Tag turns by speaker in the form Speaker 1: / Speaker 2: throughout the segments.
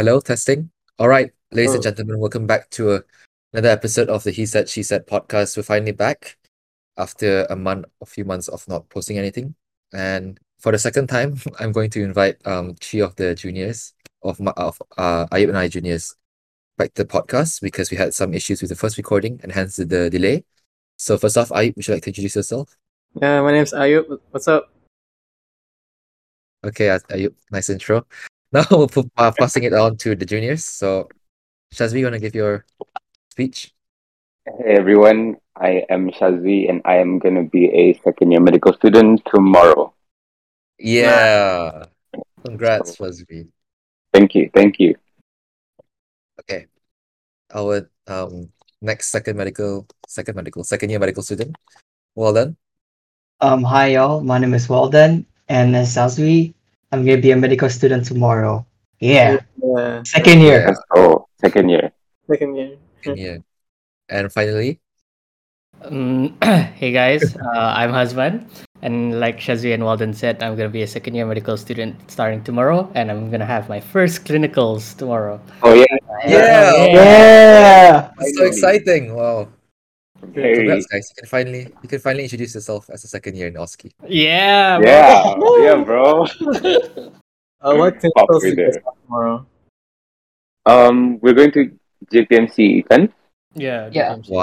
Speaker 1: Hello, testing. All right, ladies and
Speaker 2: Oh,
Speaker 1: gentlemen, welcome back to a, another episode of the He Said, She Said podcast. We're finally back after a month, a few months of not posting anything. And for the second time, I'm going to invite um three of the juniors of my of uh Ayub and I juniors back to the podcast because we had some issues with the first recording and hence the, the delay. So first off, Ayub, would you like to introduce yourself?
Speaker 2: yeah, my name's Ayub. What's up?
Speaker 1: Okay, Ay- Ayub, nice intro. Now we're p- uh, passing it on to the juniors. So Shazvi, you want to give your speech?
Speaker 3: Hey everyone, I am Shazvi and I am going to be a second year medical student tomorrow.
Speaker 2: Nah.
Speaker 1: Yeah, congrats,
Speaker 3: So
Speaker 1: Fuzzy.
Speaker 3: thank you, thank you.
Speaker 1: Okay, our um next second medical, second medical, second year medical student. Well done.
Speaker 4: Um, hi y'all, my name is Walden, and as Sazui, I'm gonna be a medical student tomorrow.
Speaker 2: Yeah,
Speaker 4: Yeah,
Speaker 2: yeah,
Speaker 4: second year.
Speaker 1: Yeah,
Speaker 3: Let's go, Oh, second year.
Speaker 2: second year.
Speaker 1: second year. And finally,
Speaker 5: Um, hey guys, uh, I'm Hazwan, and like Shazvi and Walden said, I'm gonna be a second year medical student starting tomorrow, and I'm gonna have my first clinicals tomorrow.
Speaker 3: Oh yeah,
Speaker 1: yeah,
Speaker 5: Yeah.
Speaker 4: Yeah,
Speaker 1: it's so
Speaker 3: finally,
Speaker 1: exciting. Wow, congrats,
Speaker 3: very,
Speaker 1: guys. You can finally you can finally introduce yourself as a second year in OSCE.
Speaker 5: Yeah, bro.
Speaker 3: yeah, yeah, bro.
Speaker 2: Uh, what clinicals
Speaker 3: Halfway
Speaker 2: you guys
Speaker 3: there.
Speaker 2: have tomorrow?
Speaker 3: Um, we're going to JPMC event.
Speaker 5: Yeah, good
Speaker 4: Yeah.
Speaker 5: times.
Speaker 3: I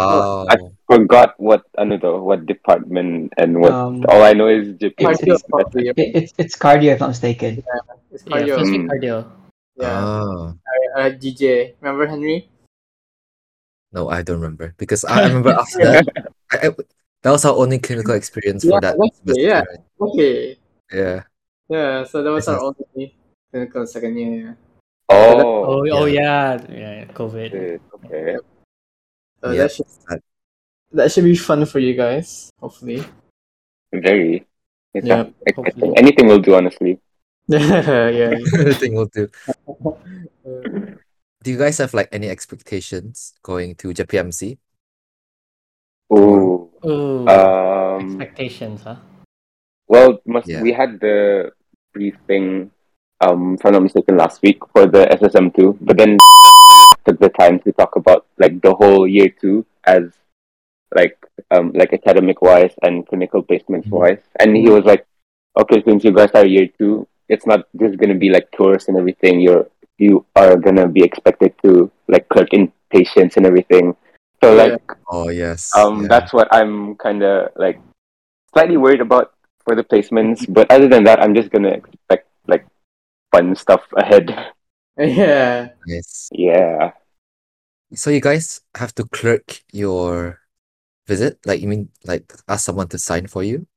Speaker 1: Wow.
Speaker 3: forgot what another, what department and what. Oh.
Speaker 4: um,
Speaker 3: All I know is
Speaker 4: it's,
Speaker 3: JPMC.
Speaker 2: Cardio
Speaker 4: it's
Speaker 3: That's it.
Speaker 2: probably.
Speaker 4: it- it's it's cardio if I'm not mistaken.
Speaker 2: It's
Speaker 5: yeah, first
Speaker 2: cardio.
Speaker 5: week
Speaker 3: Mm.
Speaker 5: cardio.
Speaker 2: Yeah.
Speaker 1: Ah,
Speaker 2: Uh, uh, DJ. Remember Henry?
Speaker 1: no, I don't remember because I, I remember after that, I, I, that was our only clinical experience
Speaker 2: Yeah,
Speaker 1: for that
Speaker 2: that's it,
Speaker 1: semester,
Speaker 2: yeah.
Speaker 1: right?
Speaker 2: Okay.
Speaker 1: Yeah,
Speaker 2: Yeah, so that was
Speaker 1: this
Speaker 2: our
Speaker 1: is
Speaker 2: only clinical second year.
Speaker 3: Oh,
Speaker 5: Oh, oh
Speaker 1: yeah,
Speaker 5: yeah, yeah, COVID.
Speaker 3: shit, okay.
Speaker 2: So that
Speaker 1: yeah.
Speaker 2: should
Speaker 1: that-
Speaker 2: that should be fun for you guys, hopefully.
Speaker 3: Very. It's
Speaker 2: Yeah.
Speaker 3: exciting.
Speaker 5: Hopefully,
Speaker 3: Anything will do, honestly.
Speaker 2: yeah, yeah.
Speaker 1: thing we'll do.
Speaker 2: Uh,
Speaker 1: Do you guys have like any expectations going to JPMC tomorrow?
Speaker 3: Ooh.
Speaker 5: ooh,
Speaker 3: Um.
Speaker 5: expectations, huh?
Speaker 3: Well, must
Speaker 1: Yeah.
Speaker 3: we had the briefing, um, if I'm not mistaken, last week for the SSM two, but then took the time to talk about like the whole year two as like um like academic wise and clinical placements
Speaker 1: Mhm.
Speaker 3: wise, and he
Speaker 2: mm,
Speaker 3: was like, okay, since you guys are year two, it's not just gonna be like tours and everything. You're you are gonna be expected to like clerk in patients and everything. So
Speaker 2: yeah.
Speaker 3: like
Speaker 1: Oh yes,
Speaker 3: um,
Speaker 1: yeah.
Speaker 3: that's what I'm kind of like slightly worried about for the placements. But other than that, I'm just gonna expect like fun stuff ahead.
Speaker 2: Yeah.
Speaker 1: Nice.
Speaker 3: Yeah.
Speaker 1: So you guys have to clerk your visit? Like you mean like ask someone to sign for you?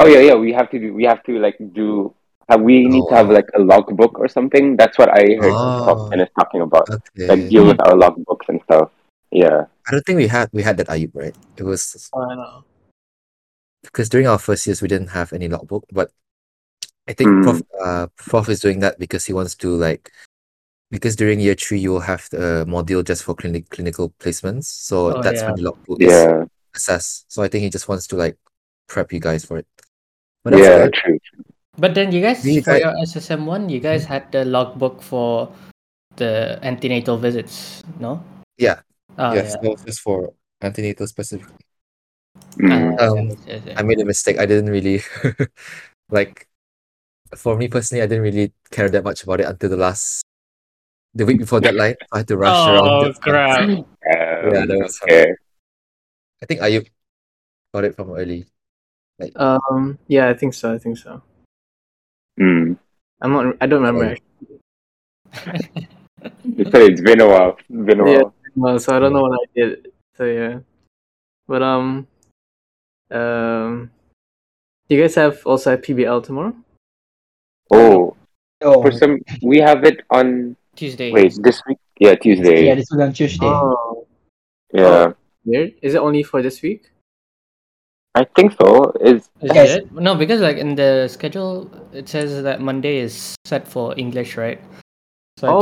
Speaker 3: Oh yeah, yeah. We have to do. We have to like do. Uh, we
Speaker 1: Oh
Speaker 3: need to have
Speaker 1: wow.
Speaker 3: like a logbook or something. That's what I heard Prof.
Speaker 1: Oh,
Speaker 3: and is talking about. Like
Speaker 1: okay.
Speaker 3: deal with
Speaker 5: Mm.
Speaker 3: our logbooks and stuff. Yeah.
Speaker 1: I don't think we had we had that Ayub, right? It was
Speaker 2: I don't know.
Speaker 1: because during our first years we didn't have any logbook, but I think Prof
Speaker 3: Mm.
Speaker 1: uh Prof is doing that because he wants to like because during year three you will have the module just for clinic clinical placements. So
Speaker 5: Oh
Speaker 1: that's
Speaker 5: yeah,
Speaker 1: when the logbook is
Speaker 3: Yeah.
Speaker 1: assessed. So I think he just wants to like prep you guys for it. But that's
Speaker 3: Yeah.
Speaker 1: good.
Speaker 3: True.
Speaker 5: but then you
Speaker 1: Do
Speaker 5: guys
Speaker 1: you
Speaker 5: for
Speaker 1: guys
Speaker 5: your SSM one, you guys had the logbook for the antenatal visits, no?
Speaker 1: yeah,
Speaker 5: Oh
Speaker 1: yes,
Speaker 5: yeah.
Speaker 1: that was just for antenatal specifically.
Speaker 3: Mm.
Speaker 5: Uh,
Speaker 1: Um
Speaker 5: yes, yes, yes.
Speaker 1: I made a mistake. I didn't really like for me personally I didn't really care that much about it until the last the week before deadline. I had to rush around
Speaker 5: Oh
Speaker 1: those ones.
Speaker 5: crap!
Speaker 1: Yeah,
Speaker 3: Um,
Speaker 1: that was fun.
Speaker 3: okay.
Speaker 1: I think Ayub got it from early. Like
Speaker 2: Um. Yeah, I think so. I think so.
Speaker 3: Mm.
Speaker 2: I'm not. I don't
Speaker 1: oh,
Speaker 2: remember.
Speaker 3: So it's been a while. It's been a
Speaker 2: Yeah.
Speaker 3: while.
Speaker 2: No, so I don't
Speaker 1: yeah.
Speaker 2: know what I did. So yeah. But um, um, you guys have also have PBL tomorrow?
Speaker 5: No,
Speaker 3: Oh,
Speaker 4: Oh,
Speaker 3: for some we have it on
Speaker 5: Tuesday.
Speaker 3: Wait, this week? Yeah,
Speaker 4: yeah,
Speaker 3: Tuesday.
Speaker 4: this will be on Tuesday.
Speaker 2: Oh, oh,
Speaker 3: Yeah,
Speaker 2: weird. Is it only for this week?
Speaker 3: I think so. Is
Speaker 5: Is
Speaker 4: Yes,
Speaker 5: it? No, because like in the schedule, it says that Monday is set for English, right? So I
Speaker 2: Oh,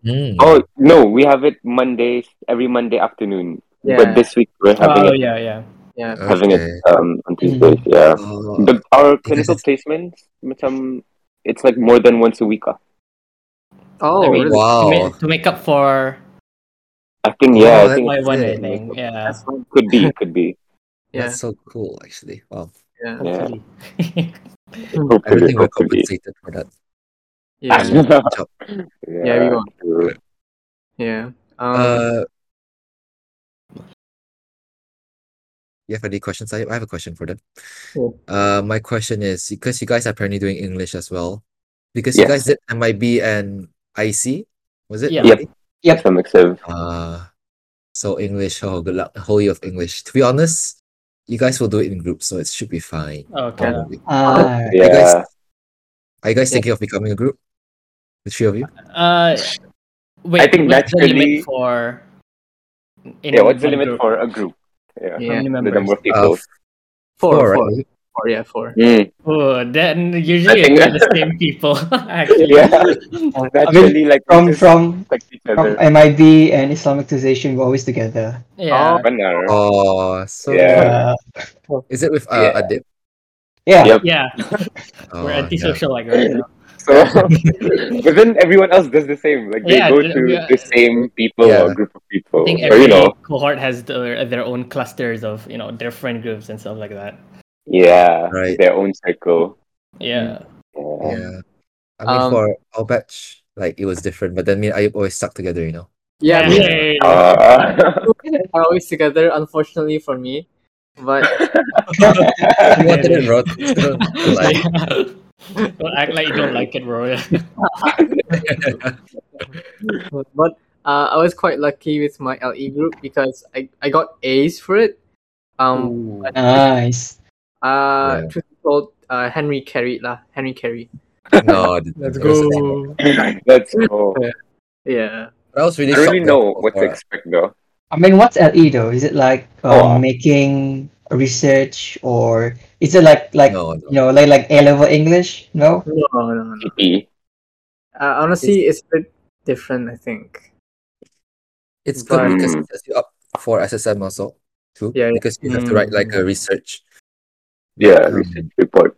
Speaker 5: think
Speaker 3: oh
Speaker 1: Mm.
Speaker 3: no, we have it Mondays every Monday afternoon. But
Speaker 2: yeah,
Speaker 3: this week we're having
Speaker 5: Oh
Speaker 3: it
Speaker 5: yeah, yeah.
Speaker 2: yeah.
Speaker 3: having it
Speaker 1: Okay.
Speaker 3: um on Tuesdays.
Speaker 4: Mm.
Speaker 3: Yeah,
Speaker 1: Oh,
Speaker 3: but our um, uh,
Speaker 1: you guys
Speaker 3: clinical placements, macam, it's like more than once a week. ah.
Speaker 2: Oh,
Speaker 5: I mean,
Speaker 2: really?
Speaker 5: to,
Speaker 1: wow.
Speaker 5: make, to make up for
Speaker 3: I think yeah, I
Speaker 1: Oh, that-
Speaker 3: think
Speaker 5: my
Speaker 1: it's
Speaker 5: one
Speaker 1: it.
Speaker 5: ending. Yeah.
Speaker 2: That's fun.
Speaker 3: could be, could be.
Speaker 2: Yeah,
Speaker 1: That's so cool, actually. Wow.
Speaker 2: yeah,
Speaker 3: Yeah.
Speaker 5: Hopefully.
Speaker 1: I don't
Speaker 3: Hopefully,
Speaker 1: think we're
Speaker 3: hopefully.
Speaker 1: compensated for that.
Speaker 2: yeah,
Speaker 1: Yeah.
Speaker 2: yeah.
Speaker 1: Job.
Speaker 2: Yeah, we go.
Speaker 3: true.
Speaker 2: Um,
Speaker 1: Uh, you have any questions? I, I have a question for them.
Speaker 2: Sure.
Speaker 1: Uh, my question is because you guys are apparently doing English as well, because you
Speaker 3: Yeah.
Speaker 1: guys did MIB and IC, was it?
Speaker 5: Yeah.
Speaker 3: Yep.
Speaker 1: right?
Speaker 4: Yep.
Speaker 3: Some mix of
Speaker 1: Uh, so English, oh, good luck, whole year of English. To be honest, you guys will do it in groups, so it should be fine.
Speaker 5: Oh, Okay.
Speaker 1: probably.
Speaker 4: Uh,
Speaker 1: Are you guys,
Speaker 3: yeah.
Speaker 1: Um, are you guys
Speaker 4: Yeah.
Speaker 1: thinking of becoming a group? The three of you?
Speaker 5: Uh, wait,
Speaker 3: I think
Speaker 5: what's the
Speaker 3: naturally-
Speaker 5: limit for? in
Speaker 3: Yeah, what's the
Speaker 5: one
Speaker 3: limit
Speaker 5: group?
Speaker 3: for a group? Yeah,
Speaker 5: How
Speaker 2: yeah,
Speaker 5: many
Speaker 3: the
Speaker 5: members?
Speaker 3: number of
Speaker 1: Uh,
Speaker 3: people.
Speaker 2: four, four,
Speaker 1: right?
Speaker 2: four, yeah, four.
Speaker 3: Mm.
Speaker 5: Oh, then usually
Speaker 3: think-
Speaker 5: it's the same people. Actually,
Speaker 3: Yeah,
Speaker 4: I mean,
Speaker 3: naturally, like
Speaker 4: from
Speaker 3: this is
Speaker 4: from
Speaker 3: like each
Speaker 4: from
Speaker 3: other.
Speaker 4: MIB and Islamicization, we're always together.
Speaker 5: yeah.
Speaker 3: Benar.
Speaker 1: Oh, so
Speaker 3: Oh, Yeah.
Speaker 4: Uh,
Speaker 1: is it with uh,
Speaker 3: Yeah.
Speaker 1: Adib?
Speaker 4: yeah.
Speaker 3: Yep.
Speaker 5: yeah.
Speaker 1: Oh,
Speaker 5: We're
Speaker 1: yeah.
Speaker 5: antisocial like right now.
Speaker 3: So, but then everyone else does the same. Like they
Speaker 5: Yeah,
Speaker 3: go
Speaker 5: the-
Speaker 3: to
Speaker 5: yeah.
Speaker 3: the same people
Speaker 1: Yeah.
Speaker 3: or group of
Speaker 5: I
Speaker 3: people.
Speaker 5: think
Speaker 3: So you
Speaker 5: every
Speaker 3: know,
Speaker 5: cohort has their, their own clusters of you know their friend groups and stuff like that.
Speaker 3: yeah,
Speaker 1: Right.
Speaker 3: their own circle.
Speaker 5: Yeah.
Speaker 3: Yeah.
Speaker 1: Yeah. I mean,
Speaker 2: Um,
Speaker 1: for our batch, like it was different, but then me and I always stuck together, you know.
Speaker 5: yeah,
Speaker 2: Yeah, we
Speaker 5: yeah, yeah.
Speaker 3: Uh,
Speaker 2: are always together. Unfortunately for me, but
Speaker 1: You wanted it, Rod. Like,
Speaker 5: don't act like you don't like it, bro.
Speaker 2: but uh, I was quite lucky with my LE group because I, I got A's for it. Um, but,
Speaker 4: Ah. Nice.
Speaker 2: uh,
Speaker 1: Yeah.
Speaker 2: truth be told, uh, Henry carried lah. Henry carried.
Speaker 1: no, it
Speaker 5: Let's
Speaker 1: didn't. It was-
Speaker 5: go.
Speaker 3: That's cool.
Speaker 2: Yeah.
Speaker 1: I was really
Speaker 3: I don't really
Speaker 1: shocked
Speaker 3: know
Speaker 1: that-
Speaker 3: what to expect though.
Speaker 4: I mean, what's LE though? Is it like
Speaker 3: Oh.
Speaker 4: um, making research, or is it like like
Speaker 1: No, no.
Speaker 4: you know like like A level English? No.
Speaker 2: No, no, no.
Speaker 3: E.
Speaker 2: Uh, honestly, it's a bit different. I think.
Speaker 1: It's good
Speaker 2: But-
Speaker 1: because it sets you up for SSM also too.
Speaker 2: Yeah, yeah.
Speaker 1: Because you have to write like a research,
Speaker 3: Yeah,
Speaker 1: Um,
Speaker 3: research report.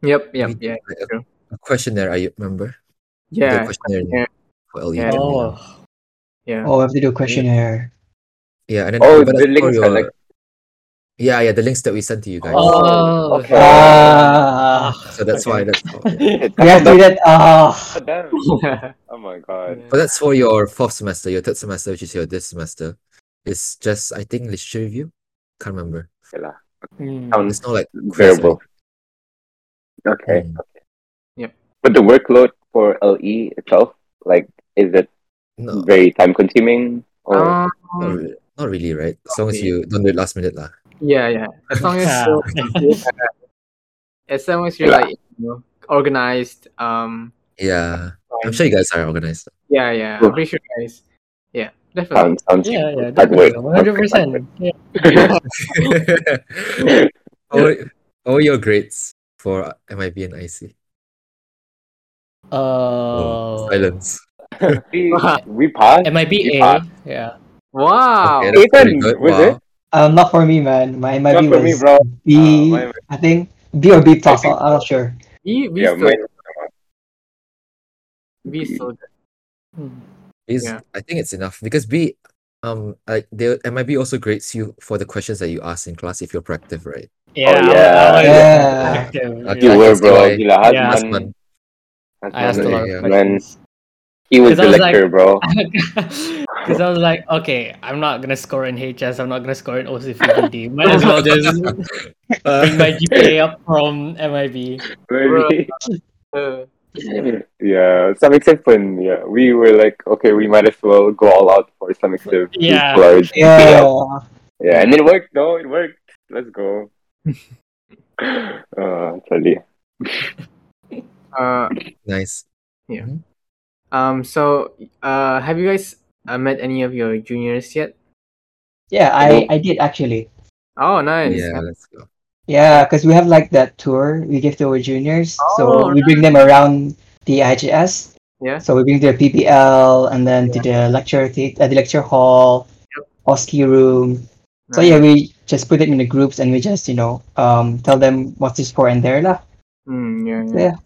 Speaker 2: Yep. Yep.
Speaker 1: We-
Speaker 2: Yeah.
Speaker 1: like a,
Speaker 2: true.
Speaker 1: a questionnaire. I remember You did a
Speaker 2: Yeah.
Speaker 1: questionnaire in-
Speaker 2: yeah.
Speaker 1: for LE.
Speaker 2: Yeah.
Speaker 1: Yeah.
Speaker 5: Oh,
Speaker 2: Yeah.
Speaker 4: Oh, we have to do a questionnaire.
Speaker 1: yeah, and then
Speaker 3: Oh,
Speaker 1: but
Speaker 3: the
Speaker 1: that's for
Speaker 3: links are
Speaker 1: your-
Speaker 3: like-
Speaker 1: yeah, yeah, the links that we sent to you guys.
Speaker 3: Oh,
Speaker 5: oh,
Speaker 3: okay.
Speaker 4: Ah,
Speaker 1: so that's why that's. For,
Speaker 4: we have to do that. Ah,
Speaker 3: Oh, damn.
Speaker 2: yeah.
Speaker 3: Oh my god.
Speaker 1: But that's for your fourth semester, your third semester, which is your this semester. It's just I think literature review. Can't remember.
Speaker 3: Okay lah.
Speaker 5: Hmm.
Speaker 3: Sounds
Speaker 1: It's not like
Speaker 3: bearable. Mm. Okay.
Speaker 1: Mm.
Speaker 3: okay.
Speaker 2: Yep.
Speaker 3: But the workload for LE itself, like, is it
Speaker 1: no,
Speaker 3: very time consuming? Or
Speaker 1: not
Speaker 2: Um,
Speaker 1: really, not really, right? As long as
Speaker 2: Okay.
Speaker 1: you don't do it last minute, lah.
Speaker 2: yeah. Yeah. As long as
Speaker 5: Yeah.
Speaker 2: you're, as long as you're
Speaker 3: Yeah.
Speaker 2: like you know, organized. Um.
Speaker 1: Yeah,
Speaker 2: fine.
Speaker 1: I'm sure you guys are organized.
Speaker 2: Yeah, yeah.
Speaker 3: Cool.
Speaker 2: I'm pretty sure, guys. Yeah,
Speaker 3: Uh,
Speaker 2: definitely.
Speaker 3: sounds sounds
Speaker 5: yeah, yeah,
Speaker 3: I'd
Speaker 5: definitely,
Speaker 3: wait.
Speaker 5: one hundred percent. Yeah.
Speaker 1: how, were, how were your grades for MIB and IC?
Speaker 5: Oh,
Speaker 1: Silence.
Speaker 3: we, we passed.
Speaker 5: MIBA.
Speaker 3: Yeah.
Speaker 5: Yeah.
Speaker 2: Wow.
Speaker 1: Okay, that's pretty
Speaker 3: Ethan,
Speaker 1: good.
Speaker 3: was
Speaker 1: Wow.
Speaker 4: um, not for me, man. My
Speaker 3: Not
Speaker 4: MIB
Speaker 3: for me,
Speaker 4: was
Speaker 3: bro.
Speaker 4: B,
Speaker 3: Uh, my-
Speaker 4: I think B or B plus.
Speaker 3: I think-
Speaker 4: I'm not sure.
Speaker 2: We we
Speaker 3: yeah,
Speaker 2: still
Speaker 3: mine-
Speaker 2: we still
Speaker 5: Hmm.
Speaker 3: Oh,
Speaker 1: Is
Speaker 2: Yeah.
Speaker 1: I think it's enough because B, um, like they MIB also grades you for the questions that you ask in class if you're proactive, right?
Speaker 5: Yeah. I was-
Speaker 3: yeah.
Speaker 5: I was
Speaker 4: Yeah.
Speaker 5: active,
Speaker 1: Okay.
Speaker 3: you
Speaker 5: yeah.
Speaker 1: I
Speaker 3: were,
Speaker 1: can see
Speaker 3: bro.
Speaker 1: why.
Speaker 3: Gila, Hazman-
Speaker 5: Yeah.
Speaker 1: Last one.
Speaker 5: I asked a lot
Speaker 1: Yeah.
Speaker 5: of
Speaker 3: Man,
Speaker 5: questions.
Speaker 3: he was
Speaker 5: 'Cause I
Speaker 3: the
Speaker 5: was like-
Speaker 3: lecturer, bro.
Speaker 5: Because I was like, okay, I'm not gonna score in HS. I'm not gonna score in OCPD. Might as well just bring uh, my GPA up from MIB.
Speaker 3: Maybe.
Speaker 2: uh,
Speaker 3: yeah, Islamic Civ fun. Yeah, we were like, okay, we might as well go all out for Islamic Civ.
Speaker 5: Yeah.
Speaker 3: for our
Speaker 4: Yeah.
Speaker 3: GPL. Yeah, and it worked. No, it worked. Let's go. uh, totally.
Speaker 2: uh
Speaker 1: Nice.
Speaker 2: um so uh have you guys uh, met any of your juniors yet?
Speaker 4: Yeah, I I did actually.
Speaker 2: Oh nice.
Speaker 1: Yeah, let's go.
Speaker 4: Yeah, because we have like that tour we give to our juniors, so
Speaker 2: Oh,
Speaker 4: we bring them around the IHS.
Speaker 2: Yeah.
Speaker 4: So we bring their PPL and then to the lecture the, uh, the lecture hall, OSCE room. So
Speaker 2: Nice.
Speaker 4: yeah, we just put it in the groups and we just you know um tell them what's the score and there lah.
Speaker 2: Mm, yeah, yeah.
Speaker 4: Yeah.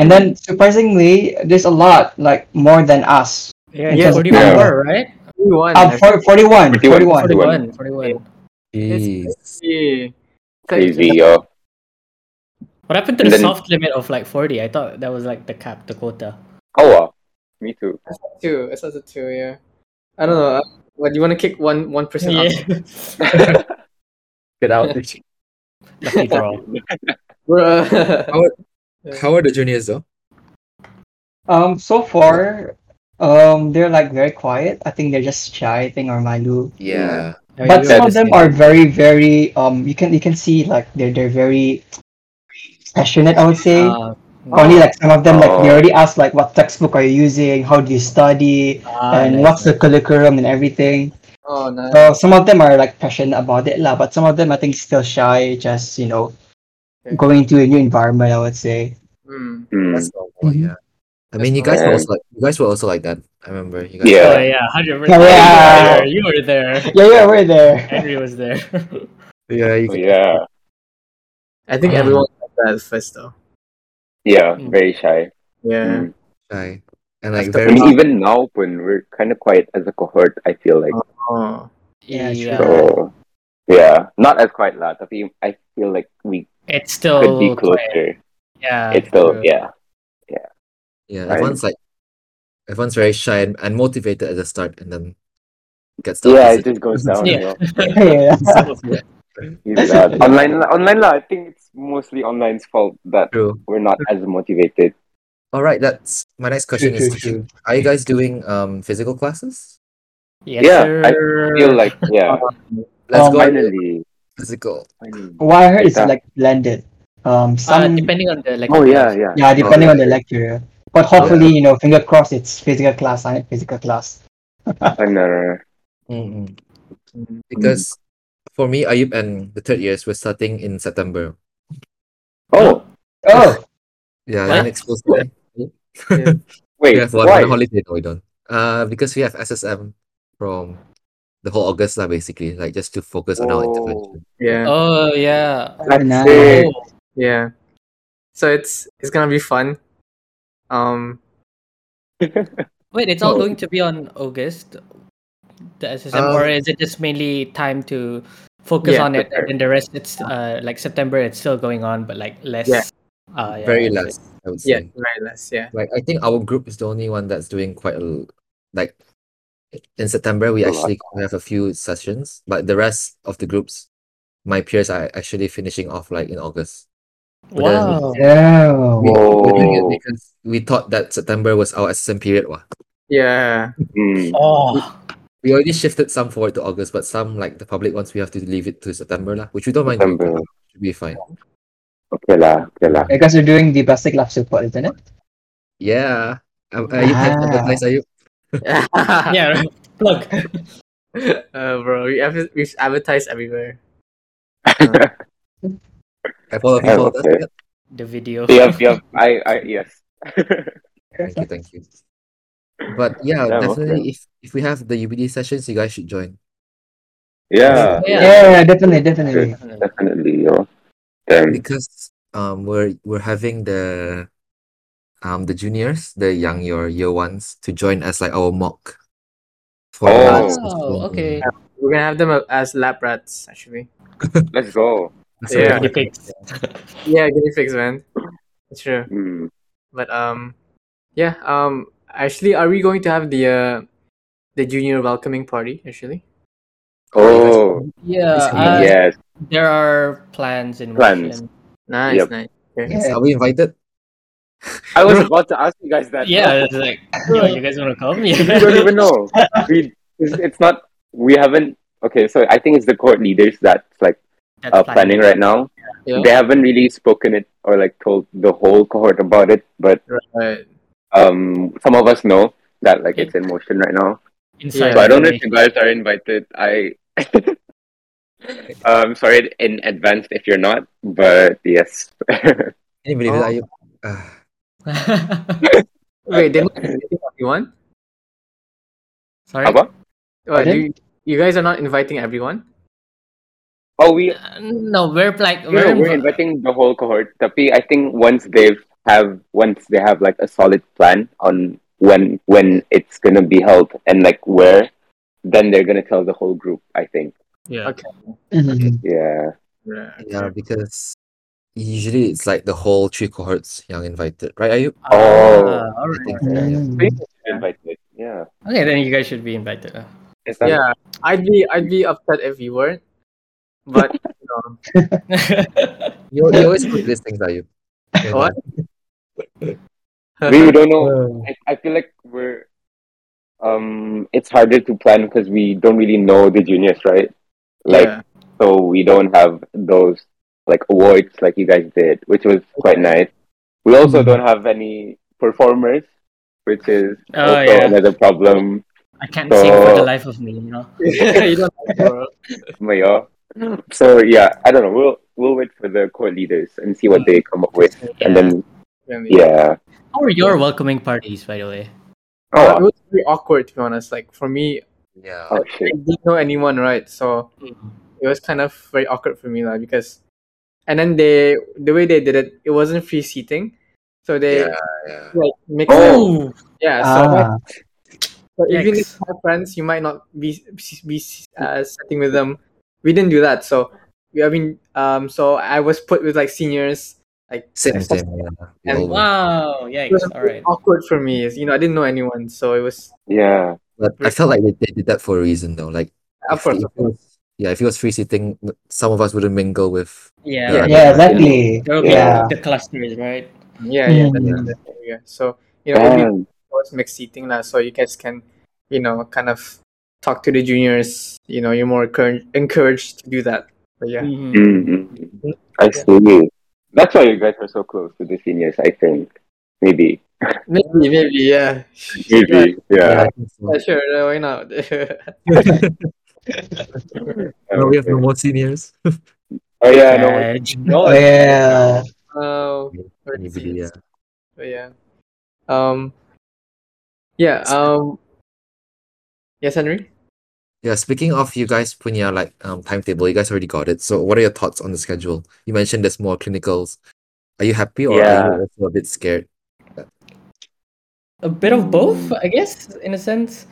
Speaker 4: And then surprisingly, there's a lot, like more than us.
Speaker 5: Yeah,
Speaker 4: it's
Speaker 5: yeah,
Speaker 4: just-
Speaker 5: 41
Speaker 3: Yeah.
Speaker 5: more, right?
Speaker 2: Forty-one.
Speaker 4: Uh,
Speaker 2: actually.
Speaker 4: 40, 41, 41.
Speaker 3: 41.
Speaker 5: 41, 41.
Speaker 1: Jeez.
Speaker 2: Yeah.
Speaker 3: Crazy, yo.
Speaker 5: What happened to
Speaker 3: And then-
Speaker 5: the soft limit of like 40? I thought that was like the cap, the quota.
Speaker 3: Oh, wow. Me too.
Speaker 2: Two. It's not a two. Yeah. I don't know. uh, What do you want to kick one one person
Speaker 5: Yeah.
Speaker 2: off?
Speaker 1: Get out.
Speaker 5: Lucky draw.
Speaker 2: Bruh.
Speaker 1: How are the juniors though?
Speaker 4: Um, so far, um, they're like very quiet. I think they're just shy, I think, or Malu.
Speaker 1: Yeah.
Speaker 5: I mean,
Speaker 4: but
Speaker 5: you
Speaker 4: some
Speaker 5: were
Speaker 4: of them
Speaker 5: just-
Speaker 4: are very, very. Um, you can you can see like they're they're very passionate. I would say.
Speaker 5: Uh,
Speaker 4: Only like some of them like they
Speaker 3: Oh.
Speaker 4: already asked like what textbook are you using, how do you study,
Speaker 5: ah,
Speaker 4: and
Speaker 5: nice,
Speaker 4: what's
Speaker 5: nice.
Speaker 4: the curriculum and everything.
Speaker 2: Oh nice.
Speaker 4: So some of them are like passionate about it, lah, but some of them I think still shy, just you know,
Speaker 2: Okay.
Speaker 4: going to a new environment. I would say.
Speaker 2: Mm.
Speaker 3: Hmm.
Speaker 1: That's normal,
Speaker 4: Mhm.
Speaker 1: yeah. I mean, you
Speaker 2: That's
Speaker 1: guys
Speaker 3: normal.
Speaker 1: were also like you guys were also like that. I remember you guys.
Speaker 3: Yeah.
Speaker 5: Oh, yeah,
Speaker 4: Yeah.
Speaker 5: 100%. You were there. You were there.
Speaker 4: Yeah, yeah, we're there.
Speaker 5: Henry was there.
Speaker 1: Yeah. You,
Speaker 3: Mm. Yeah.
Speaker 2: I think
Speaker 5: Mm.
Speaker 2: everyone like that at first though.
Speaker 3: Yeah.
Speaker 5: Mm.
Speaker 3: Very shy.
Speaker 2: Yeah.
Speaker 3: Hmm.
Speaker 1: shy. And like
Speaker 2: That's the
Speaker 1: very.
Speaker 3: And even now, when we're kind of quiet as a cohort, I feel like.
Speaker 2: Oh.
Speaker 4: Yeah,
Speaker 3: So, yeah. Not as quiet, lah. Tapi I feel like we
Speaker 5: It's
Speaker 3: could
Speaker 5: still
Speaker 3: be
Speaker 5: Oh, quiet.
Speaker 3: closer.
Speaker 5: Yeah.
Speaker 3: It's still,
Speaker 5: true.
Speaker 3: yeah.
Speaker 1: Yeah,
Speaker 3: Right.
Speaker 1: everyone's like everyone's very shy and, and motivated at the start and then gets down.
Speaker 3: Yeah, it
Speaker 1: as
Speaker 3: just goes
Speaker 1: Yeah.
Speaker 3: down. yo.
Speaker 4: yeah.
Speaker 3: It's bad. uh, Online, online, lah, I think it's mostly online's fault that
Speaker 1: True.
Speaker 3: we're not as motivated.
Speaker 1: All right, that's my next question
Speaker 4: True,
Speaker 1: is
Speaker 4: true,
Speaker 1: to you.
Speaker 4: true.
Speaker 1: Are you guys doing um physical classes?
Speaker 5: Yes,
Speaker 3: Yeah, I
Speaker 5: sir.
Speaker 3: I feel like, yeah,
Speaker 1: Let's
Speaker 4: Um,
Speaker 1: go with
Speaker 3: finally.
Speaker 1: physical.
Speaker 3: finally.
Speaker 4: What I heard is
Speaker 3: Yeah.
Speaker 4: like blended. Um,
Speaker 5: uh,
Speaker 4: some
Speaker 5: depending on the like.
Speaker 3: Oh, yeah, yeah.
Speaker 4: yeah, depending on the
Speaker 1: yeah.
Speaker 4: lecturer. But hopefully, you know, finger crossed, it's physical class, and physical class.
Speaker 3: I know.
Speaker 1: Mm-mm.
Speaker 2: Mm.
Speaker 1: Because for me, Ayub and the third years were starting in September.
Speaker 3: Oh,
Speaker 4: Oh,
Speaker 1: Yeah,
Speaker 5: What?
Speaker 1: the next school start.
Speaker 3: wait,
Speaker 1: We have one,
Speaker 3: why?
Speaker 1: one holiday no, we don't. Uh because we have SSM from the whole August lah, basically, like just to focus on our
Speaker 3: Whoa.
Speaker 1: intervention.
Speaker 2: Yeah.
Speaker 5: Oh yeah.
Speaker 3: That's
Speaker 4: Nice.
Speaker 3: sick.
Speaker 5: Oh,
Speaker 2: Yeah. So it's it's gonna be fun. Um.
Speaker 5: wait, it's all
Speaker 1: Oh.
Speaker 5: going to be on August, the SSM,
Speaker 1: Um,
Speaker 5: or is it just mainly time to focus
Speaker 2: Yeah,
Speaker 5: on it,
Speaker 3: prepare.
Speaker 5: and then the rest? It's uh, like September. It's still going on, but like less.
Speaker 2: Yeah.
Speaker 5: Uh, yeah,
Speaker 1: Very
Speaker 5: okay.
Speaker 1: less, I would
Speaker 2: Yeah.
Speaker 1: say.
Speaker 2: Very less. Yeah.
Speaker 1: Like I think our group is the only one that's doing quite a l- like in September we
Speaker 3: A lot.
Speaker 1: actually have a few sessions, but the rest of the groups, my peers are actually finishing off like in August. But then-
Speaker 5: Wow.
Speaker 4: yeah.
Speaker 1: We,
Speaker 3: Oh.
Speaker 1: we're doing it
Speaker 3: Whoa.
Speaker 1: because we thought that September was our SSM period. Wah.
Speaker 2: Yeah.
Speaker 3: Mm.
Speaker 5: Oh.
Speaker 1: We already shifted some forward to August, but some like the public ones we have to leave it to September lah, which we don't mind doing.
Speaker 3: September.
Speaker 1: Should be fine.
Speaker 3: Okay, lah, okay, lah.
Speaker 4: You guys are doing the plastic lab support, isn't it?
Speaker 1: Yeah. Are, are you type of
Speaker 4: Ah.
Speaker 1: nice? Are you?
Speaker 5: Yeah. right. Look.
Speaker 2: Uh, bro, we have we've advertised everywhere.
Speaker 1: Have all of you
Speaker 3: Yeah,
Speaker 1: followed us
Speaker 3: okay.
Speaker 1: yet?
Speaker 5: The video.
Speaker 3: Yep, yep. I, I, yes.
Speaker 1: Thank you, thank you. But
Speaker 3: Yeah,
Speaker 1: yeah,
Speaker 3: okay.
Speaker 1: definitely if if we have the UBD sessions, you guys should join.
Speaker 3: yeah,
Speaker 4: Yeah, definitely, definitely.
Speaker 3: definitely, yo. Damn.
Speaker 1: because um we're we're having the um the juniors the young year year ones to join as like our mock for the
Speaker 5: Oh,
Speaker 1: last session.
Speaker 5: okay.
Speaker 2: We're gonna have them a- as lab rats, actually.
Speaker 3: Let's go.
Speaker 1: That's what
Speaker 2: Yeah.
Speaker 1: we're-
Speaker 5: Guinea pigs.
Speaker 2: Yeah, guinea pigs, man. That's true.
Speaker 3: Mm.
Speaker 2: But um, yeah. Um, actually, are we going to have the uh, the junior welcoming party? Actually.
Speaker 3: Oh,
Speaker 5: Yeah.
Speaker 1: Yeah.
Speaker 5: uh,
Speaker 3: yes.
Speaker 5: There are plans in
Speaker 3: Plans.
Speaker 5: motion.
Speaker 2: Nice,
Speaker 3: Yep.
Speaker 2: nice.
Speaker 1: Yes,
Speaker 4: Yeah.
Speaker 1: are we invited
Speaker 3: I was about to ask you guys that.
Speaker 5: Yeah, it's like, yo, you guys want to come?
Speaker 3: we don't
Speaker 5: Yeah.
Speaker 3: even know. We, it's, it's not. We haven't. Okay, so I think it's the court leaders that's like
Speaker 5: That's
Speaker 3: uh, planning right now.
Speaker 2: Yeah.
Speaker 3: They haven't really spoken it or like told the whole cohort about it, but
Speaker 2: Right.
Speaker 3: um, some of us know that like it's in motion right now.
Speaker 5: Inside
Speaker 3: So I don't know
Speaker 5: information.
Speaker 3: if you guys are invited. I. I'm sorry in advance if you're not, but yes.
Speaker 1: anybody
Speaker 2: Oh.
Speaker 1: are you uh,
Speaker 2: Wait, they're not inviting everyone.
Speaker 5: Sorry.
Speaker 3: Apa?
Speaker 2: Wait,
Speaker 4: Pardon?
Speaker 2: do you, you guys are not inviting everyone.
Speaker 3: Oh, we
Speaker 5: Uh, No, we're like
Speaker 3: No,
Speaker 5: we're,
Speaker 3: we're inviting the whole cohort. Tapi, I think once they've have once they have like a solid plan on when when it's gonna be held and like where, then they're gonna tell the whole group. I think.
Speaker 6: Yeah.
Speaker 2: Okay.
Speaker 4: Mhm.
Speaker 3: Yeah.
Speaker 6: Yeah.
Speaker 1: Yeah, because usually it's like the whole three cohorts young invited, right? Are you?
Speaker 3: Oh.
Speaker 5: Ah, all
Speaker 1: I
Speaker 5: right.
Speaker 1: think so, yeah.
Speaker 4: Mm.
Speaker 3: Invited. Yeah.
Speaker 5: Okay, then you guys should be invited. uh.
Speaker 3: Is that-
Speaker 2: Yeah, I'd be I'd be upset if you weren't. But you know,
Speaker 1: You, you always put these things, are you? You're
Speaker 2: What?
Speaker 1: not-
Speaker 3: We don't know. I, I feel like we're um it's harder to plan because we don't really know the juniors right like
Speaker 2: yeah.
Speaker 3: so we don't have those like awards like you guys did which was quite nice we also don't have any performers which is
Speaker 5: Oh,
Speaker 3: also
Speaker 5: yeah.
Speaker 3: another problem
Speaker 5: I can't sing for the
Speaker 3: So-
Speaker 5: life of me, you know.
Speaker 2: you don't have to worry.
Speaker 3: Maya. so yeah i don't know we'll we'll wait for the core leaders and see what they come up with and then yeah
Speaker 5: How are Oh, your welcoming parties, by the way?
Speaker 2: Uh, it
Speaker 3: oh
Speaker 2: was very awkward to be honest. Like for me,
Speaker 1: Yeah.
Speaker 3: oh
Speaker 2: I
Speaker 3: shit
Speaker 2: didn't know anyone, right? So it was kind of very awkward for me, like because, and then they the way they did it, it wasn't free seating, so they
Speaker 1: Yeah, yeah.
Speaker 2: like mix it.
Speaker 5: Oh,
Speaker 2: Yeah, so
Speaker 4: Ah,
Speaker 2: So even if
Speaker 5: Yikes.
Speaker 2: you have friends, you might not be be uh, sitting with them. We didn't do that, so we. I mean, um, so I was put with like seniors. Like
Speaker 1: Same,
Speaker 2: Except-
Speaker 1: same. Yeah. We
Speaker 2: and
Speaker 1: all went.
Speaker 5: wow! Yikes!
Speaker 2: it was
Speaker 5: All right.
Speaker 2: awkward for me. You know, I didn't know anyone, so it was
Speaker 3: yeah
Speaker 1: But I felt like they, they did that for a reason, though. Like,
Speaker 2: of
Speaker 1: if-
Speaker 2: course.
Speaker 1: if it was- yeah, if it was free seating, some of us wouldn't mingle with.
Speaker 5: Yeah.
Speaker 4: yeah, exactly.
Speaker 5: There will be
Speaker 4: Yeah.
Speaker 5: the clusters, right?
Speaker 2: Yeah, yeah,
Speaker 5: Hmm.
Speaker 2: that-
Speaker 4: Mm.
Speaker 2: that- that- yeah. So you know, every
Speaker 3: Damn.
Speaker 2: was mixed seating lah. So you guys can, you know, kind of talk to the juniors. You know, you're more encouraged encouraged to do that. But yeah,
Speaker 5: Mhm.
Speaker 3: mm I see. That's why you guys are so close to the seniors, I think. Maybe.
Speaker 2: maybe, maybe, yeah,
Speaker 3: Maybe, yeah.
Speaker 1: I think so.
Speaker 2: Yeah, sure, uh, why not?
Speaker 1: No, we have no more seniors.
Speaker 3: Oh, yeah, no.
Speaker 5: Uh,
Speaker 4: Oh, yeah.
Speaker 2: Oh, let's see.
Speaker 1: Anybody, yeah.
Speaker 2: But yeah. Um. Yeah. Um. Yes, Henry.
Speaker 1: Yeah, speaking of you guys punya like um timetable, you guys already got it. So what are your thoughts on the schedule? You mentioned there's more clinicals. Are you happy or are you also a bit scared?
Speaker 5: a bit of both, I guess, in a sense.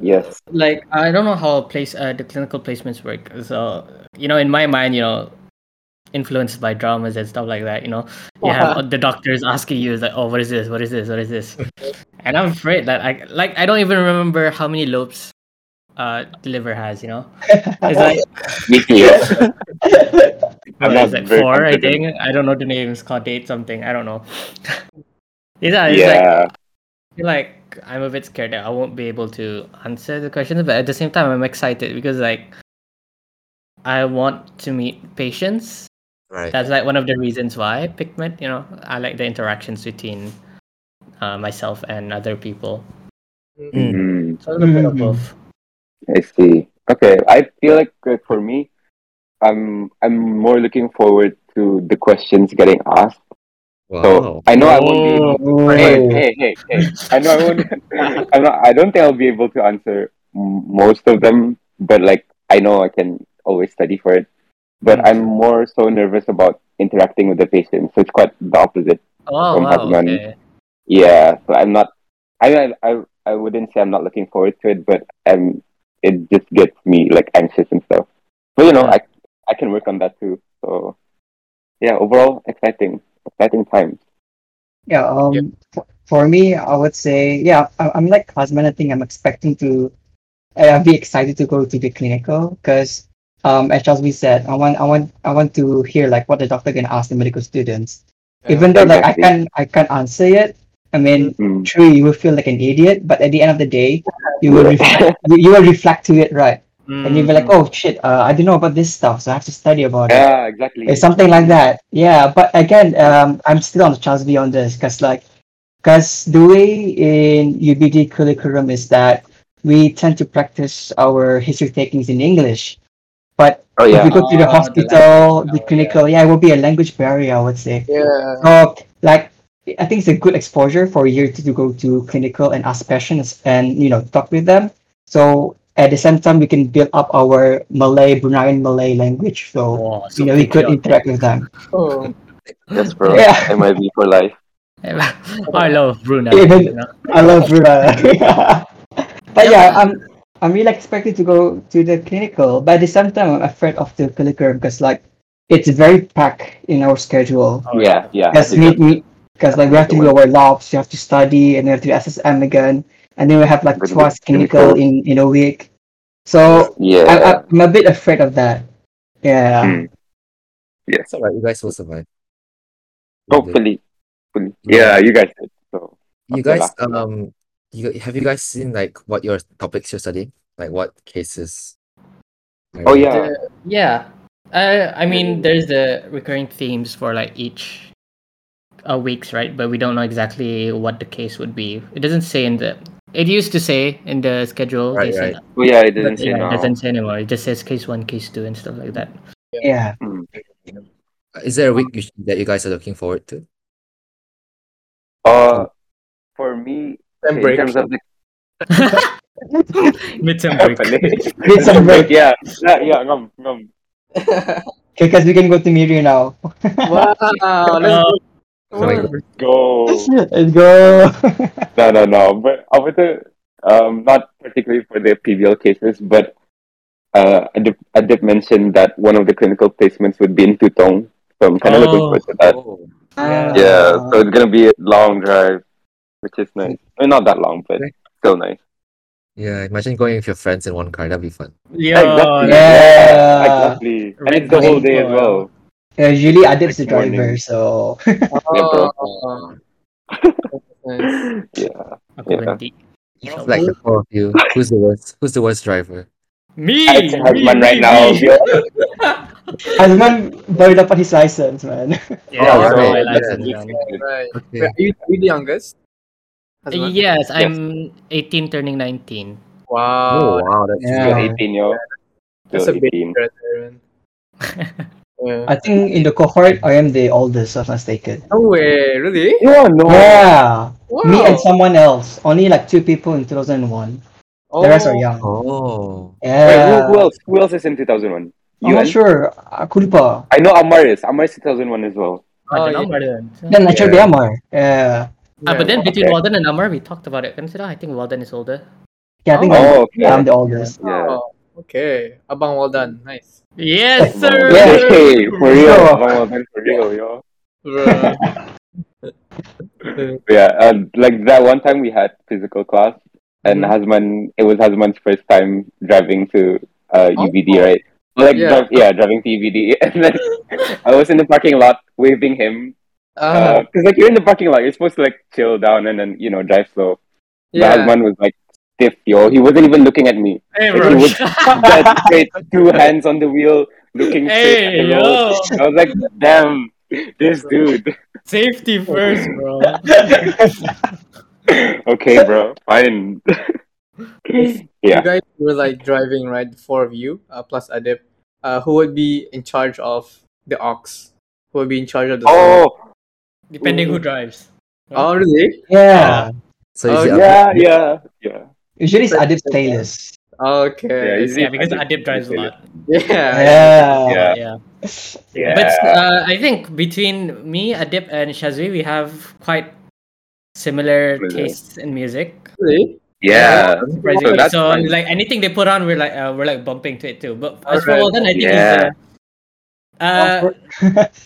Speaker 3: Yes.
Speaker 5: Like I don't know how place uh, the clinical placements work. So you know, in my mind, you know, influenced by dramas and stuff like that. You know, you
Speaker 3: Uh-huh.
Speaker 5: have the doctors asking you like, "Oh, what is this? What is this? What is this?" And I'm afraid that I like I don't even remember how many lobes uh the liver has. You know, it's like
Speaker 3: Me too, yeah. I'm
Speaker 5: Well,
Speaker 3: not
Speaker 5: it's like
Speaker 3: very
Speaker 5: four, I
Speaker 3: confident.
Speaker 5: think. I don't know the names. Called date something. I don't know. yeah, it's like
Speaker 3: yeah.
Speaker 5: I feel like I'm a bit scared that I won't be able to answer the questions, but at the same time, I'm excited because like I want to meet patients.
Speaker 1: Right.
Speaker 5: That's like one of the reasons why I picked med. You know, I like the interactions between uh, myself and other people.
Speaker 2: Mm-hmm.
Speaker 1: Mm.
Speaker 3: Mm,
Speaker 5: So a little bit of
Speaker 4: Mhm.
Speaker 5: both.
Speaker 3: I see. Okay. I feel like uh, for me, I'm I'm more looking forward to the questions getting asked. So
Speaker 1: Wow.
Speaker 3: I know I won't be able Hey,
Speaker 4: Oh.
Speaker 3: hey, hey, hey. I know I won't. I'm not, I don't think I'll be able to answer m- most of them, but like I know I can always study for it.
Speaker 5: Hmm.
Speaker 3: But I'm more so nervous about interacting with the patient, so it's quite the opposite.
Speaker 5: Oh
Speaker 3: From
Speaker 5: wow.
Speaker 3: Batman.
Speaker 5: Okay.
Speaker 3: Yeah, so I'm not. I I I- I wouldn't say I'm not looking forward to it, but um, it just gets me like anxious and stuff. But you know, I I can work on that too. So yeah, overall exciting, exciting time.
Speaker 4: Yeah, um,
Speaker 2: Yeah.
Speaker 4: f- for me, I would say, yeah, I, I'm like Cosman. I think I'm expecting to, I'll be excited to go to the clinical because, um, as Chelsea said, I want, I want, I want to hear like what the doctor can ask the medical students.
Speaker 2: Yeah.
Speaker 4: Even though like I
Speaker 3: Exactly.
Speaker 4: can, I can't answer it. I mean,
Speaker 3: Mm.
Speaker 4: true, you will feel like an idiot, but at the end of the day, you will reflect, you, you will reflect to it, right?
Speaker 2: Mm.
Speaker 4: And you'll be like,
Speaker 5: Mhm.
Speaker 4: oh shit, uh, I didn't know about this stuff, so I have to study about it.
Speaker 3: Mm. Yeah, exactly.
Speaker 4: It's something like that. Yeah, but again, um, I'm still on the Charles B on this because like, because the way in UBD curriculum is that we tend to practice our history takings in English, but
Speaker 3: oh
Speaker 4: if
Speaker 3: yeah. Oh,
Speaker 4: you go to the
Speaker 5: Oh, the
Speaker 4: hospital, the
Speaker 5: language barrier.
Speaker 4: clinical, yeah, it will be a language barrier, I would say.
Speaker 2: Yeah.
Speaker 4: So Uh, like, I think it's a good exposure for you to, to go to clinical and ask questions and you know talk with them. So at the same time, we can build up our Malay, Bruneian Malay language. So
Speaker 5: Wow, so
Speaker 4: you know, we could
Speaker 5: patriotic.
Speaker 4: interact with them.
Speaker 2: Oh.
Speaker 3: Yes, bro.
Speaker 4: Yeah.
Speaker 3: MIB for life.
Speaker 5: I love Brunei.
Speaker 4: Even-
Speaker 5: you know?
Speaker 4: I love Brunei. but yeah, I'm I'm really expected to go to the clinical, but at the same time, I'm afraid of the curriculum because like it's very packed in our schedule.
Speaker 5: Oh,
Speaker 3: Yeah, yeah.
Speaker 4: Because we we because like we have to do our labs, you have to study, and we have to do SSM again, and then we have like
Speaker 3: But we-
Speaker 4: twice
Speaker 3: we
Speaker 4: clinical
Speaker 3: go-
Speaker 4: in in a week. So I,
Speaker 3: Yeah.
Speaker 4: I'm a bit afraid of that. Yeah.
Speaker 3: Hmm.
Speaker 1: It's all right. You guys will survive. You did.
Speaker 3: Hopefully. Hopefully. Yeah, you guys did. So
Speaker 1: You
Speaker 3: after
Speaker 1: guys,
Speaker 3: last year.
Speaker 1: um, you have you guys seen like what your topics you're studying? Like what cases?
Speaker 3: Oh yeah.
Speaker 5: The- yeah. Uh, I mean, there's the recurring themes for like each uh, weeks, right? But we don't know exactly what the case would be. It doesn't say in the. It used to say in the schedule.
Speaker 1: Right,
Speaker 5: they said-
Speaker 3: Well, Oh, yeah, it didn't
Speaker 1: But,
Speaker 3: say now.
Speaker 5: yeah, it doesn't say anymore. It just says case one, case two, and stuff like that.
Speaker 4: Yeah.
Speaker 1: Is there a week you, that you guys are looking forward to?
Speaker 3: Uh, for me,
Speaker 2: Then
Speaker 3: in
Speaker 2: break.
Speaker 3: terms of the
Speaker 5: Midterm break.
Speaker 4: It's a break.
Speaker 3: yeah, yeah, yeah, ngam, ngam.
Speaker 4: Because we can go to Mirio now.
Speaker 3: Oh.
Speaker 2: wow. Let's
Speaker 5: Uh,
Speaker 2: go.
Speaker 1: Oh my God.
Speaker 3: Go.
Speaker 4: Let's go.
Speaker 3: No, no, no. But I would say, um, not particularly for the PBL cases, but uh, I did, I did mention that one of the clinical placements would be in Tutong, so I'm kind of looking
Speaker 5: Oh.
Speaker 3: forward to that.
Speaker 1: Oh,
Speaker 4: Ah.
Speaker 3: Yeah, so it's gonna be a long drive, which is nice. I mean, not that long, but still nice.
Speaker 1: yeah. Imagine going with your friends in one car. That'd be fun.
Speaker 5: yeah.
Speaker 4: Yeah.
Speaker 3: exactly. And it's the whole day as well.
Speaker 4: Uh, usually, Adip's the
Speaker 3: Like
Speaker 4: driver,
Speaker 3: morning.
Speaker 4: so
Speaker 2: Oh, nice.
Speaker 3: yeah.
Speaker 5: Okay,
Speaker 3: Yeah.
Speaker 5: Wendy. Oh.
Speaker 1: It's like the four of you. Who's the worst? Who's the worst driver?
Speaker 5: Me.
Speaker 3: I actually have
Speaker 5: me,
Speaker 3: one right
Speaker 5: me,
Speaker 3: now.
Speaker 5: me.
Speaker 3: Yeah.
Speaker 4: Hasman baru dapat his license, man.
Speaker 5: Yeah,
Speaker 1: Oh,
Speaker 5: that's
Speaker 1: right,
Speaker 5: my
Speaker 1: yeah.
Speaker 5: license, man.
Speaker 2: Right.
Speaker 1: Okay.
Speaker 2: Wait, Are you, are you the youngest? Hazman?
Speaker 5: Yes, I'm 18, turning 19.
Speaker 1: Oh
Speaker 2: Wow.
Speaker 1: wow, that's
Speaker 4: Yeah.
Speaker 3: You're 18, yo.
Speaker 2: That's
Speaker 3: You're
Speaker 2: a big
Speaker 3: 18.
Speaker 2: brother. Yeah.
Speaker 4: I think in the cohort, I am the oldest, if I'm not mistaken.
Speaker 2: No way. Really?
Speaker 3: Yeah, no.
Speaker 4: Yeah,
Speaker 2: Wow.
Speaker 4: me and someone else. Only like two people in 2001. The rest
Speaker 2: Oh.
Speaker 4: are young.
Speaker 1: Oh,
Speaker 3: Wait,
Speaker 4: Yeah,
Speaker 3: who, who else? Who else is in 2001?
Speaker 4: I'm not
Speaker 3: and-
Speaker 4: sure. Uh, Aku lupa.
Speaker 3: I know Amaris. Amaris 2001 as well.
Speaker 5: I don't
Speaker 2: Oh,
Speaker 5: know, Marlon.
Speaker 4: Then Nacho
Speaker 3: Yeah.
Speaker 4: Biamar. Yeah,
Speaker 5: Ah, but then between
Speaker 3: Okay.
Speaker 5: Walden and Amar, we talked about it. Consider, I think Walden is older.
Speaker 4: yeah, I think I'm,
Speaker 3: Oh, okay.
Speaker 4: yeah, I'm the oldest.
Speaker 3: Yeah.
Speaker 2: Oh, okay. Abang, well done. Nice.
Speaker 5: Yes, sir.
Speaker 4: Yeah.
Speaker 3: Hey, for real.
Speaker 4: Sure.
Speaker 3: Come on, man, for real, yo.
Speaker 2: Bro.
Speaker 3: Yeah, and like that one time we had physical class, and Hasman, it was Hasman's first time driving to uh,
Speaker 2: Oh.
Speaker 3: UVD, right? Like,
Speaker 2: Yeah.
Speaker 3: yeah. yeah, driving to UVD. And then I was in the parking lot waving him.
Speaker 2: Uh,
Speaker 3: Because, like, you're in the parking lot, you're supposed to, like, chill down and then, you know, drive slow. Yeah.
Speaker 2: yeah.
Speaker 3: Hasman was, like, stiff, yo. He wasn't even looking at me.
Speaker 5: Hey,
Speaker 3: Like,
Speaker 5: bro.
Speaker 3: he was dead straight, two hands on the wheel, looking straight at
Speaker 5: Hey,
Speaker 3: the road.
Speaker 5: yo.
Speaker 3: I was like, damn, this dude.
Speaker 5: Safety first, bro.
Speaker 3: okay, bro, fine.
Speaker 2: You
Speaker 3: yeah,
Speaker 2: guys were like driving, right? The four of you, uh, plus Adip. Uh, who would be in charge of the ox? Who would be in charge of the?
Speaker 3: Oh,
Speaker 5: Depending who drives.
Speaker 2: Oh, really?
Speaker 4: Yeah,
Speaker 2: Oh,
Speaker 1: so is it
Speaker 3: yeah, yeah, yeah.
Speaker 4: usually it's Adip's playlist.
Speaker 3: Yeah,
Speaker 2: Okay.
Speaker 3: he's-
Speaker 5: Yeah, because
Speaker 3: I
Speaker 5: Adip
Speaker 3: did-
Speaker 5: drives a lot.
Speaker 2: Yeah.
Speaker 4: Yeah,
Speaker 3: Yeah.
Speaker 5: Yeah.
Speaker 3: Yeah.
Speaker 5: But uh, I think between me, Adip, and Shazwi, we have quite similar
Speaker 3: Similar.
Speaker 5: tastes in music.
Speaker 2: Really?
Speaker 3: yeah.
Speaker 5: Surprisingly.
Speaker 3: So
Speaker 5: So,
Speaker 3: that's fine.
Speaker 5: like anything they put on, we're like uh, we're like bumping to it too. But as for
Speaker 2: Alright.
Speaker 5: Walden, I think
Speaker 3: Yeah.
Speaker 5: he's uh, uh,
Speaker 4: Um, Oh,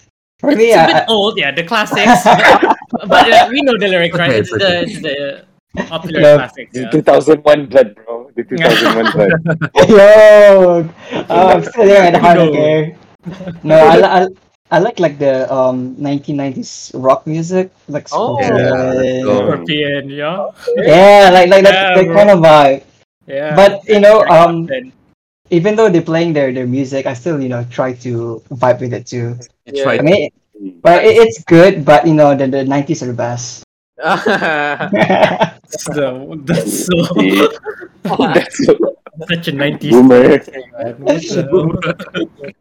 Speaker 4: For
Speaker 5: it's
Speaker 4: me,
Speaker 5: a
Speaker 4: I,
Speaker 5: bit old, yeah, the classics. but but uh, we know the lyrics, right?
Speaker 1: Okay,
Speaker 5: It's the, it's the popular
Speaker 4: Yeah.
Speaker 5: classics.
Speaker 3: The
Speaker 5: Yeah.
Speaker 3: 2001 blood, bro. The 2001 blood.
Speaker 4: Yo, Oh, I'm still there at heart
Speaker 5: No.
Speaker 4: okay? No, I, li- I, li- I like like the um 1990s rock music, like
Speaker 2: Oh.
Speaker 4: Scorpion.
Speaker 1: Yeah.
Speaker 5: Scorpion, yeah.
Speaker 4: Yeah, like like that,
Speaker 5: Yeah,
Speaker 4: that
Speaker 5: bro.
Speaker 4: kind of vibe.
Speaker 5: Yeah.
Speaker 4: But you know, um,
Speaker 5: Then-
Speaker 4: even though they're playing their their music, I still you know try to vibe with it too.
Speaker 1: yeah.
Speaker 4: I
Speaker 1: Try,
Speaker 4: mean, but it, it's good, but you know the the 90s are the best.
Speaker 5: that's the- that's so
Speaker 3: See? That's so
Speaker 5: such a 90s
Speaker 3: boomer.
Speaker 5: man. What the-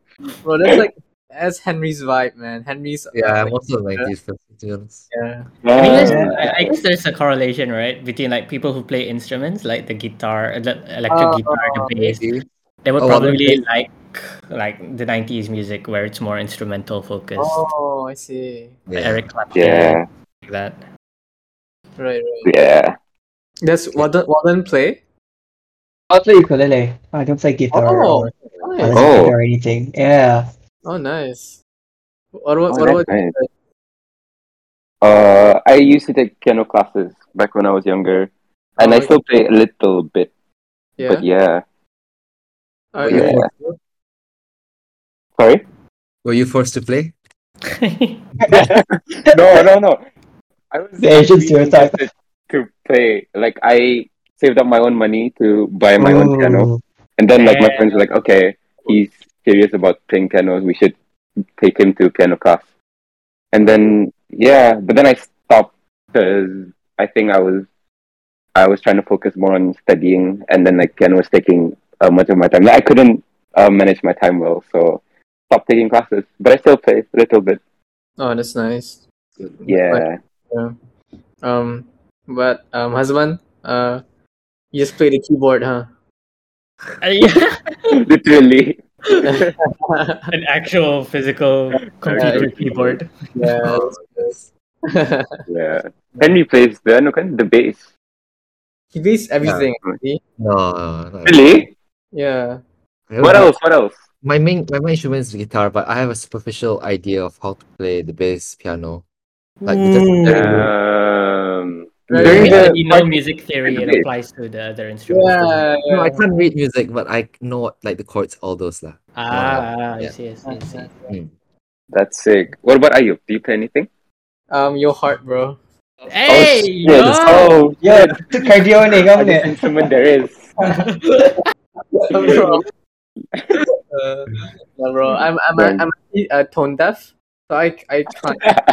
Speaker 2: Bro, that's like that's Henry's vibe, man. Henry's.
Speaker 1: yeah,
Speaker 2: uh,
Speaker 1: I'm also like this. But to be honest,
Speaker 2: yeah.
Speaker 5: I mean, there's-
Speaker 3: Yeah.
Speaker 5: I I guess there's a correlation, right, between like people who play instruments, like the guitar, uh, the electric
Speaker 2: Oh,
Speaker 5: guitar, the bass.
Speaker 1: maybe
Speaker 5: They would
Speaker 1: A lot of
Speaker 5: probably like like the 90s music where it's more instrumental focused.
Speaker 2: Oh, I see.
Speaker 1: yeah.
Speaker 5: Eric Clapton.
Speaker 3: yeah.
Speaker 5: like that.
Speaker 2: Right, right.
Speaker 3: Yeah.
Speaker 2: That's Wadan, Wadan play.
Speaker 4: I play ukulele. I don't play guitar or,
Speaker 2: Oh,
Speaker 4: or
Speaker 2: nice.
Speaker 3: Oh.
Speaker 4: or anything. Yeah.
Speaker 2: Oh, nice. What, what,
Speaker 3: Oh,
Speaker 2: what,
Speaker 3: that's
Speaker 2: about-
Speaker 3: nice. Uh, I used to take piano classes back when I was younger, and
Speaker 2: Oh,
Speaker 3: I still play a little bit.
Speaker 2: yeah. Oh,
Speaker 3: But yeah,
Speaker 2: Are
Speaker 3: yeah.
Speaker 2: you-
Speaker 3: sorry.
Speaker 1: Were you forced to play?
Speaker 5: Uh,
Speaker 3: no, no, no. I was
Speaker 4: The Asian stereotype.
Speaker 3: To, to play, like I saved up my own money to buy my
Speaker 4: Mm.
Speaker 3: own piano,
Speaker 4: Ooh.
Speaker 3: and then like my
Speaker 5: Yeah.
Speaker 3: friends were like, "Okay, he's serious about playing piano. We should take him to piano class." And then yeah, but then I stopped because I think I was I was trying to focus more on studying, and then like piano was taking uh, much of my time. Like, I couldn't uh, manage my time well, so stopped taking classes. But I still play a little bit.
Speaker 2: Oh, that's nice.
Speaker 3: Yeah.
Speaker 2: Um, but um, husband, uh, you just play the keyboard, huh?
Speaker 5: Uh, yeah,
Speaker 3: literally.
Speaker 5: an actual physical computer keyboard.
Speaker 2: Yeah. that's nice.
Speaker 3: Yeah. Henry plays the no kan the bass.
Speaker 2: he plays everything.
Speaker 1: No, no, no.
Speaker 3: Really?
Speaker 2: Yeah.
Speaker 1: I
Speaker 3: What
Speaker 1: don't-
Speaker 3: else? What else?
Speaker 1: My main my main instrument is the guitar, but I have a superficial idea of how to play the bass, piano. Like it
Speaker 3: Hmm.
Speaker 1: doesn't-
Speaker 3: Um,
Speaker 2: Right.
Speaker 3: during
Speaker 5: You know,
Speaker 3: the
Speaker 5: you know music theory, it
Speaker 3: Yeah.
Speaker 5: applies to the other instruments. doesn't it?
Speaker 2: Yeah.
Speaker 1: No, I can't read music, but I know like the chords, all those lah.
Speaker 5: Ah, I
Speaker 1: Yeah.
Speaker 5: see, I see, I see.
Speaker 1: Mm.
Speaker 3: that's sick. What about Ayub? Do you play anything?
Speaker 2: Um, your heart, bro.
Speaker 3: oh, shit.
Speaker 5: Hey, yo!
Speaker 3: oh
Speaker 4: Yeah, the cardio ni,
Speaker 3: I
Speaker 4: kamu
Speaker 3: just
Speaker 4: ni.
Speaker 3: instrument there is.
Speaker 2: bro. Uh, no, bro. I'm I'm a, I'm a, uh, tone deaf, so I I can't.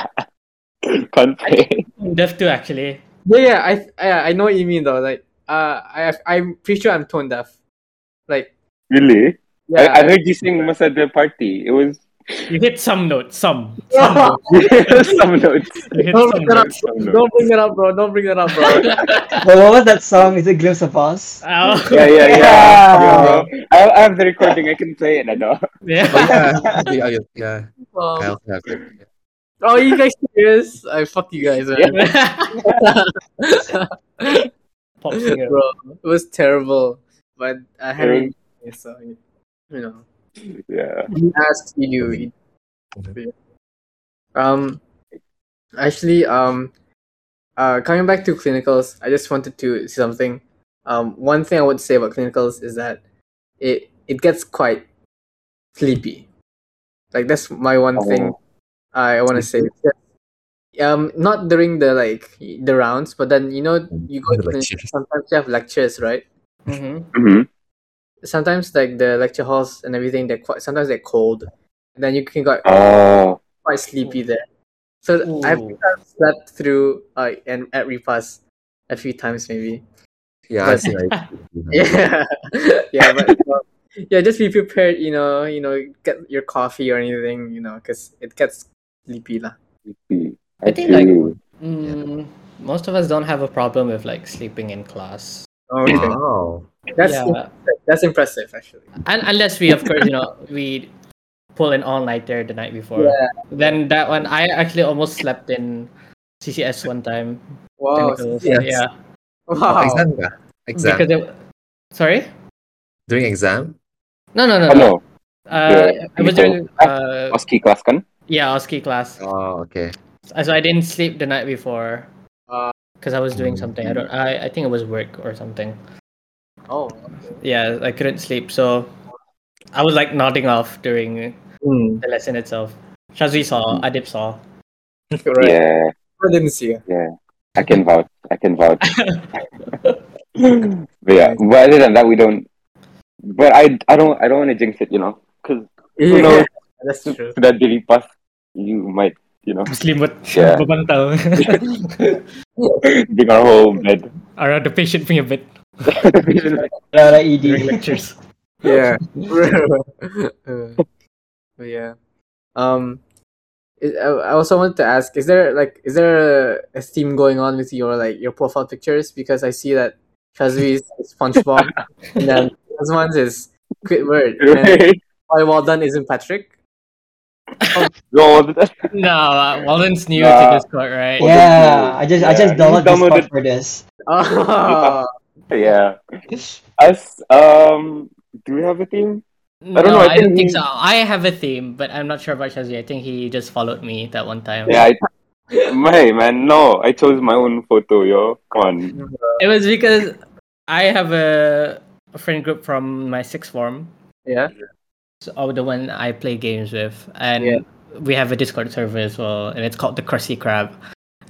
Speaker 3: Can't play.
Speaker 5: Deaf too, actually.
Speaker 2: Yeah, yeah. I I, I know what you mean though. Like, uh, I I'm pretty sure I'm tone deaf. Like,
Speaker 3: Really?
Speaker 2: yeah.
Speaker 3: I, I heard you sing Masa the party. It was
Speaker 5: You hit some notes, some. some notes.
Speaker 2: don't
Speaker 3: some notes.
Speaker 5: You hit
Speaker 2: Don't
Speaker 5: some
Speaker 2: look it up.
Speaker 5: notes.
Speaker 3: Some notes.
Speaker 2: bring that up, bro. Don't bring that up, bro. Um,
Speaker 4: Well, what was that song? Is it Glimpse of Us?
Speaker 5: Ow.
Speaker 3: Yeah, yeah, yeah.
Speaker 4: Yeah.
Speaker 3: yeah. bro. I, I have the recording. I can play it. I know.
Speaker 5: Yeah.
Speaker 1: Oh, Yeah, I- yeah, I
Speaker 2: Um,
Speaker 1: also have it.
Speaker 2: oh, you guys serious? I fuck you guys, man.
Speaker 5: Pop singer.
Speaker 2: bro. It was terrible, but I had it. So you know,
Speaker 3: Yeah.
Speaker 2: you asked you knew. You- Um, actually, um, uh, coming back to clinicals, I just wanted to say something. Um, one thing I would say about clinicals is that it it gets quite sleepy. Like that's my one
Speaker 1: Oh.
Speaker 2: thing I want to say. Um, not during the like the rounds, but then you know you go to
Speaker 1: Mm, The
Speaker 2: clinic-
Speaker 1: lectures.
Speaker 2: sometimes you have lectures, right?
Speaker 5: Mhm.
Speaker 3: Mhm.
Speaker 2: Sometimes like the lecture halls and everything, they're quite sometimes they're cold, and then you can get
Speaker 3: Oh.
Speaker 2: quite sleepy there. So I
Speaker 5: Ooh.
Speaker 2: think I've slept through uh, and at repass a few times maybe.
Speaker 1: Yeah, I see. I-
Speaker 3: Mm.
Speaker 2: Yeah, yeah, but uh, yeah, just be prepared. You know, you know, get your coffee or anything. You know, because it gets sleepy lah.
Speaker 3: I
Speaker 5: think, like,
Speaker 3: do.
Speaker 5: Mm, most of us don't have a problem with like sleeping in class.
Speaker 2: Oh, Okay,
Speaker 1: Wow.
Speaker 2: that's
Speaker 5: yeah.
Speaker 2: that's impressive actually.
Speaker 5: Un- unless we, of course, you know, we pull an all nighter the night before.
Speaker 2: Yeah.
Speaker 5: Then that one, I actually almost slept in CCS one time.
Speaker 2: Wow.
Speaker 5: Technicals,
Speaker 1: yes.
Speaker 5: Yeah.
Speaker 1: Oh,
Speaker 2: Wow.
Speaker 1: exam, yeah. Exam.
Speaker 5: Because it, sorry?
Speaker 1: During exam?
Speaker 5: No, no, no.
Speaker 3: Oh,
Speaker 5: no.
Speaker 3: no. Yeah,
Speaker 5: Uh, I
Speaker 3: technical.
Speaker 5: was doing uh,
Speaker 3: Oski class kan?
Speaker 5: yeah OSCE class,
Speaker 1: Oh, okay.
Speaker 5: so I didn't sleep the night before
Speaker 2: Uh,
Speaker 5: because I was doing something. I don't. I, I think it was work or something.
Speaker 2: oh.
Speaker 5: Yeah, I couldn't sleep, so I was like nodding off during
Speaker 2: Hmm.
Speaker 5: the lesson itself. Shazwi saw, Adib saw.
Speaker 2: Right.
Speaker 3: Yeah,
Speaker 2: I didn't see you.
Speaker 3: I can vouch. I can vouch. but yeah, but other than that, we don't. But I, I don't, I don't want to jinx it, you know, because who knows?
Speaker 2: That's true.
Speaker 3: That Dili pass, you might, you know,
Speaker 5: Muslimut,
Speaker 3: Yeah.
Speaker 5: babantang.
Speaker 3: bring our whole bed.
Speaker 5: Around the patient punya bed
Speaker 4: Rara
Speaker 5: during
Speaker 4: ED.
Speaker 5: lectures.
Speaker 2: yeah. Uh, but yeah. Um, is- I I also wanted to ask: Is there like is there a, a theme going on with your like your profile pictures? Because I see that Chazvi's is SpongeBob, and then this one's is Squidward, and
Speaker 3: Right.
Speaker 2: Why Well Done isn't Patrick.
Speaker 3: No, that's
Speaker 5: No, uh, Walden's new
Speaker 3: Nah.
Speaker 5: to Discord, right?
Speaker 3: Well,
Speaker 4: yeah,
Speaker 3: that's
Speaker 4: I just I just
Speaker 3: yeah,
Speaker 4: downloaded
Speaker 3: you
Speaker 4: Discord
Speaker 3: downloaded-
Speaker 4: for this.
Speaker 2: Oh,
Speaker 3: yeah. Us um do we have a team?
Speaker 5: No,
Speaker 3: I don't know, I
Speaker 5: don't
Speaker 3: think
Speaker 5: think
Speaker 3: he-
Speaker 5: so. I have a theme, but I'm not sure about Shazia. I think he just followed me that one time.
Speaker 3: Yeah, I, my man, no. I chose my own photo, yo. Come on.
Speaker 5: It was because I have a, a friend group from my sixth form,
Speaker 2: yeah.
Speaker 5: so, or the one I play games with, and
Speaker 2: Yeah.
Speaker 5: we have a Discord server as well, and it's called the Krusty Krab.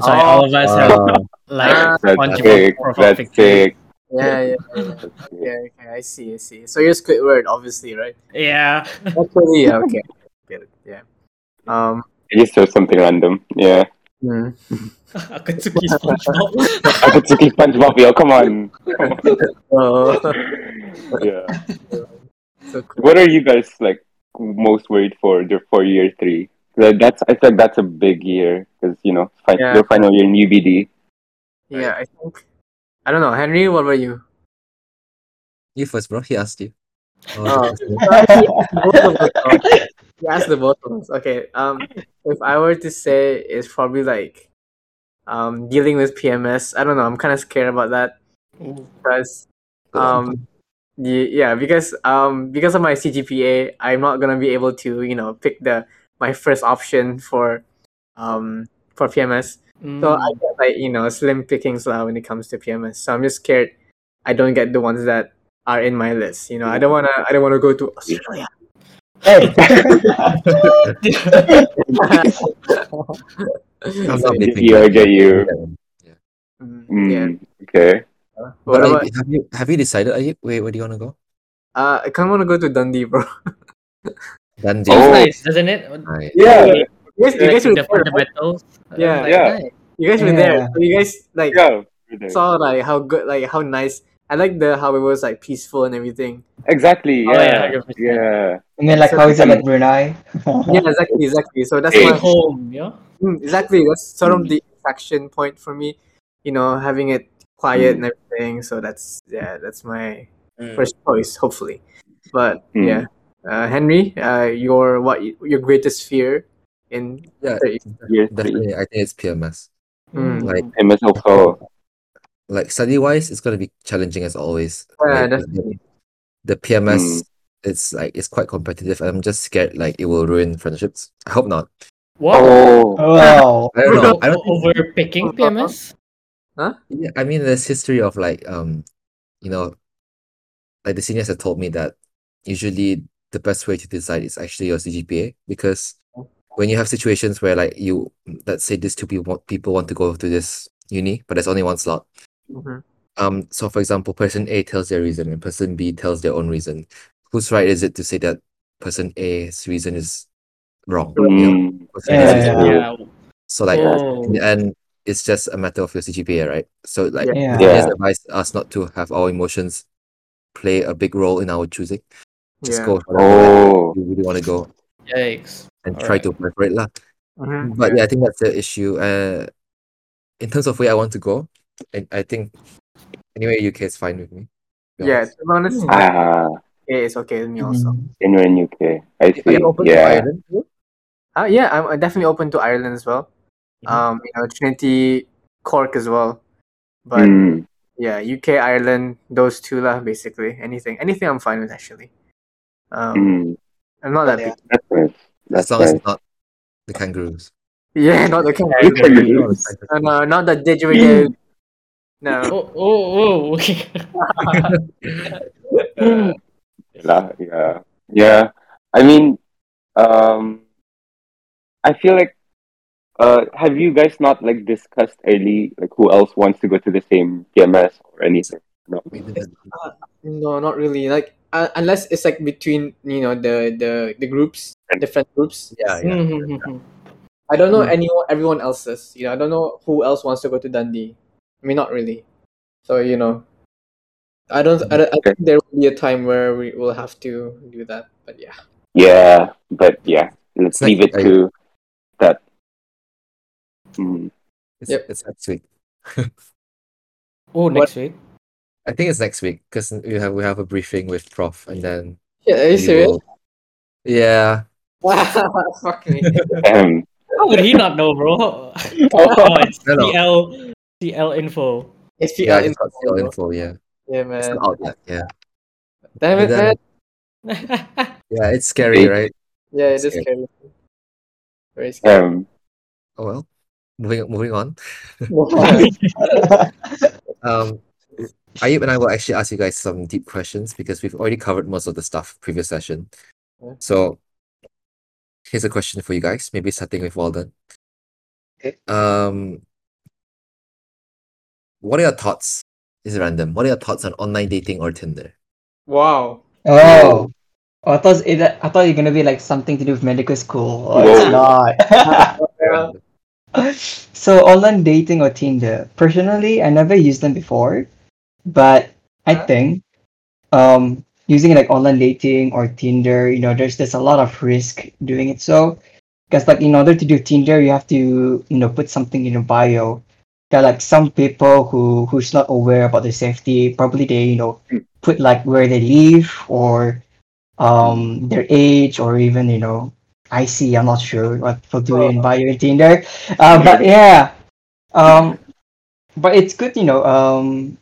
Speaker 5: So like, all of us have
Speaker 1: Uh,
Speaker 5: like
Speaker 3: Oh, that's
Speaker 5: bunch
Speaker 3: sick.
Speaker 5: of profile
Speaker 3: That's sick.
Speaker 5: pictures.
Speaker 2: Yeah, yeah, yeah. Okay, okay, I see, I see. So you're Squidward, obviously, right?
Speaker 5: Yeah.
Speaker 2: Actually, yeah, okay. Get it, yeah. Um,
Speaker 3: I just chose something random. Yeah.
Speaker 2: hmm.
Speaker 5: Akatsuki SpongeBob.
Speaker 3: I could quickly punch Bobby, yo, come on.
Speaker 2: so,
Speaker 3: yeah.
Speaker 2: so cool.
Speaker 3: What are you guys like most worried for the- for year three? Like that's I feel like that's a big year because you know fi-
Speaker 2: Yeah.
Speaker 3: your final year in UBD.
Speaker 2: Yeah, I think. I don't know, Henry. What were you?
Speaker 1: you first, bro. He asked you.
Speaker 2: Oh.
Speaker 1: Oh, okay.
Speaker 2: both of us. oh. You asked the both of us. Okay. Um, if I were to say, it's probably like, um, dealing with PMS. I don't know. I'm kind of scared about that because, um, y- yeah, because um, because of my CGPA, I'm not gonna be able to, you know, pick the my first option for, um, for PMS.
Speaker 5: Mm.
Speaker 2: So I get like you know slim pickings lah when it comes to PMS. So I'm just scared I don't get the ones that are in my list. You know I don't wanna I don't wanna go to Australia.
Speaker 4: Hey,
Speaker 1: I'm not
Speaker 3: Get
Speaker 1: making
Speaker 3: you, I get you.
Speaker 2: Mm,
Speaker 3: Mm,
Speaker 2: Yeah.
Speaker 3: Okay.
Speaker 1: But
Speaker 2: What
Speaker 1: like,
Speaker 2: about
Speaker 1: have you have you decided? Are you wait? Where do you want to go?
Speaker 2: uh? I kind of wanna go to Dundee, bro.
Speaker 5: Sounds
Speaker 1: Dundee.
Speaker 3: Oh.
Speaker 5: nice, doesn't it?
Speaker 1: Right.
Speaker 3: Yeah.
Speaker 2: You guys, you guys were
Speaker 5: Like, the
Speaker 2: there. right?
Speaker 5: fundamentals.
Speaker 2: Yeah.
Speaker 5: Like,
Speaker 3: Yeah.
Speaker 5: nice.
Speaker 2: You guys were there.
Speaker 4: Yeah.
Speaker 2: So you guys like
Speaker 3: Yeah. we're there.
Speaker 2: saw like how good like how nice. I like the how it was like peaceful and everything.
Speaker 3: Exactly.
Speaker 5: Oh, yeah,
Speaker 3: Yeah.
Speaker 5: 100%.
Speaker 3: yeah.
Speaker 4: I mean, like how is it like Brunei?
Speaker 2: Yeah, exactly, exactly. So that's
Speaker 3: Hey.
Speaker 2: what
Speaker 5: Like home, yeah.
Speaker 2: Mm, exactly. That's sort of the attraction point for me. You know, having it quiet and everything. So that's yeah, that's my first choice, hopefully. But
Speaker 3: Mm.
Speaker 2: yeah, uh, Henry, uh, your what your greatest fear in
Speaker 1: Yeah,
Speaker 3: Year three.
Speaker 1: Definitely, I think it's PMS.
Speaker 2: Mm.
Speaker 1: Like-
Speaker 3: Famous also.
Speaker 1: Like study wise, it's gonna be challenging as always.
Speaker 2: Yeah,
Speaker 1: Like, the-
Speaker 2: definitely.
Speaker 1: The PMS, it's like it's quite competitive. I'm just scared like it will ruin friendships. I hope not.
Speaker 5: Whoa.
Speaker 3: Oh.
Speaker 4: wow.
Speaker 1: I don't know. I don't. think-
Speaker 5: over picking PMS.
Speaker 1: Yeah, I mean, there's history of like um, you know, like the seniors have told me that usually the best way to decide is actually your CGPA because when you have situations where like you let's say these two people people want to go to this uni, but there's only one slot.
Speaker 2: Mhm.
Speaker 1: Um, so for example, person A tells their reason and person B tells their own reason. Whose right is it to say that person A's reason is wrong? you know?
Speaker 3: Mm.
Speaker 1: Person B's reason-
Speaker 3: Yeah.
Speaker 5: Yeah.
Speaker 1: So like
Speaker 5: Oh.
Speaker 1: and it's just a matter of your CGPA, right? So like
Speaker 4: Yeah.
Speaker 1: yeah.
Speaker 3: Yeah.
Speaker 1: advise us not to have our emotions play a big role in our choosing. Just
Speaker 2: Yeah.
Speaker 1: go for that
Speaker 3: Oh.
Speaker 1: you really want to go
Speaker 5: Yikes.
Speaker 1: and try
Speaker 5: Alright.
Speaker 1: to apply for it lah.
Speaker 2: Mhm.
Speaker 1: But yeah, I think that's the issue. Uh, in terms of where I want to go, I, I think anyway UK is fine with me. to be
Speaker 2: Yeah,
Speaker 1: honest.
Speaker 2: to be honest,
Speaker 5: Mm.
Speaker 3: Ah.
Speaker 2: okay, it's okay with me also.
Speaker 4: Mm.
Speaker 3: Anywhere in UK. I
Speaker 1: Are
Speaker 3: see.
Speaker 1: you open to
Speaker 3: Yeah.
Speaker 1: Ireland? too?
Speaker 2: Uh, yeah, I'm uh, definitely open to Ireland as well.
Speaker 1: Mhm.
Speaker 2: Um, you know, Trinity, Cork as well. But
Speaker 3: Mm.
Speaker 2: Yeah, UK, Ireland, those two lah, basically. Anything, anything I'm fine with actually. Um,
Speaker 3: Mm.
Speaker 2: I'm not that big.
Speaker 3: That's nice.
Speaker 1: As
Speaker 3: That's
Speaker 1: long as
Speaker 3: nice.
Speaker 1: it's not the kangaroos.
Speaker 2: Yeah, not the
Speaker 3: You
Speaker 2: kangaroo.
Speaker 3: can Hmm.
Speaker 1: No,
Speaker 3: use-
Speaker 1: the
Speaker 2: No, no, not the didgeridoo. No.
Speaker 5: Oh, oh, oh, okay.
Speaker 1: kangaroos.
Speaker 5: Uh,
Speaker 3: yeah, yeah, yeah. I mean, um, I feel like, uh, have you guys not like discussed early like who else wants to go to the same TMS or anything? No.
Speaker 1: We didn't-
Speaker 2: No, not really. Like uh, unless it's like between you know the the the groups, different groups.
Speaker 1: Yeah, yeah.
Speaker 5: mhm.
Speaker 2: I don't know
Speaker 5: Mm.
Speaker 2: anyone, everyone else's. You know, I don't know who else wants to go to Dundee. I mean, not really. So you know, I don't. I, don't, I think there will be a time where we will have to do that. But yeah.
Speaker 3: Yeah, but yeah, let's
Speaker 1: It's like-
Speaker 3: leave it
Speaker 1: I-
Speaker 3: to that. Mm.
Speaker 1: It's,
Speaker 2: Yep.
Speaker 1: it's next week.
Speaker 5: Oh, next week.
Speaker 1: I think it's next week because we have we have a briefing with Prof and then
Speaker 2: Yeah, are you
Speaker 1: we
Speaker 2: serious?
Speaker 1: will- Yeah,
Speaker 2: Fuck me.
Speaker 3: Um,
Speaker 5: How would he not know, bro?
Speaker 3: oh,
Speaker 5: Oh, it's
Speaker 1: Hello.
Speaker 5: CL, CL info.
Speaker 2: SPL
Speaker 1: Yeah, it's
Speaker 2: info.
Speaker 1: got CL info, yeah.
Speaker 2: Yeah,
Speaker 1: It's
Speaker 2: man.
Speaker 1: an outlet, yeah.
Speaker 2: Damn it,
Speaker 1: Then-
Speaker 2: man.
Speaker 1: Yeah, it's scary,
Speaker 3: Big.
Speaker 1: right?
Speaker 2: Yeah, it is
Speaker 1: Scary.
Speaker 2: scary. Very scary.
Speaker 3: um,
Speaker 1: Oh well. Moving moving on. Um Ayub and I will actually ask you guys some deep questions because we've already covered most of the stuff previous session.
Speaker 2: Yeah.
Speaker 1: So here's a question for you guys, maybe starting with Walden.
Speaker 4: Okay.
Speaker 1: Um what are your thoughts? This is random. What are your thoughts on online dating or Tinder?
Speaker 2: wow.
Speaker 4: Oh. I thought it. I thought it gonna be like something to do with medical school. Oh, it's not.
Speaker 2: Yeah.
Speaker 4: so online dating or Tinder. Personally, I never used them before, but I
Speaker 2: Huh?
Speaker 4: think um using like online dating or Tinder, you know, there's there's a lot of risk doing it. So, because like in order to do Tinder, you have to you know put something in your bio. There are like some people who who's not aware about the safety. Probably they you know put like where they live or um their age or even you know I see. I'm not sure what people do in bio and Tinder. Uh, but yeah, um, but it's good you know um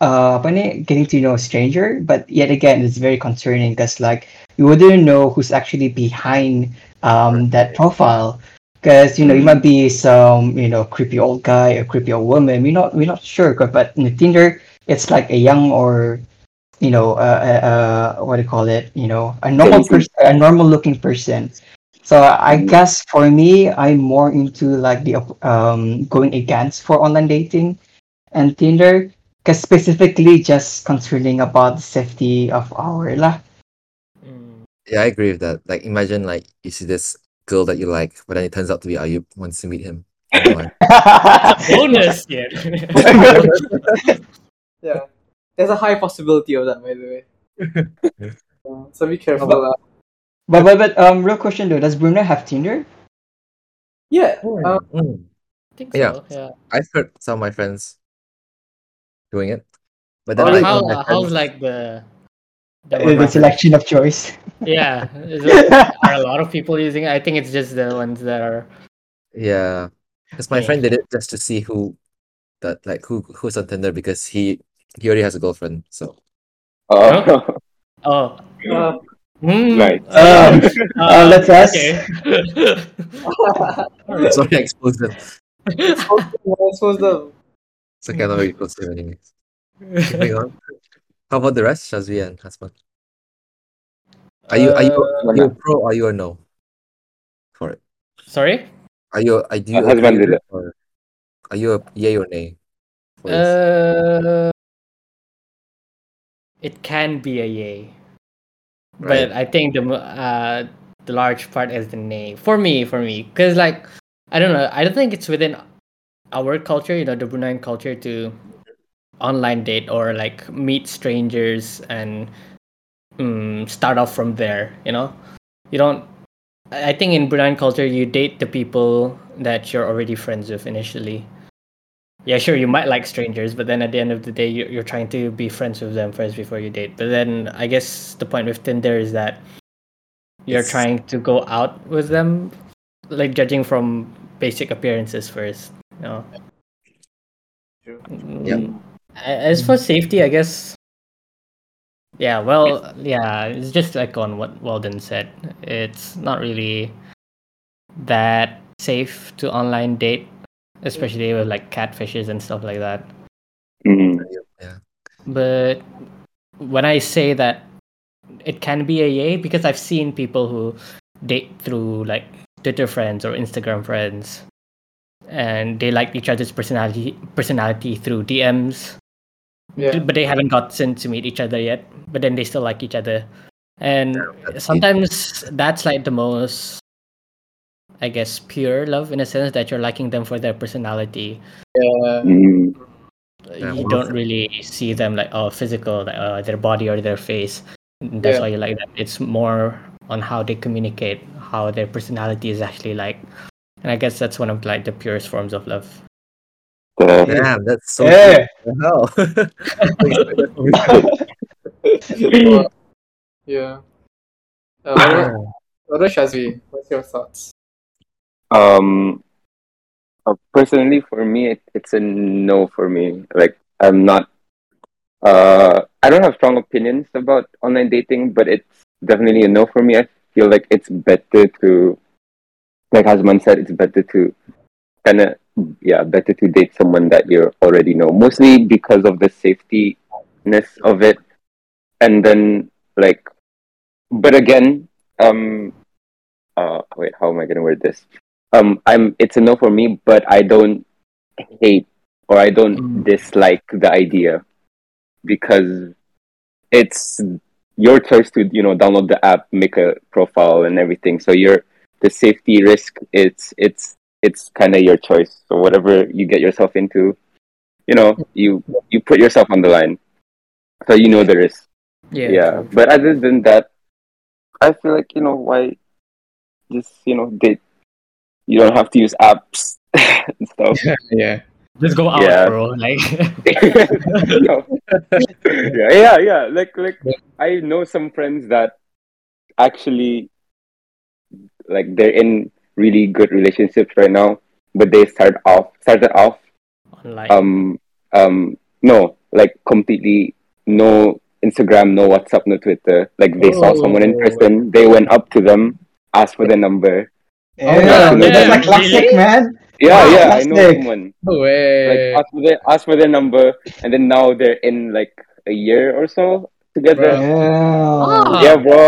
Speaker 4: uh apa ni, getting to know a stranger but yet again it's very concerning because like you wouldn't know who's actually behind um that profile because you know it might be some you know creepy old guy or creepy old woman we're not we're not sure 'cause- but in tinder it's like a young or you know uh, uh, uh what do you call it you know a normal
Speaker 3: Gen Z.
Speaker 4: person a normal looking person so i
Speaker 3: Mm.
Speaker 4: guess for me i'm more into like the op- um going against for online dating and tinder because specifically just concerning about the safety of our lah.
Speaker 5: Mm.
Speaker 1: Yeah, I agree with that. Like, imagine like you see this girl that you like, but then it turns out to be Ayub once you meet him. Oh my.
Speaker 5: Bonus, yeah.
Speaker 2: Yeah. There's a high possibility of that, by the way. Yeah, So be careful. uh,
Speaker 1: How
Speaker 4: But but but um, real question though, does Bruno have Tinder?
Speaker 2: yeah. Um,
Speaker 1: Mm.
Speaker 5: I think
Speaker 1: Yeah.
Speaker 5: so, yeah.
Speaker 1: I've heard some of my friends doing it, but then
Speaker 5: But
Speaker 1: like,
Speaker 5: how, uh,
Speaker 1: one of my
Speaker 5: how's
Speaker 1: friends-
Speaker 5: like the,
Speaker 4: Uh, the selection of choice.
Speaker 5: yeah is it- are a lot of people using it i think it's just the ones that are
Speaker 1: yeah, because my
Speaker 5: Yeah.
Speaker 1: friend did it just to see who that like who who's on Tinder because he he already has a girlfriend, so
Speaker 3: oh,
Speaker 5: oh
Speaker 2: uh,
Speaker 5: hmm, Uh,
Speaker 3: nice.
Speaker 4: Oh, oh, that's us.
Speaker 5: okay.
Speaker 1: sorry I exposed him.
Speaker 2: I suppose the
Speaker 1: It's okay, I'm not very close to him anyways. Moving on. How about the rest, Shazvi and Hasman? Are you are you
Speaker 5: Uh,
Speaker 1: are you a pro or you a no for it?
Speaker 5: sorry
Speaker 1: Are you are
Speaker 3: Uh,
Speaker 1: do you
Speaker 3: husband
Speaker 1: agree with
Speaker 3: did
Speaker 1: it or are you a yay or nay for this?
Speaker 5: uh, it can be a yay
Speaker 1: Right.
Speaker 5: but i think the mo- uh the large part is the nay for me for me because like i don't know i don't think it's within our culture you know the bruneian culture to online date or like meet strangers and mm, start off from there you know you don't i I think in bruneian culture you date the people that you're already friends with initially yeah sure you might like strangers but then at the end of the day you- you're trying to be friends with them first before you date but then i guess the point with tinder is that you're
Speaker 1: It's-
Speaker 5: trying to go out with them like judging from basic appearances first you know
Speaker 1: Yep.
Speaker 5: Mm, a- as for safety i guess yeah well yeah it's just like on what walden said it's not really that safe to online date especially with like catfishes and stuff like that
Speaker 3: Mm,
Speaker 5: but when I say that it can be a yay, because I've seen people who date through like Twitter friends or Instagram friends, and they like each other's personality personality through DMs,
Speaker 2: yeah.
Speaker 5: but they haven't gotten to meet each other yet. But then they still like each other, and
Speaker 1: that's it.
Speaker 5: sometimes that's like the most, I guess, pure love in a sense that you're liking them for their personality.
Speaker 2: yeah.
Speaker 3: mm,
Speaker 1: Yeah,
Speaker 5: you
Speaker 1: well
Speaker 5: don't
Speaker 1: said.
Speaker 5: really see them like oh physical like, uh, their body or their face that's
Speaker 2: Yeah.
Speaker 5: why you like them it's more on how they communicate how their personality is actually like and i guess that's one of like the purest forms of love
Speaker 3: the,
Speaker 1: Damn, that's so
Speaker 4: Yeah.
Speaker 1: deep. Wow.
Speaker 2: Well, yeah. Uh, what, about, Dr. Shazvi, what's your thoughts?
Speaker 3: Um, uh, personally, for me, it, it's a no for me. Like, I'm not. Uh, I don't have strong opinions about online dating, but it's definitely a no for me. I feel like it's better to, like Hasman said, it's better to kind of yeah, better to date someone that you already know. Mostly because of the safetyness of it, and then like, but again, um, uh, wait, how am I gonna word this? um i'm it's a no for me but i don't hate or i don't
Speaker 5: Mm.
Speaker 3: dislike the idea because it's your choice to you know download the app make a profile and everything so your the safety risk it's it's it's kind of your choice so whatever you get yourself into you know you you put yourself on the line so you know the risk
Speaker 5: Yeah.
Speaker 3: yeah, but other than that i feel like you know why just you know date you don't have to use apps and stuff
Speaker 1: Yeah.
Speaker 5: Just go out,
Speaker 3: Yeah.
Speaker 5: bro. Like,
Speaker 3: No. yeah yeah yeah like like i know some friends that actually like they're in really good relationships right now but they start off started off
Speaker 5: online.
Speaker 3: um um no like completely no instagram no whatsapp no twitter like they saw someone in
Speaker 5: Oh.
Speaker 3: person they went up to them asked for their number
Speaker 4: Oh, that's
Speaker 3: yeah, yeah,
Speaker 4: like classic,
Speaker 5: really?
Speaker 4: man.
Speaker 3: yeah
Speaker 4: Wow,
Speaker 3: yeah i
Speaker 4: that's
Speaker 3: know
Speaker 4: sick.
Speaker 3: someone
Speaker 1: No
Speaker 3: like
Speaker 1: way.
Speaker 3: asked for, their, asked for their number and then now they're in like a year or so together
Speaker 4: Yeah.
Speaker 5: Wow.
Speaker 3: yeah bro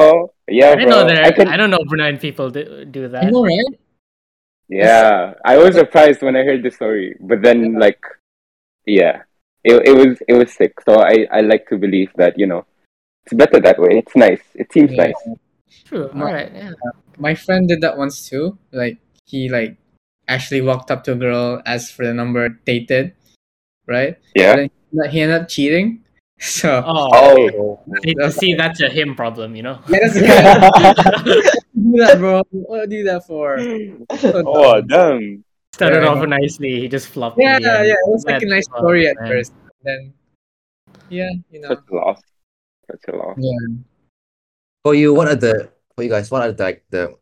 Speaker 3: yeah
Speaker 5: Oh, I didn't know
Speaker 3: bro
Speaker 5: there.
Speaker 3: i
Speaker 5: I,
Speaker 3: can
Speaker 5: don't know Bruneian people do, do that.
Speaker 1: I know, right?
Speaker 3: yeah i was surprised when i heard the story but then like yeah it, it was it was sick so i i like to believe that you know it's better that way it's nice it seems
Speaker 1: Yeah.
Speaker 3: nice
Speaker 5: True. All
Speaker 2: No.
Speaker 5: right. Yeah.
Speaker 2: My friend did that once too. Like he like actually walked up to a girl, asked for the number, dated, right?
Speaker 3: yeah
Speaker 2: But he ended up cheating. So
Speaker 5: Oh.
Speaker 3: oh
Speaker 5: See- See, that's a him problem, you know.
Speaker 2: let us do that, bro. What do you do that for?
Speaker 3: oh damn
Speaker 5: Started
Speaker 2: Yeah.
Speaker 5: off nicely. He just flopped. in
Speaker 2: Yeah,
Speaker 5: the end.
Speaker 2: yeah, it was like a
Speaker 5: That's
Speaker 2: nice
Speaker 5: fucked,
Speaker 2: story at
Speaker 5: man.
Speaker 2: first. Then, yeah, you know.
Speaker 3: such a loss such a loss
Speaker 1: For you, what are the for you guys, what are the, like the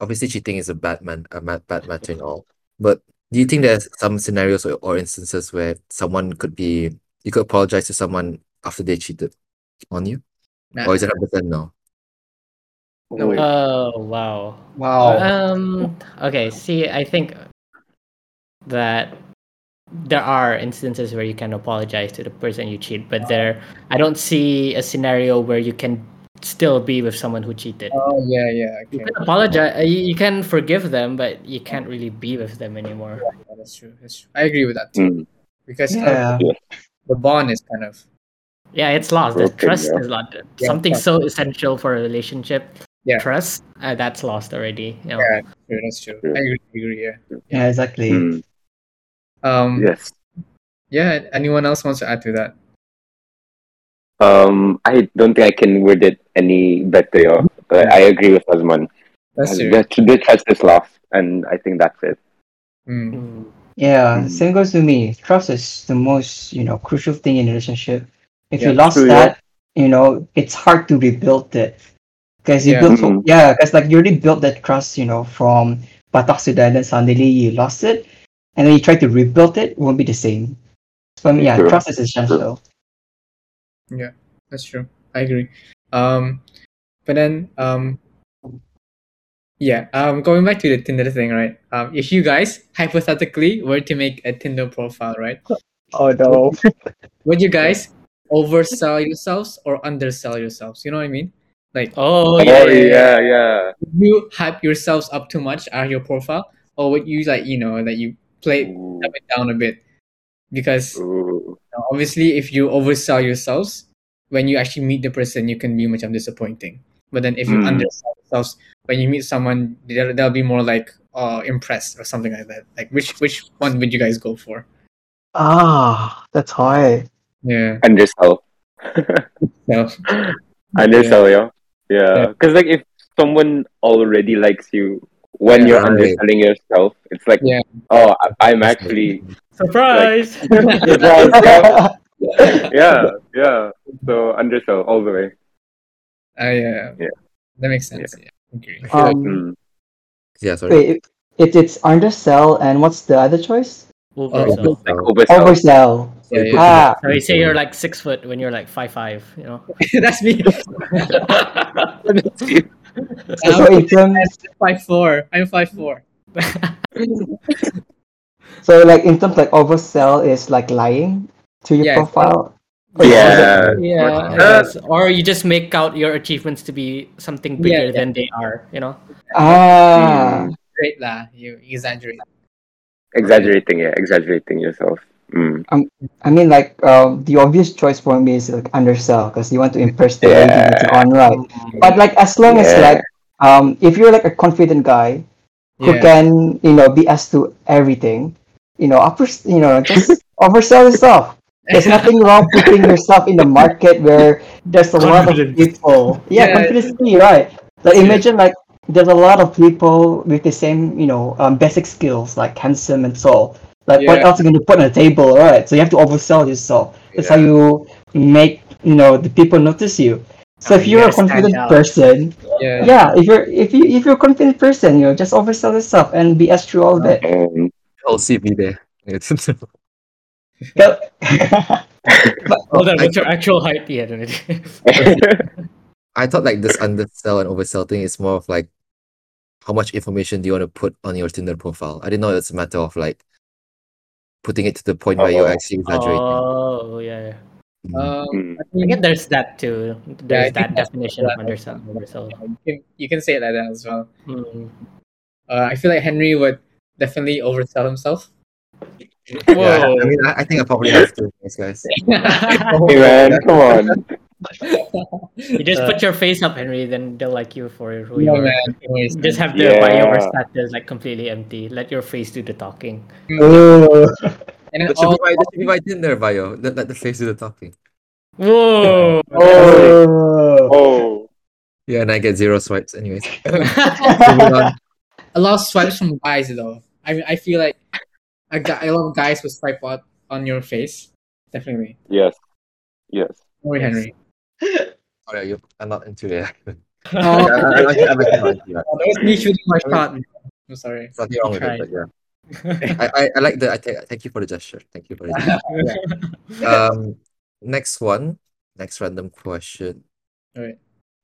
Speaker 1: obviously cheating is a bad man a ma- bad matter and all. But do you think there's some scenarios or, or instances where someone could be you could apologize to someone after they cheated on you?
Speaker 2: Nah.
Speaker 1: Or is it 100% no?
Speaker 2: No way.
Speaker 5: Oh wow.
Speaker 2: Oh.
Speaker 4: Wow.
Speaker 5: Um. Okay. See, I think that there are instances where you can apologize to the person you cheat, but there, I don't see a scenario where you can still be with someone who cheated.
Speaker 2: Oh yeah, yeah.
Speaker 5: You
Speaker 2: Okay,
Speaker 5: can apologize. uh, You you can forgive them, but you can't really be with them anymore.
Speaker 2: yeah, that's true. That's true. I agree with that too
Speaker 3: Mm.
Speaker 2: because kind of
Speaker 4: Yeah.
Speaker 2: the bond is kind of
Speaker 5: Yeah, it's lost. The
Speaker 3: Broken,
Speaker 5: trust
Speaker 3: yeah.
Speaker 5: is lost.
Speaker 2: Yeah,
Speaker 5: Something
Speaker 2: trust.
Speaker 5: so essential for a relationship,
Speaker 2: Yeah.
Speaker 5: trust, uh, that's lost already. You know?
Speaker 2: yeah. True, that's true.
Speaker 3: True.
Speaker 2: I agree. agree yeah.
Speaker 4: Yeah. Exactly.
Speaker 3: Mm.
Speaker 2: Um.
Speaker 3: yes
Speaker 2: Yeah. Anyone else wants to add to that?
Speaker 3: um i don't think i can word it any better yo. but i agree with asman
Speaker 2: That's true.
Speaker 3: the, the test is lost and i think that's it
Speaker 2: Mm.
Speaker 5: Mm.
Speaker 4: Yeah,
Speaker 3: Mm.
Speaker 4: same goes to me. Trust is the most, you know, crucial thing in a relationship. If you
Speaker 2: Yeah,
Speaker 4: lost
Speaker 3: true,
Speaker 4: that,
Speaker 3: yeah.
Speaker 4: you know, it's hard to rebuild it. Because you
Speaker 2: Yeah.
Speaker 4: built,
Speaker 3: Mhm.
Speaker 4: yeah, because like you already built that trust, you know, from Batak Sudah, and then suddenly you lost it, and then you try to rebuild it, it won't be the same. So, I mean, yeah,
Speaker 3: True.
Speaker 4: trust is essential.
Speaker 2: That's true. I agree. Um. But then um. Yeah. Um. Going back to the Tinder thing, right? Um. If you guys hypothetically were to make a Tinder profile, right?
Speaker 4: Oh no.
Speaker 2: Would you guys oversell yourselves or undersell yourselves? You know what I mean? Like,
Speaker 3: oh
Speaker 5: Oh,
Speaker 3: yeah
Speaker 5: yeah. yeah, yeah.
Speaker 3: yeah, yeah.
Speaker 2: would you hype yourselves up too much on your profile, or would you like you know that you play
Speaker 3: Ooh,
Speaker 2: dumb it down a bit? Because you
Speaker 3: ooh.
Speaker 2: know, obviously, if you oversell yourselves, when you actually meet the person, you can be much of disappointing. But then if you
Speaker 3: Mm.
Speaker 2: undersell yourselves, when you meet someone, they'll, they'll be more like uh, impressed or something like that. Like, which which one would you guys go for?
Speaker 4: Ah, that's hard.
Speaker 2: Yeah.
Speaker 3: undersell
Speaker 2: So,
Speaker 3: undersell yo. yeah
Speaker 2: Yeah.
Speaker 3: because like if someone already likes you when
Speaker 2: Yeah.
Speaker 3: you're
Speaker 1: Right.
Speaker 3: underselling yourself it's like
Speaker 2: Yeah.
Speaker 3: oh I- i'm actually
Speaker 5: Surprise!
Speaker 2: Oh,
Speaker 3: surprised, yo. yeah yeah so undersell all the way
Speaker 2: Uh, yeah.
Speaker 3: Yeah.
Speaker 2: That makes sense. Yeah.
Speaker 5: Okay.
Speaker 1: I feel like-
Speaker 4: Um,
Speaker 3: Mm.
Speaker 1: yeah, sorry.
Speaker 4: wait, it, it, it's undersell, and what's the other choice?
Speaker 1: Oh,
Speaker 5: Oversell.
Speaker 1: oversell.
Speaker 3: Like oversell.
Speaker 4: Oversell.
Speaker 1: Yeah, yeah.
Speaker 4: Ah,
Speaker 5: So you say you're like six foot when you're like five five, you know.
Speaker 6: That's me.
Speaker 4: so, so in terms,
Speaker 6: five four. I'm five four.
Speaker 4: so like in terms like oversell is like lying to your
Speaker 6: Yeah.
Speaker 4: profile. Or is it-
Speaker 3: yeah.
Speaker 5: Yeah, I
Speaker 3: Uh,
Speaker 5: guess. or you just make out your achievements to be something
Speaker 6: Yeah,
Speaker 5: bigger
Speaker 6: yeah.
Speaker 5: than they are, you know.
Speaker 4: Ah.
Speaker 6: Great lah. You exaggerate.
Speaker 3: Exaggerating, yeah, exaggerating yourself. Mm.
Speaker 4: I mean, like um, the obvious choice for me is like undersell because you want to impress the lady
Speaker 3: Yeah.
Speaker 4: later on, right? But like as long as
Speaker 3: Yeah.
Speaker 4: like um, if you're like a confident guy who
Speaker 6: Yeah.
Speaker 4: can you know be as to everything, you know, upper, you know, just oversell yourself. There's nothing wrong putting yourself in the market where there's a lot of
Speaker 6: Confidence.
Speaker 4: people. Yeah,
Speaker 6: Yeah.
Speaker 4: confidence is key, right? Like imagine like there's a lot of people with the same you know um, basic skills like handsome and so. Like what
Speaker 6: Yeah.
Speaker 4: else are you gonna put on the table, right? So you have to oversell yourself. That's how you make you know the people notice you. So
Speaker 5: Oh,
Speaker 4: if you're
Speaker 5: yeah,
Speaker 4: a confident
Speaker 5: stand out.
Speaker 4: person,
Speaker 6: Yeah.
Speaker 4: yeah, if you're if you if you're a confident person, you know, just oversell yourself and be as true all of it.
Speaker 3: Um,
Speaker 1: LCB there.
Speaker 5: Hold on,
Speaker 1: I-
Speaker 5: what's your actual height? Yeah, don't
Speaker 1: I thought like this undersell and oversell thing is more of like how much information do you want to put on your Tinder profile? I didn't know it's a matter of like putting it to the point where you're
Speaker 3: Oh.
Speaker 1: actually exaggerating.
Speaker 5: Oh yeah, yeah.
Speaker 1: Mm.
Speaker 6: Um,
Speaker 3: Mm.
Speaker 6: I
Speaker 5: I
Speaker 6: think
Speaker 5: guess there's that too. There's
Speaker 6: I think
Speaker 5: that
Speaker 6: that's-
Speaker 5: definition of undersell. undersell.
Speaker 6: you can, you can say it like that as well.
Speaker 5: Hmm.
Speaker 6: Uh, I feel like Henry would definitely oversell himself.
Speaker 1: Yeah, I- I mean, I, I think I probably have to, guys. guys.
Speaker 3: hey man, come on.
Speaker 5: You just
Speaker 6: Uh,
Speaker 5: put your face up, Henry, then they'll like you for who you
Speaker 6: No,
Speaker 5: are.
Speaker 6: man. anyways,
Speaker 5: You just have to buy your
Speaker 3: Yeah.
Speaker 5: status like completely empty. Let your face do the talking.
Speaker 4: Oh.
Speaker 6: And then
Speaker 1: That should,
Speaker 6: all,
Speaker 1: be my, that should be my Tinder bio. Let, let the face do the talking.
Speaker 5: Whoa!
Speaker 4: Oh.
Speaker 3: Oh.
Speaker 1: Yeah, and I get zero swipes, anyways. Moving
Speaker 4: yeah,
Speaker 1: on.
Speaker 6: a lot of swipes from guys though. I mean, I feel like a, guy, a lot of guys will swipe out on your face. Definitely.
Speaker 3: Yes. Yes.
Speaker 6: Sorry, Henry.
Speaker 1: Sorry, you- I'm not into it.
Speaker 6: Oh,
Speaker 1: I- I- I- I'm actually not into that.
Speaker 6: that was me shooting my shot. man. I'm sorry.
Speaker 1: There's nothing wrong with
Speaker 5: Right.
Speaker 1: it, but yeah. I, I, I like the I th- thank you for the gesture. Thank you for the gesture. um next one. Next random question.
Speaker 6: Alright.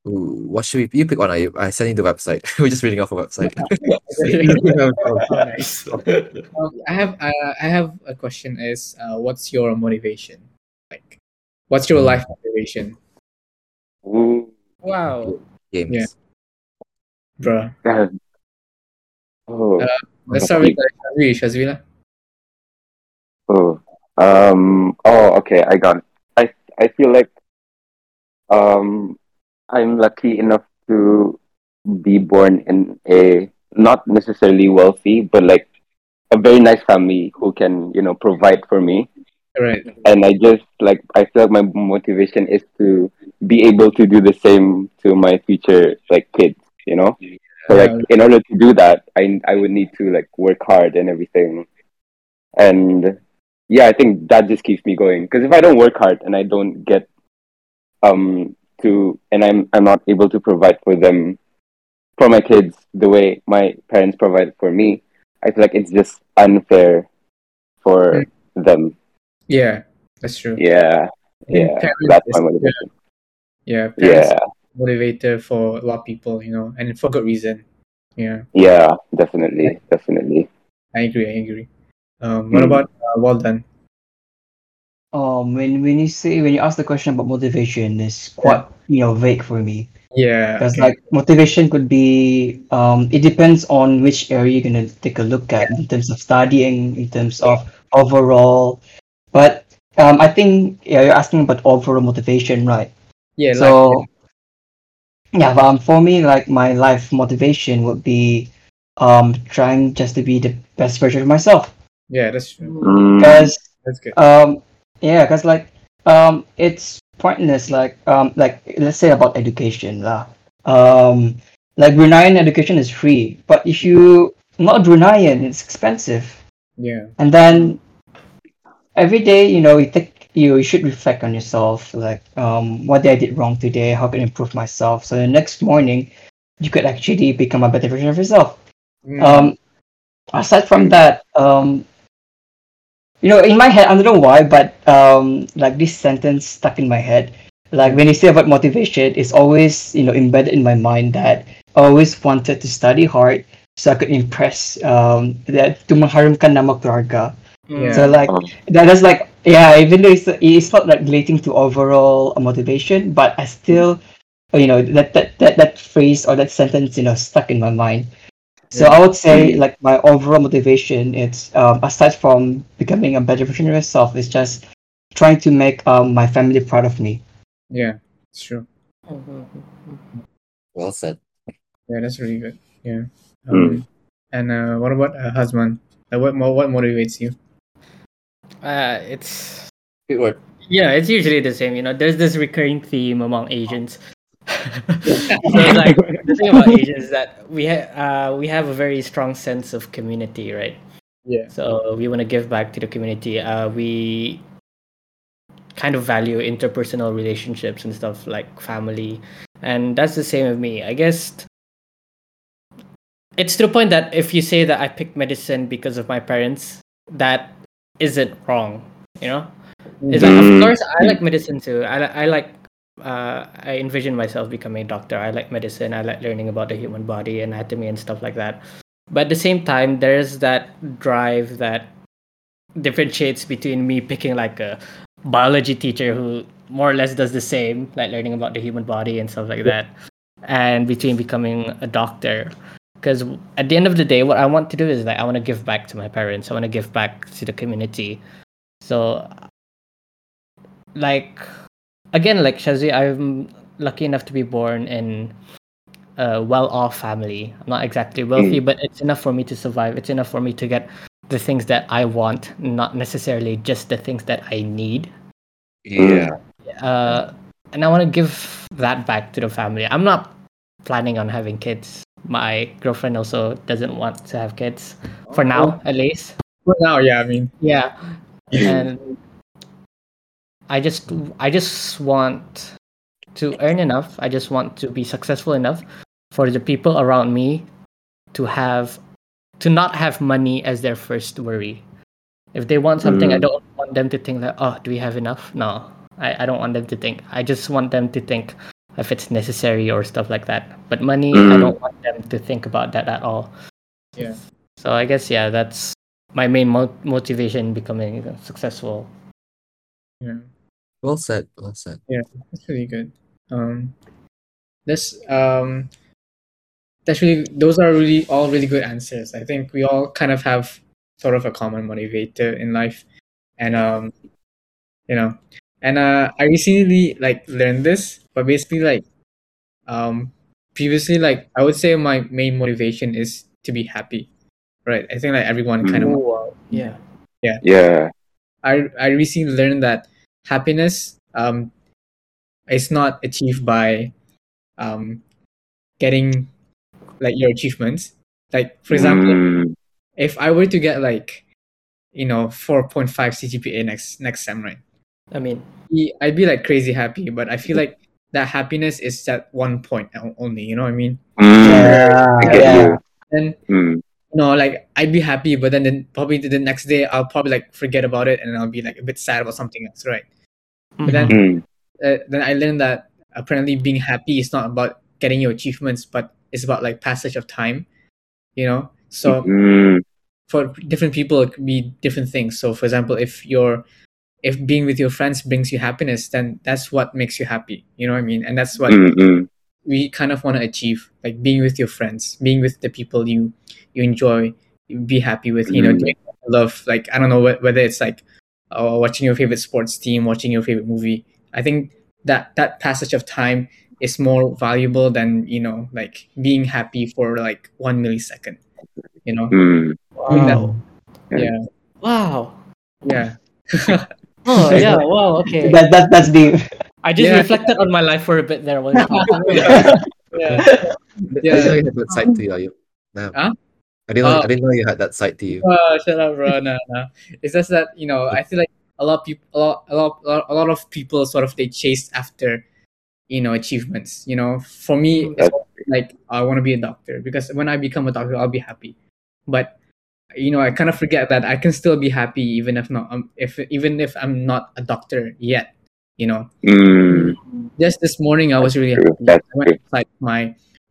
Speaker 1: Ooh, what should we you pick one? I I send you the website. We're just reading off a website.
Speaker 6: Um, I have uh, I have a question. Is uh, what's your motivation? Like, what's your
Speaker 1: Hmm.
Speaker 6: life motivation,
Speaker 3: Ooh.
Speaker 5: wow.
Speaker 1: Games.
Speaker 6: Yeah. bro?
Speaker 3: Damn. Oh.
Speaker 6: Uh, Let's start with uh, Shazwi. Shazwi, lah.
Speaker 3: Oh, um, oh, okay, I got it. I, I feel like, um, I'm lucky enough to be born in a not necessarily wealthy, but like a very nice family who can, you know, provide for me.
Speaker 6: All right.
Speaker 3: And I just like, I feel like my motivation is to be able to do the same to my future, like kids, you know? So
Speaker 6: Yeah.
Speaker 3: like in order to do that, I I would need to like work hard and everything, and yeah, I think that just keeps me going. Because if I don't work hard and I don't get um to and I'm I'm not able to provide for them for my kids the way my parents provide for me, I feel like it's just unfair for them.
Speaker 6: Yeah, that's true.
Speaker 3: Yeah,
Speaker 6: I think
Speaker 3: yeah,
Speaker 6: parents
Speaker 3: that's my
Speaker 6: is-
Speaker 3: motivation.
Speaker 6: Yeah, parents
Speaker 3: Yeah,
Speaker 6: are motivator for a lot of people, you know, and for good reason. Yeah,
Speaker 3: yeah, definitely, definitely.
Speaker 6: I agree. I agree. Um, what
Speaker 3: Hmm.
Speaker 6: about uh, well done?
Speaker 4: Um, when when you say when you ask the question about motivation, it's quite you know vague for me
Speaker 6: Yeah.
Speaker 4: because
Speaker 6: okay.
Speaker 4: like motivation could be um it depends on which area you're gonna take a look at in terms of studying, in terms of overall, but um I think yeah you're asking about overall motivation, right?
Speaker 6: yeah.
Speaker 4: so
Speaker 6: like,
Speaker 4: yeah but, um, for me like my life motivation would be um trying just to be the best version of myself
Speaker 6: yeah, that's true.
Speaker 3: Mm,
Speaker 4: because
Speaker 6: That's good.
Speaker 4: um yeah because like um it's pointless like um like let's say about education lah. um like bruneian education is free but if you not bruneian it's expensive
Speaker 6: Yeah.
Speaker 4: and then every day you know you take you, you should reflect on yourself like um what did i did wrong today how can i improve myself so the next morning you could actually become a better version of yourself.
Speaker 2: Mm.
Speaker 4: Um, aside from that, um, you know, in my head, I don't know why, but um, like this sentence stuck in my head. Like when you say about motivation, it's always you know embedded in my mind that I always wanted to study hard so I could impress um, that to mengharumkan nama keluarga.
Speaker 5: Hmm.
Speaker 2: yeah.
Speaker 4: So like
Speaker 6: Um,
Speaker 4: that, that's like yeah. Even though it's it's not like relating to overall motivation, but I still, you know, that that that, that phrase or that sentence, you know, stuck in my mind. So I would
Speaker 6: Mm.
Speaker 4: say like my overall motivation, it's um, aside from becoming a better version of myself, it's just trying to make um, my family proud of me.
Speaker 2: yeah, it's true.
Speaker 5: Hmm,
Speaker 1: Well said.
Speaker 2: Yeah, that's really good. Yeah.
Speaker 3: Hmm.
Speaker 2: Um, And uh, what about uh, husband? Like, what mo- what motivates you?
Speaker 5: Uh, it's
Speaker 1: Good word.
Speaker 5: yeah, it's usually the same. You know, there's this recurring theme among Asians. so like the thing about Asians is that we ha- uh, we have a very strong sense of community, right?
Speaker 2: Yeah.
Speaker 5: So we want to give back to the community. Uh, we kind of value interpersonal relationships and stuff like family, and that's the same with me. I guess it's to the point that if you say that I picked medicine because of my parents, that isn't wrong. You know, it's like of
Speaker 6: Mm.
Speaker 5: course I like medicine too. I li- I like. Uh, I envision myself becoming a doctor. I like medicine. I like learning about the human body, anatomy, and stuff like that but at the same time there's that drive that differentiates between me picking like a biology teacher who more or less does the same like learning about the human body and stuff like that and between becoming a doctor because at the end of the day what i want to do is like i want to give back to my parents i want to give back to the community so like again like shazi i'm lucky enough to be born in a well-off family. I'm not exactly wealthy, but it's enough for me to survive. It's enough for me to get the things that I want, not necessarily just the things that I need.
Speaker 1: Yeah.
Speaker 5: Uh, and I want to give that back to the family. I'm not planning on having kids. My girlfriend also doesn't want to have kids for now, at least.
Speaker 2: Well, now, yeah, I mean,
Speaker 5: Yeah, and I just I just want to earn enough. I just want to be successful enough for the people around me to have to not have money as their first worry. If they want something, I
Speaker 6: Mm.
Speaker 5: don't want them to think that oh, do we have enough? No, I, I don't want them to think. I just want them to think if it's necessary or stuff like that. But money, I
Speaker 6: Mm.
Speaker 5: don't want them to think about that at all.
Speaker 2: Yeah.
Speaker 5: So I guess yeah, that's my main mo- motivation becoming successful.
Speaker 2: yeah,
Speaker 1: Well said. Well said.
Speaker 2: that's really good. Um, that's um, that's really those are really all really good answers. I think we all kind of have sort of a common motivator in life, and um, you know, and uh, I recently like learned this, but basically like, um, previously like I would say my main motivation is to be happy, right? I think like everyone
Speaker 5: Mm-hmm.
Speaker 2: kind of
Speaker 5: Yeah.
Speaker 6: yeah.
Speaker 2: I I recently learned that happiness um is not achieved by um getting like your achievements. Like for example,
Speaker 6: Mm,
Speaker 2: if I were to get like you know 4.5 CGPA next next sem right,
Speaker 5: I mean,
Speaker 2: e- I'd be like crazy happy. But I feel like that happiness is at one point o- only. You know what I mean?
Speaker 6: mm, I get
Speaker 4: yeah.
Speaker 6: you.
Speaker 2: Then
Speaker 6: Mm,
Speaker 2: no, like I'd be happy, but then, then probably the next day I'll probably like forget about it and I'll be like a bit sad about something else, right? But then
Speaker 6: mm,
Speaker 2: uh, then I learned that apparently being happy is not about getting your achievements, but it's about like passage of time, you know.
Speaker 3: Mm-hmm.
Speaker 2: So
Speaker 6: mm,
Speaker 2: for different people, it could be different things. So for example, if you're if being with your friends brings you happiness, then that's what makes you happy. You know what I mean? And that's what
Speaker 6: mm, mm,
Speaker 2: we kind of want to achieve, like being with your friends, being with the people you you enjoy, you be happy with. You know,
Speaker 6: Mm.
Speaker 2: doing what you love. Like I don't know wh- whether it's like uh, watching your favorite sports team, watching your favorite movie. I think that that passage of time is more valuable than you know, like being happy for like one millisecond. You know,
Speaker 6: mm.
Speaker 2: think that-
Speaker 5: wow.
Speaker 2: yeah,
Speaker 6: Mm-hmm.
Speaker 5: Wow.
Speaker 2: yeah,
Speaker 5: Oh yeah. Wow. Okay.
Speaker 4: That that that's the
Speaker 5: I just
Speaker 2: Yeah.
Speaker 5: reflected on my life for a bit there. While you talked.
Speaker 2: yeah.
Speaker 1: I didn't know
Speaker 2: yeah.
Speaker 1: you had that side to you. Ayub. Damn.
Speaker 2: Huh?
Speaker 1: I didn't know,
Speaker 2: Oh.
Speaker 1: I didn't know you had that side to you.
Speaker 2: Oh, shut up, bro. No, no. It's just that you know, I feel like a lot of people, a lot, a lot, a lot- a lot of people, sort of they chase after, you know, achievements. You know, for me, it's
Speaker 6: That's
Speaker 2: like I want to be a doctor because when I become a doctor, I'll be happy. But you know, I kind of forget that I can still be happy even if not um, if even if I'm not a doctor yet. You know,
Speaker 3: Mm,
Speaker 2: just this morning I was really
Speaker 3: true.
Speaker 2: happy.
Speaker 3: That's
Speaker 2: I went outside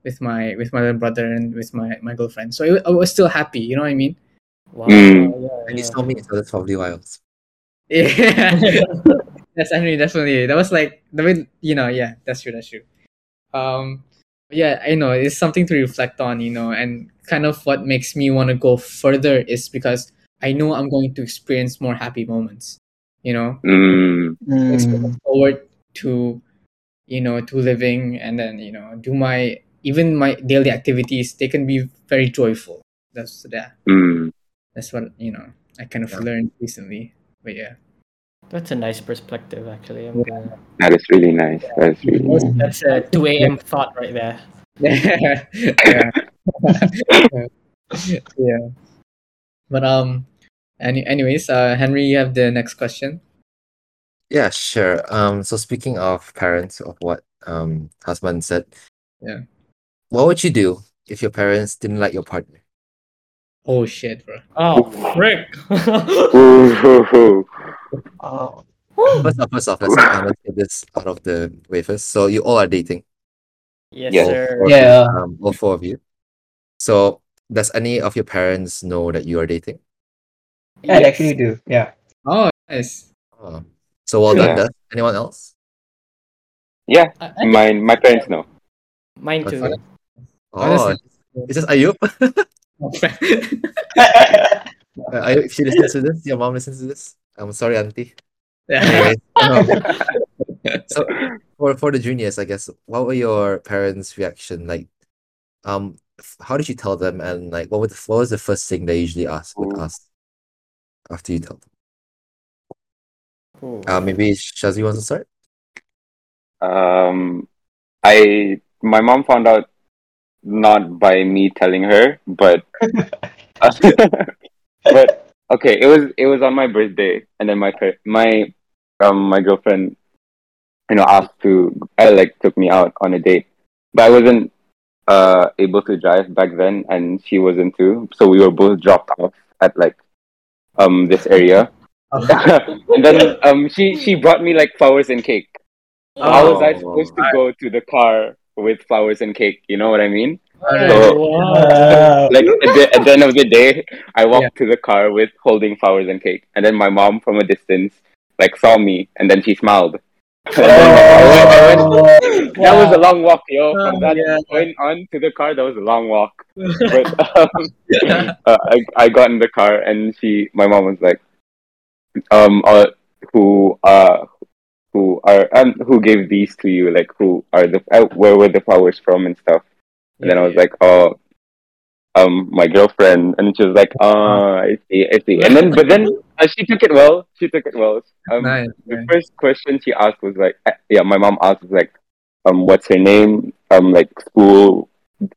Speaker 2: with my with my with my little brother and with my my girlfriend, so I, I was still happy. You know what I mean?
Speaker 5: Wow.
Speaker 3: Mm.
Speaker 5: yeah,
Speaker 1: And
Speaker 5: yeah.
Speaker 1: it's not me, so that's probably why. else.
Speaker 2: Yeah. yes, I mean definitely. That was like the way you know, yeah, that's true, that's true. Um yeah, I know, it's something to reflect on, you know, and kind of what makes me want to go further is because I know I'm going to experience more happy moments, you know?
Speaker 3: Mm,
Speaker 2: It's
Speaker 6: Mm.
Speaker 2: forward to you know, to living and then, you know, do my even my daily activities, they can be very joyful. That's yeah,
Speaker 3: mm,
Speaker 2: that's what you know, I kind of
Speaker 1: Yeah.
Speaker 2: learned recently. But yeah.
Speaker 5: That's a nice perspective, actually. I'm gonna-
Speaker 3: that is really nice. That is really nice.
Speaker 5: That's a 2 a.m. thought right there.
Speaker 2: yeah. yeah. yeah. But um any anyways, uh Henry, you have the next question.
Speaker 1: Yeah, sure. Um, so speaking of parents, of what um husband said,
Speaker 2: Yeah.
Speaker 1: what would you do if your parents didn't like your partner?
Speaker 2: Oh shit, bro.
Speaker 5: Oh, frick.
Speaker 3: Ooh, hoo, hoo.
Speaker 6: Oh.
Speaker 1: First off, first off, let's, uh, let's get this out of the way first. So you all are dating.
Speaker 5: yes,
Speaker 3: Yes.
Speaker 5: sir.
Speaker 1: Or-
Speaker 6: Yeah.
Speaker 1: um, all four of you. So, does any of your parents know that you are dating?
Speaker 6: Yeah, I actually do. Yeah.
Speaker 2: Oh nice.
Speaker 1: Oh. So well done,
Speaker 3: Yeah.
Speaker 1: does anyone else?
Speaker 3: Yeah,
Speaker 5: I- I think
Speaker 3: my my parents know.
Speaker 5: mine too.
Speaker 1: Okay. Oh,
Speaker 2: Honestly.
Speaker 1: it's just Ayub. Uh, Ayub, if she listens to this, your mom listens to this. I'm sorry, auntie.
Speaker 2: yeah.
Speaker 1: Anyway, um, so for for the juniors, I guess, what were your parents' reaction like? Um, f- how did you tell them, and like, what was the, what was the first thing they usually ask would
Speaker 3: Ooh.
Speaker 1: ask after you tell them?
Speaker 5: Ooh.
Speaker 1: Uh, maybe Shazvi wants to start.
Speaker 3: Um, I my mom found out not by me telling her, but but okay, it was it was on my birthday, and then my par- my um my girlfriend, you know, asked to I like took me out on a date, but I wasn't uh able to drive back then, and she wasn't too, so we were both dropped off at like um this area, and then um she she brought me like flowers and cake. How was I
Speaker 1: Oh.
Speaker 3: supposed to go to the car with flowers and cake? You know what I mean?
Speaker 2: Alright.
Speaker 3: So-
Speaker 6: Wow.
Speaker 3: Like at the, at the end of the day, I walked to the car with holding flowers and cake, and then my mom from a distance like saw me, and then she smiled. And then I went- I went- that was a long walk, yo. From
Speaker 2: Oh,
Speaker 3: that
Speaker 2: yeah.
Speaker 3: point on to the car, that was a long walk. But um, uh, I I got in the car, and she, my mom was like, um, uh, who uh, who are um, who gave these to you? Like, who are the uh, where were the flowers from and stuff? And then I was like, oh, um, my girlfriend. And she was like, oh, I see, I see. And then, but then uh, she took it well. She took it well. Um,
Speaker 2: nice.
Speaker 3: the first question she asked was like, uh, yeah, my mom asked was like, um, what's her name? Um, like school,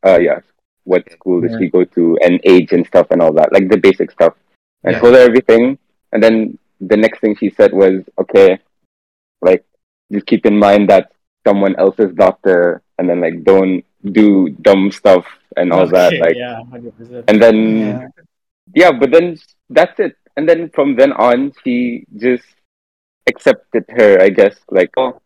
Speaker 3: uh, yeah, what school does
Speaker 2: Yeah.
Speaker 3: she go to and age and stuff and all that, like the basic stuff. And
Speaker 2: Yeah.
Speaker 3: told her everything. And then the next thing she said was, okay, like just keep in mind that someone else's doctor, and then like don't do dumb stuff and all
Speaker 2: Oh,
Speaker 3: that, like.
Speaker 5: yeah, 100%.
Speaker 3: And then
Speaker 6: Yeah.
Speaker 3: yeah, but then s- that's it. And then from then on, she just accepted her, I guess. Like, oh,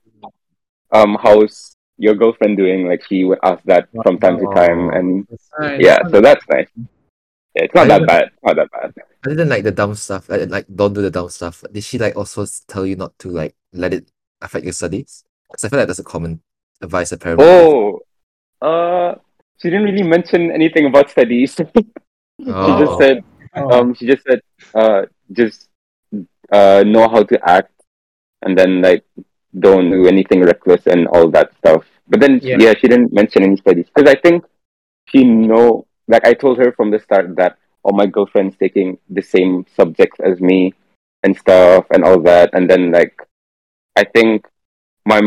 Speaker 3: um, how's your girlfriend doing? Like, she would ask that from time to time, and
Speaker 2: Nice.
Speaker 3: yeah, so that's nice. Yeah, it's not that bad. Not that bad.
Speaker 1: Other than like the dumb stuff, like, like don't do the dumb stuff. Did she like also s- tell you not to like let it affect your studies? Because I feel like that's a common advice a parent. would give.
Speaker 3: Oh, uh, she didn't really mention anything about studies. she just
Speaker 1: Oh.
Speaker 3: said, um, she just said, uh, just uh, know how to act, and then like don't do anything reckless and all that stuff. But then
Speaker 2: Yeah.
Speaker 3: yeah, she didn't mention any studies because I think she know. Like I told her from the start that all my girlfriends taking the same subjects as me and stuff and all that, and then like I think my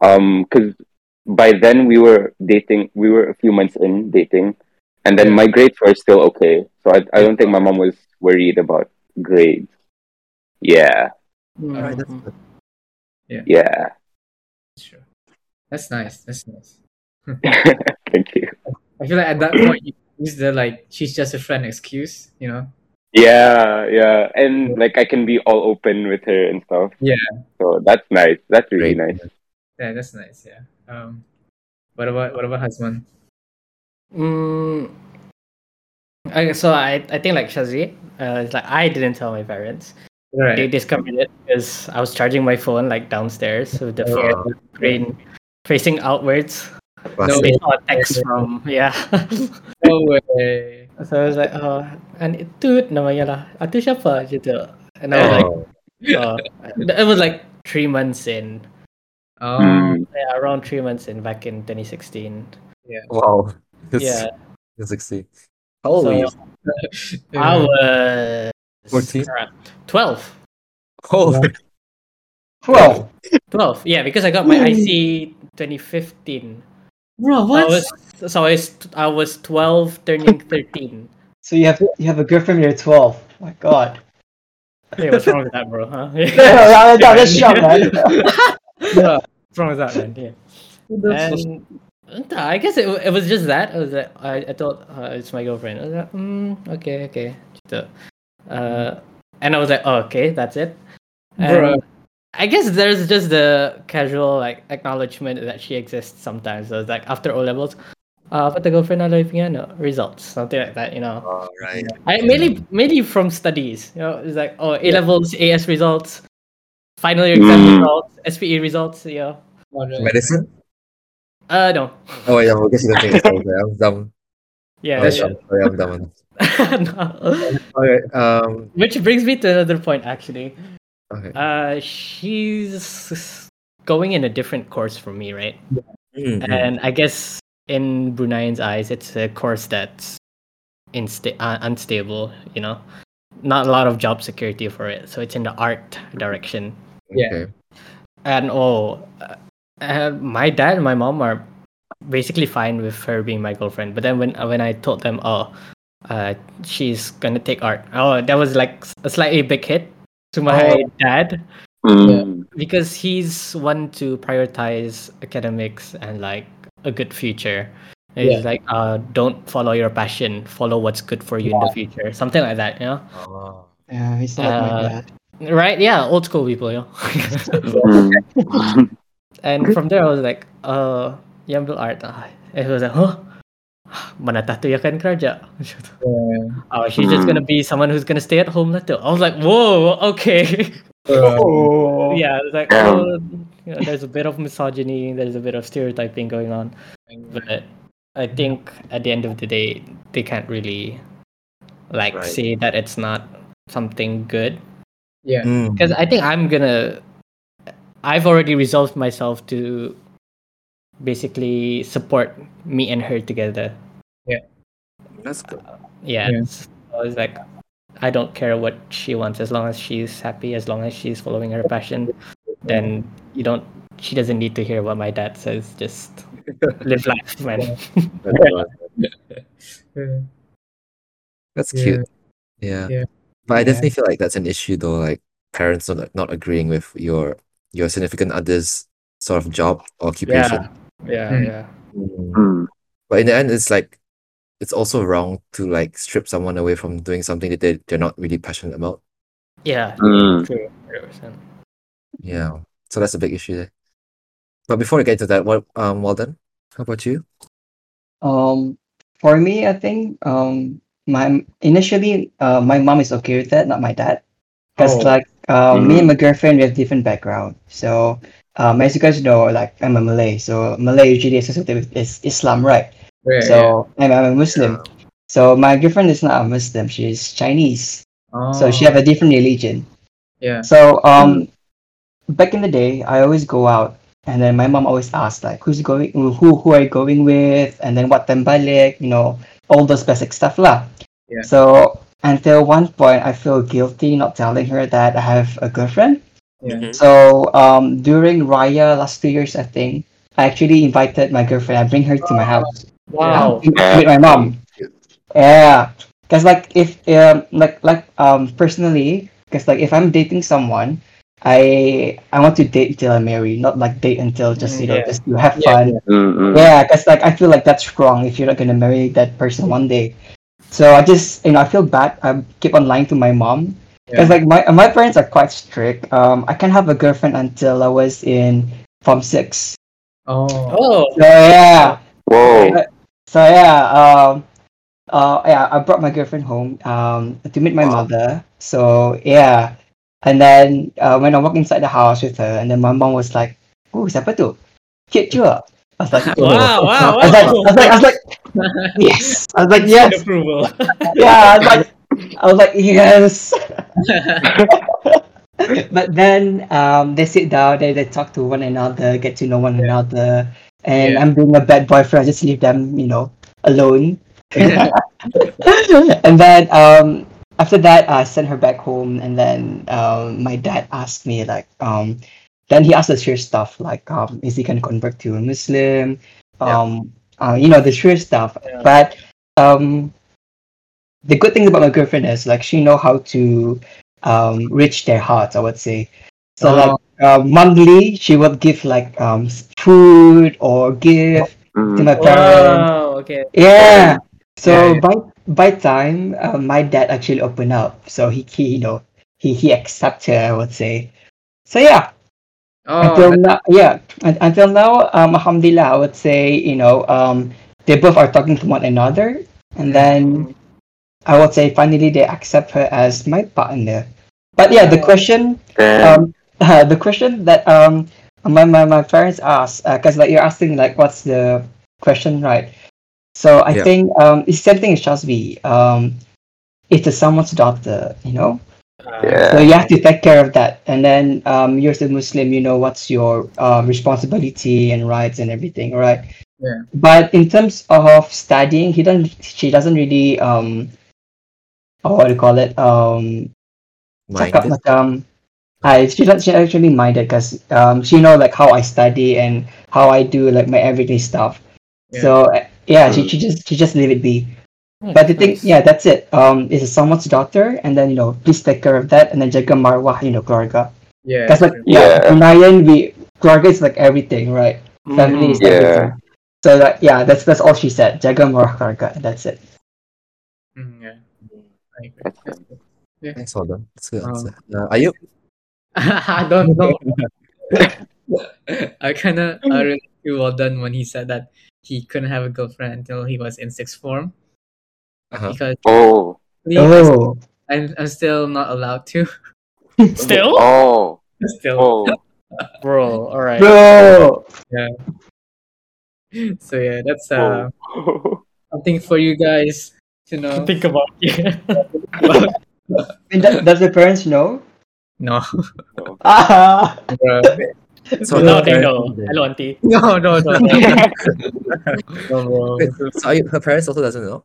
Speaker 3: um because by then we were dating, we were a few months in dating, and then
Speaker 2: Yeah.
Speaker 3: my grades were still okay, so I I don't think my mom was worried about grades. Yeah,
Speaker 1: Oh. Alright, that's
Speaker 5: Mhm.
Speaker 1: good.
Speaker 3: yeah.
Speaker 2: Sure. That's nice. That's nice.
Speaker 3: Thank you.
Speaker 6: I feel like at that point you use the like she's just a friend excuse, you know.
Speaker 3: Yeah, yeah, and like I can be all open with her and stuff.
Speaker 6: Yeah.
Speaker 3: So that's nice. That's really
Speaker 1: Great.
Speaker 3: nice.
Speaker 6: Yeah, that's nice. Yeah. Um, what about what about Hasman?
Speaker 5: Mm, I, so I, I think like Shazi, uh, it's like I didn't tell my parents. They
Speaker 6: Right.
Speaker 5: discovered it because I was charging my phone like downstairs with the
Speaker 6: Oh,
Speaker 5: phone screen facing outwards. So
Speaker 1: Classic.
Speaker 5: they saw a text from yeah.
Speaker 6: No way.
Speaker 5: so I was like, oh, and itu namanya lah. Atu siapa gitu. And I was like,
Speaker 1: Oh,
Speaker 5: oh. it was like three months in,
Speaker 6: Oh,
Speaker 2: Ah.
Speaker 3: Mm.
Speaker 5: yeah, around three months in back in 2016.
Speaker 1: wow. That's,
Speaker 5: Yeah.
Speaker 1: that's sexy. How old were you?
Speaker 5: So I was uh,
Speaker 1: 14?
Speaker 5: crap, 12.
Speaker 1: Oh,
Speaker 4: Well,
Speaker 5: 12 yeah because i got my ic 2015
Speaker 6: bro,
Speaker 5: So I was, so I was i was 12 turning 13
Speaker 4: so you have you have a girlfriend when you're 12. my god.
Speaker 5: hey, what's wrong with that bro huh
Speaker 4: No,
Speaker 5: what's
Speaker 4: no, no, no, that's young, man.
Speaker 5: wrong with that man yeah and entah, I guess it, wa- it was just that. I was like, I, I thought uh, it's my girlfriend. I was like, mm, okay, okay. Gitu. Uh, and I was like, oh, okay, that's it.
Speaker 6: Bruh.
Speaker 5: And I guess there's just the casual like acknowledgement that she exists sometimes. So it's like after O levels, uh, but the girlfriend I love you know, results something like that. You know,
Speaker 1: all right.
Speaker 5: I mainly mainly from studies. You know, it's like oh A levels, AS results, final year exam
Speaker 3: Mm.
Speaker 5: results, SPE results. You know,
Speaker 1: Medicine?
Speaker 5: uh, no,
Speaker 1: Oh, yeah, well, I guess you don't think it's over. I'm dumb.
Speaker 5: yeah,
Speaker 1: Oh,
Speaker 5: that's
Speaker 1: yeah, sorry, I'm dumb.
Speaker 5: No.
Speaker 1: Okay, um,
Speaker 5: Which brings me to another point, actually.
Speaker 1: okay.
Speaker 5: Uh, she's going in a different course from me, right?
Speaker 1: Mm,
Speaker 5: And I guess in Bruneian's eyes, it's a course that's insta- uh, unstable, you know? Not a lot of job security for it. So it's in the art direction.
Speaker 6: yeah.
Speaker 1: okay.
Speaker 5: And oh, uh, uh, my dad and my mom are basically fine with her being my girlfriend. But then when uh, when I told them, oh, uh, she's gonna take art. Oh, that was like a slightly big hit to my dad
Speaker 3: Mm.
Speaker 5: because he's one to prioritize academics and like a good future. He's like, uh, don't follow your passion, follow what's good for you in the future, something like that. You know,
Speaker 1: Oh,
Speaker 4: Yeah, he's not like my
Speaker 5: Uh,
Speaker 4: dad.
Speaker 5: right? Yeah, old school people. You know.
Speaker 3: Mm.
Speaker 5: And from there, I was like, uh, yang ambil art. Ah. And he was like, huh? Mana tahu ya kan kerja? Oh, she's just gonna be someone who's gonna stay at home lah tu. I was like, whoa, okay.
Speaker 4: Oh.
Speaker 5: yeah, I was like,
Speaker 3: Damn.
Speaker 5: oh, you know, there's a bit of misogyny, there's a bit of stereotyping going on. But I think at the end of the day, they can't really like
Speaker 1: Right.
Speaker 5: say that it's not something good
Speaker 6: Yeah.
Speaker 1: mm,
Speaker 5: because I think I'm gonna. I've already resolved myself to basically support me and her together.
Speaker 1: that's good.
Speaker 5: Yeah.
Speaker 6: Yeah.
Speaker 5: So I was like, I don't care what she wants as long as she's happy, as long as she's following her passion. Then you don't. She doesn't need to hear what my dad says. Just live life, man.
Speaker 1: That's, good.
Speaker 6: Yeah.
Speaker 1: That's
Speaker 6: Yeah.
Speaker 1: cute. Yeah.
Speaker 6: Yeah.
Speaker 1: But I
Speaker 6: Yeah.
Speaker 1: definitely feel like that's an issue though, like parents not not agreeing with your your significant other's sort of job or occupation.
Speaker 5: yeah,
Speaker 6: Hmm.
Speaker 5: yeah.
Speaker 1: Mm.
Speaker 3: Mm.
Speaker 1: But in the end, it's like it's also wrong to like strip someone away from doing something that they, they're not really passionate about.
Speaker 5: Yeah.
Speaker 3: Mm.
Speaker 5: True. 100%.
Speaker 1: Yeah. So that's a big issue there. But before we get to that, what um Walden, how about you?
Speaker 4: Um, for me, I think um, my initially uh, my mom is okay with that, not my dad, because
Speaker 6: Oh.
Speaker 4: like uh, me
Speaker 3: Mm.
Speaker 4: and my girlfriend we have different background. So um, as you guys know, like I'm a Malay, so Malay usually associated with is Islam, right?
Speaker 6: Right, yeah.
Speaker 4: So I'm, I'm a Muslim. So my girlfriend is not a Muslim; she's Chinese,
Speaker 6: Oh,
Speaker 4: so she have a different religion.
Speaker 6: yeah.
Speaker 4: So um, back in the day, I always go out, and then my mom always asks like, "Who's going? Who who are you going with?" And then what time balik? You know, all those basic stuff lah.
Speaker 6: Yeah.
Speaker 4: So until one point, I feel guilty not telling her that I have a girlfriend.
Speaker 6: Yeah.
Speaker 3: Mm-hmm.
Speaker 4: So um, during Raya last two years, I think I actually invited my girlfriend. I bring her to my house.
Speaker 2: Oh.
Speaker 5: Wow.
Speaker 4: Yeah, with my mom. Yeah, because like if um like like um personally, because like if I'm dating someone, I I want to date till I marry, not like date until just you know
Speaker 6: Yeah.
Speaker 4: just you have
Speaker 6: Yeah.
Speaker 4: fun.
Speaker 3: Mm-mm.
Speaker 4: Yeah, because like I feel like that's wrong if you're not gonna marry that person one day. So I just you know I feel bad. I keep on lying to my mom because like my my parents are quite strict. Um, I can't have a girlfriend until I was in form six.
Speaker 6: Oh.
Speaker 5: Oh,
Speaker 4: So yeah,
Speaker 3: Whoa.
Speaker 4: Yeah. so yeah. Um, uh, yeah. I brought my girlfriend home. Um, to meet my
Speaker 2: Wow.
Speaker 4: mother. So yeah, and then uh, when I walk inside the house with her, and then my mom was like, "Oh, siapa tu? Cik Chua." I was like, "Oh."
Speaker 5: wow, wow,
Speaker 4: I was like, I
Speaker 5: wow.
Speaker 4: was like, I was like, yes. I was like,
Speaker 5: Instant
Speaker 4: yes.
Speaker 5: approval.
Speaker 4: Yeah, I was like, I was like, yes. but then um, they sit down, they, they talk to one another, get to know one another. And
Speaker 6: Yeah.
Speaker 4: I'm being a bad boyfriend, I just leave them, you know, alone. and then um, after that, I sent her back home. And then um, my dad asked me, like, um, then he asked us sheer stuff, like, um, is he going to convert to a Muslim? Um, uh, you know, the sheer stuff.
Speaker 5: Yeah.
Speaker 4: But um, the good thing about my girlfriend is, like, she know how to um, reach their hearts, I would say. So,
Speaker 6: Oh.
Speaker 4: like, uh, monthly, she would give, like, um, food or gift to
Speaker 3: Mm.
Speaker 4: my parents.
Speaker 5: wow, okay.
Speaker 4: Yeah. So
Speaker 6: Yeah, yeah.
Speaker 4: by by time, uh, my dad actually opened up. So he, he you know he he accepted. I would say. So yeah, until
Speaker 6: Oh.
Speaker 4: now, yeah, un- until now, um, alhamdulillah, I would say you know um they both are talking to one another, and
Speaker 6: Mm-hmm.
Speaker 4: then I would say finally they accept her as my partner. But yeah, the question
Speaker 3: Damn.
Speaker 4: um, uh, the question that um my my, my parents asked because like you're asking like what's the question right so i
Speaker 1: Yeah.
Speaker 4: think um it's same thing as Shazby. um it's a someone's daughter you know
Speaker 3: yeah.
Speaker 4: so you have to take care of that and then um you're the muslim you know what's your um, responsibility and rights and everything right
Speaker 6: Yeah.
Speaker 4: but in terms of studying he doesn't she doesn't really um oh, what do you call it um cakap
Speaker 1: Minded.
Speaker 4: macam I she don't she actually minded because um she know like how I study and how I do like my everyday stuff.
Speaker 6: Yeah. Hmm.
Speaker 4: So uh, yeah, she, she just she just leave it be. But the thing,
Speaker 5: Nice.
Speaker 4: yeah, that's it. Um, it's someone's daughter, and then you know, please take care of that, and then jaga marwah, you know, keluarga.
Speaker 6: Yeah.
Speaker 4: Because like yeah,
Speaker 3: Yeah.
Speaker 4: Bruneian, we keluarga is like everything, right?
Speaker 6: Hmm,
Speaker 4: Family is
Speaker 3: Yeah.
Speaker 4: everything. So like yeah, that's that's all she said. Jaga marwah keluarga. and That's it.
Speaker 6: Mm, yeah. I agree.
Speaker 3: That's
Speaker 6: That's good.
Speaker 1: Thanks, all done. That's a good
Speaker 6: Um,
Speaker 1: answer. Uh, Ayub?
Speaker 6: I don't know. I kind of I really feel well done when he said that he couldn't have a girlfriend until he was in sixth form
Speaker 1: Uh-huh.
Speaker 6: because
Speaker 3: Oh.
Speaker 6: me,
Speaker 4: Oh,
Speaker 6: I'm, I'm still not allowed to.
Speaker 5: Still?
Speaker 3: Oh.
Speaker 6: still.
Speaker 3: Oh.
Speaker 5: Bro, alright.
Speaker 4: bro.
Speaker 6: So yeah, that's uh,
Speaker 3: Whoa.
Speaker 6: something for you guys to know.
Speaker 5: Think about it.
Speaker 4: I mean, does, does the parents know?
Speaker 6: No,
Speaker 4: Ah.
Speaker 6: bro.
Speaker 1: So,
Speaker 5: no,
Speaker 1: her
Speaker 5: they
Speaker 1: parents-
Speaker 5: know. Hello, auntie.
Speaker 6: no, no, no, no, bro.
Speaker 1: Wait, so Ayub, her parents also doesn't know?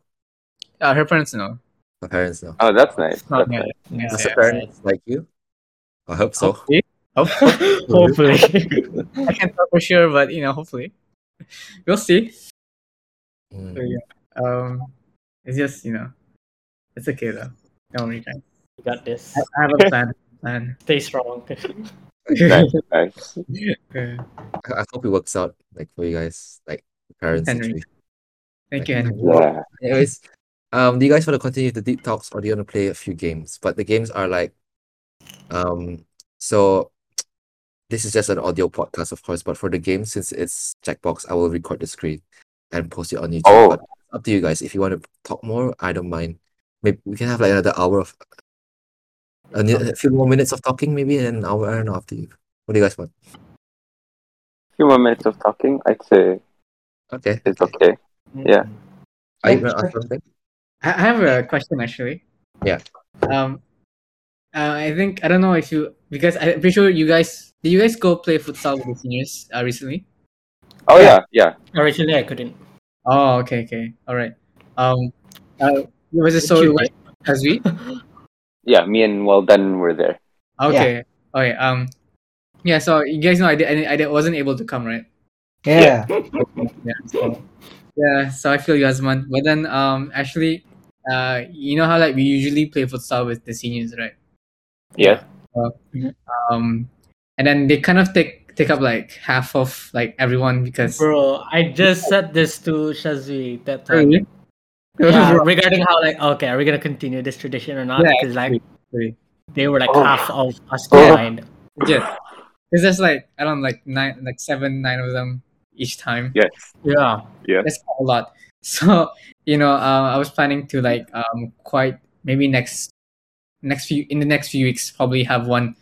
Speaker 6: Uh, her parents know.
Speaker 1: Her parents know.
Speaker 3: oh, that's nice.
Speaker 6: It's not
Speaker 3: That's nice.
Speaker 6: Yeah,
Speaker 1: Does
Speaker 6: yeah.
Speaker 1: her parents like you? I hope so.
Speaker 2: Oh.
Speaker 1: oh.
Speaker 6: Hopefully.
Speaker 5: Hopefully.
Speaker 6: I can't tell for sure, but you know, hopefully, we'll see.
Speaker 1: Mm.
Speaker 6: Um, it's just you know, it's okay though. Don't worry, guys.
Speaker 5: You got this.
Speaker 6: I I have a plan. plan.
Speaker 5: Stay strong.
Speaker 3: nice. Nice.
Speaker 6: Uh,
Speaker 1: I, I hope it works out like for you guys, like the parents
Speaker 6: Henry.
Speaker 1: situation.
Speaker 6: Thank you, Henry.
Speaker 3: Yeah.
Speaker 1: Anyways, um, do you guys want to continue the deep talks or do you want to play a few games? But the games are like, um, so this is just an audio podcast, of course. But for the game, since it's checkbox, I will record the screen and post it on YouTube.
Speaker 3: Oh.
Speaker 1: But it's up to you guys. If you want to talk more, I don't mind. Maybe we can have like another hour of a, ni- a few more minutes of talking, maybe and an hour. I don't know. Up to you. What do you guys want?
Speaker 3: Few more minutes of talking. I'd say
Speaker 1: Okay.
Speaker 3: it's okay. Yeah.
Speaker 1: Are you gonna ask something?
Speaker 6: I I have a question actually.
Speaker 1: Yeah.
Speaker 6: Um, uh, I think I don't know if you because I'm pretty sure you guys did you guys go play futsal with the seniors uh, recently?
Speaker 3: Oh yeah. Yeah.
Speaker 5: Originally, I couldn't.
Speaker 6: Oh, okay, okay, all right. Um, uh, was it so
Speaker 5: Did you-
Speaker 6: it was as we?
Speaker 3: Yeah. Me and Well Done were there.
Speaker 6: Okay, okay. Um, yeah. So you guys know I did, I, did- I did- wasn't able to come, right?
Speaker 4: Yeah.
Speaker 6: Yeah. So, yeah. So I feel you, Asman. But then um, actually, uh, you know how like we usually play futsal with the seniors, right?
Speaker 3: Yes.
Speaker 6: Um,
Speaker 2: and then they kind of take take up like half of like everyone because
Speaker 5: Bro, I just said this to Shazvi that time.
Speaker 2: Really?
Speaker 5: Yeah, regarding how like okay, are we gonna continue this tradition or not?
Speaker 2: Yeah,
Speaker 5: Because like
Speaker 2: exactly.
Speaker 5: they were like
Speaker 3: Oh.
Speaker 5: half of us
Speaker 3: Oh.
Speaker 5: combined.
Speaker 2: yeah, because there's like I don't know, like nine, like seven, nine of them each time.
Speaker 3: Yes.
Speaker 5: Yeah.
Speaker 2: that's quite a lot. So you know, um, I was planning to like um quite maybe next next few in the next few weeks probably have one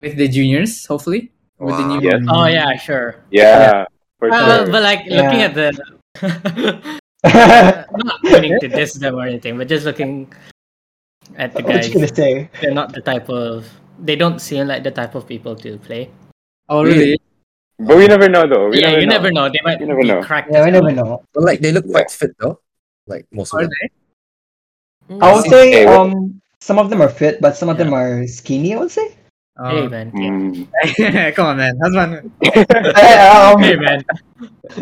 Speaker 2: with the juniors hopefully with the new
Speaker 1: Wow.
Speaker 3: Yes.
Speaker 4: Um,
Speaker 5: Oh yeah, sure.
Speaker 3: Yeah. For
Speaker 5: Uh,
Speaker 3: sure.
Speaker 5: but like looking
Speaker 4: Yeah.
Speaker 5: at the not pointing to diss them or anything, but just looking at the
Speaker 4: what
Speaker 5: guys,
Speaker 4: you gonna say?
Speaker 5: they're not the type of they don't seem like the type of people to play.
Speaker 2: Oh really?
Speaker 3: But we never know though. We never
Speaker 5: yeah, you
Speaker 3: know.
Speaker 5: never know. They might
Speaker 3: You never
Speaker 5: be
Speaker 3: know.
Speaker 5: cracked.
Speaker 4: Yeah, we
Speaker 5: as
Speaker 4: never
Speaker 5: well.
Speaker 4: know.
Speaker 1: But like they look quite fit though. Like most of
Speaker 2: Are
Speaker 1: them.
Speaker 2: they?
Speaker 5: Mm.
Speaker 4: I would
Speaker 1: See,
Speaker 4: say
Speaker 3: hey, what-
Speaker 4: um some of them are fit, but some of
Speaker 5: Yeah.
Speaker 4: them are skinny. I would say.
Speaker 5: Hey
Speaker 2: Oh.
Speaker 5: man,
Speaker 3: Mm.
Speaker 2: Come on, man. That's one.
Speaker 4: Um,
Speaker 5: hey man,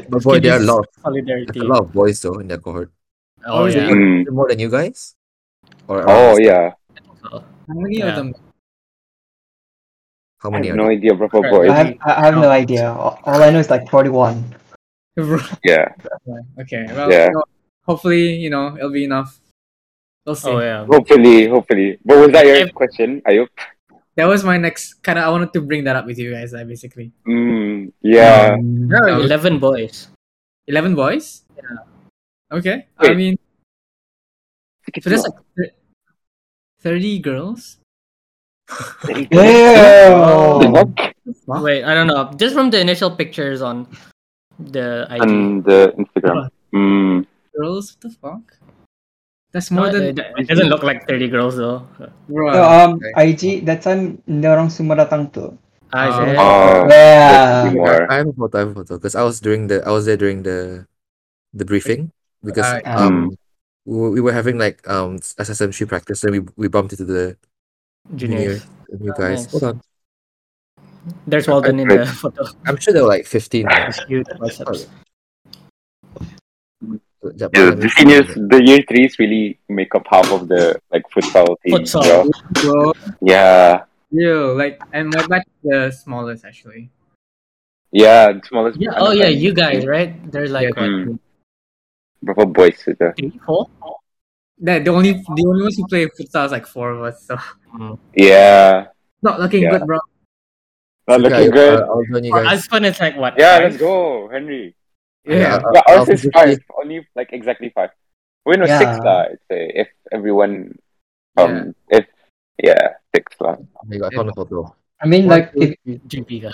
Speaker 1: But boy, there are a lot of like,
Speaker 5: solidarity.
Speaker 1: a lot of boys though in their cohort.
Speaker 5: Oh
Speaker 2: Always
Speaker 5: yeah.
Speaker 3: Mm.
Speaker 1: More than you guys? Or around
Speaker 3: Oh
Speaker 1: the-
Speaker 3: yeah.
Speaker 5: So,
Speaker 2: How many
Speaker 5: Yeah.
Speaker 2: of them?
Speaker 3: I
Speaker 1: how
Speaker 3: have
Speaker 1: many are
Speaker 3: no idea, bro. For
Speaker 5: Right.
Speaker 4: I
Speaker 3: boys.
Speaker 4: have I have no idea. All all I know is like forty-one.
Speaker 3: Yeah.
Speaker 2: okay. Well,
Speaker 3: Yeah.
Speaker 2: you know, hopefully you know it'll be enough. We'll see.
Speaker 5: oh yeah.
Speaker 3: Hopefully, hopefully. But was that your
Speaker 5: If-
Speaker 3: question? I hope.
Speaker 2: That was my next kind of. I wanted to bring that up with you guys. I basically
Speaker 3: Mm. Yeah.
Speaker 4: Um,
Speaker 5: There are eleven boys.
Speaker 2: eleven boys. Yeah. Okay.
Speaker 3: Wait.
Speaker 2: I mean,
Speaker 5: Mm.
Speaker 2: So there's like thir- 30 girls?
Speaker 3: Mm.
Speaker 4: Ew.
Speaker 3: Oh. What?
Speaker 2: Huh?
Speaker 5: Wait, I don't know. Just from the initial pictures on the IG,
Speaker 3: on the uh, Instagram. Mm.
Speaker 2: Girls? What the fuck? That's
Speaker 5: No, uh,
Speaker 2: more than.
Speaker 5: it, it doesn't look like thirty girls though.
Speaker 2: Bro,
Speaker 4: So, um,
Speaker 2: okay.
Speaker 4: IG, that time, orang sumaratang to.
Speaker 5: Ah, is
Speaker 2: Oh.
Speaker 5: it?
Speaker 3: Oh,
Speaker 4: Yeah.
Speaker 3: More.
Speaker 1: I, I have a photo, I have a photo. Because I was during the I was there during the the briefing because
Speaker 2: Alright.
Speaker 3: Mm.
Speaker 1: um we were- we were having like um SSMC practice and we we bumped into the
Speaker 5: Juniors. Oh,
Speaker 1: new
Speaker 5: nice.
Speaker 1: guys. Hold on.
Speaker 5: There's Walden in the photo.
Speaker 1: I'm sure there were like fifteen.
Speaker 5: His huge biceps.
Speaker 1: Jap-
Speaker 3: Yeah,
Speaker 1: let me-
Speaker 3: the seniors, the year threes really make up half of the like futsal team.
Speaker 5: Futsal.
Speaker 3: bro.
Speaker 2: bro.
Speaker 3: Yeah,
Speaker 2: Yo, like, and my batch is the smallest actually.
Speaker 3: yeah, the smallest.
Speaker 5: Yeah. Oh yeah, you guys, right? There's like
Speaker 2: Yeah.
Speaker 5: what,
Speaker 3: Mm. But for boys, uh, it's a-
Speaker 5: three, four.
Speaker 2: The, the only the only ones who play futsal is like four of us, so.
Speaker 3: yeah,
Speaker 2: Not looking
Speaker 3: Yeah.
Speaker 2: good, bro.
Speaker 3: not looking
Speaker 1: Okay, uh,
Speaker 3: good.
Speaker 1: I'll join you
Speaker 5: For
Speaker 1: guys.
Speaker 5: us, when it's like what?
Speaker 3: Yeah,
Speaker 5: five?
Speaker 3: let's go, Henry.
Speaker 2: Yeah.
Speaker 1: I'll-
Speaker 3: Yeah,
Speaker 1: uh, I'll
Speaker 3: ours is
Speaker 1: physically-
Speaker 3: five, only like exactly five. We know
Speaker 4: Yeah.
Speaker 3: six, lah, I'd say, if everyone, um, if yeah, six, lah.
Speaker 1: Oh my God, I found the photo.
Speaker 4: I mean, like, if,
Speaker 5: GP ka.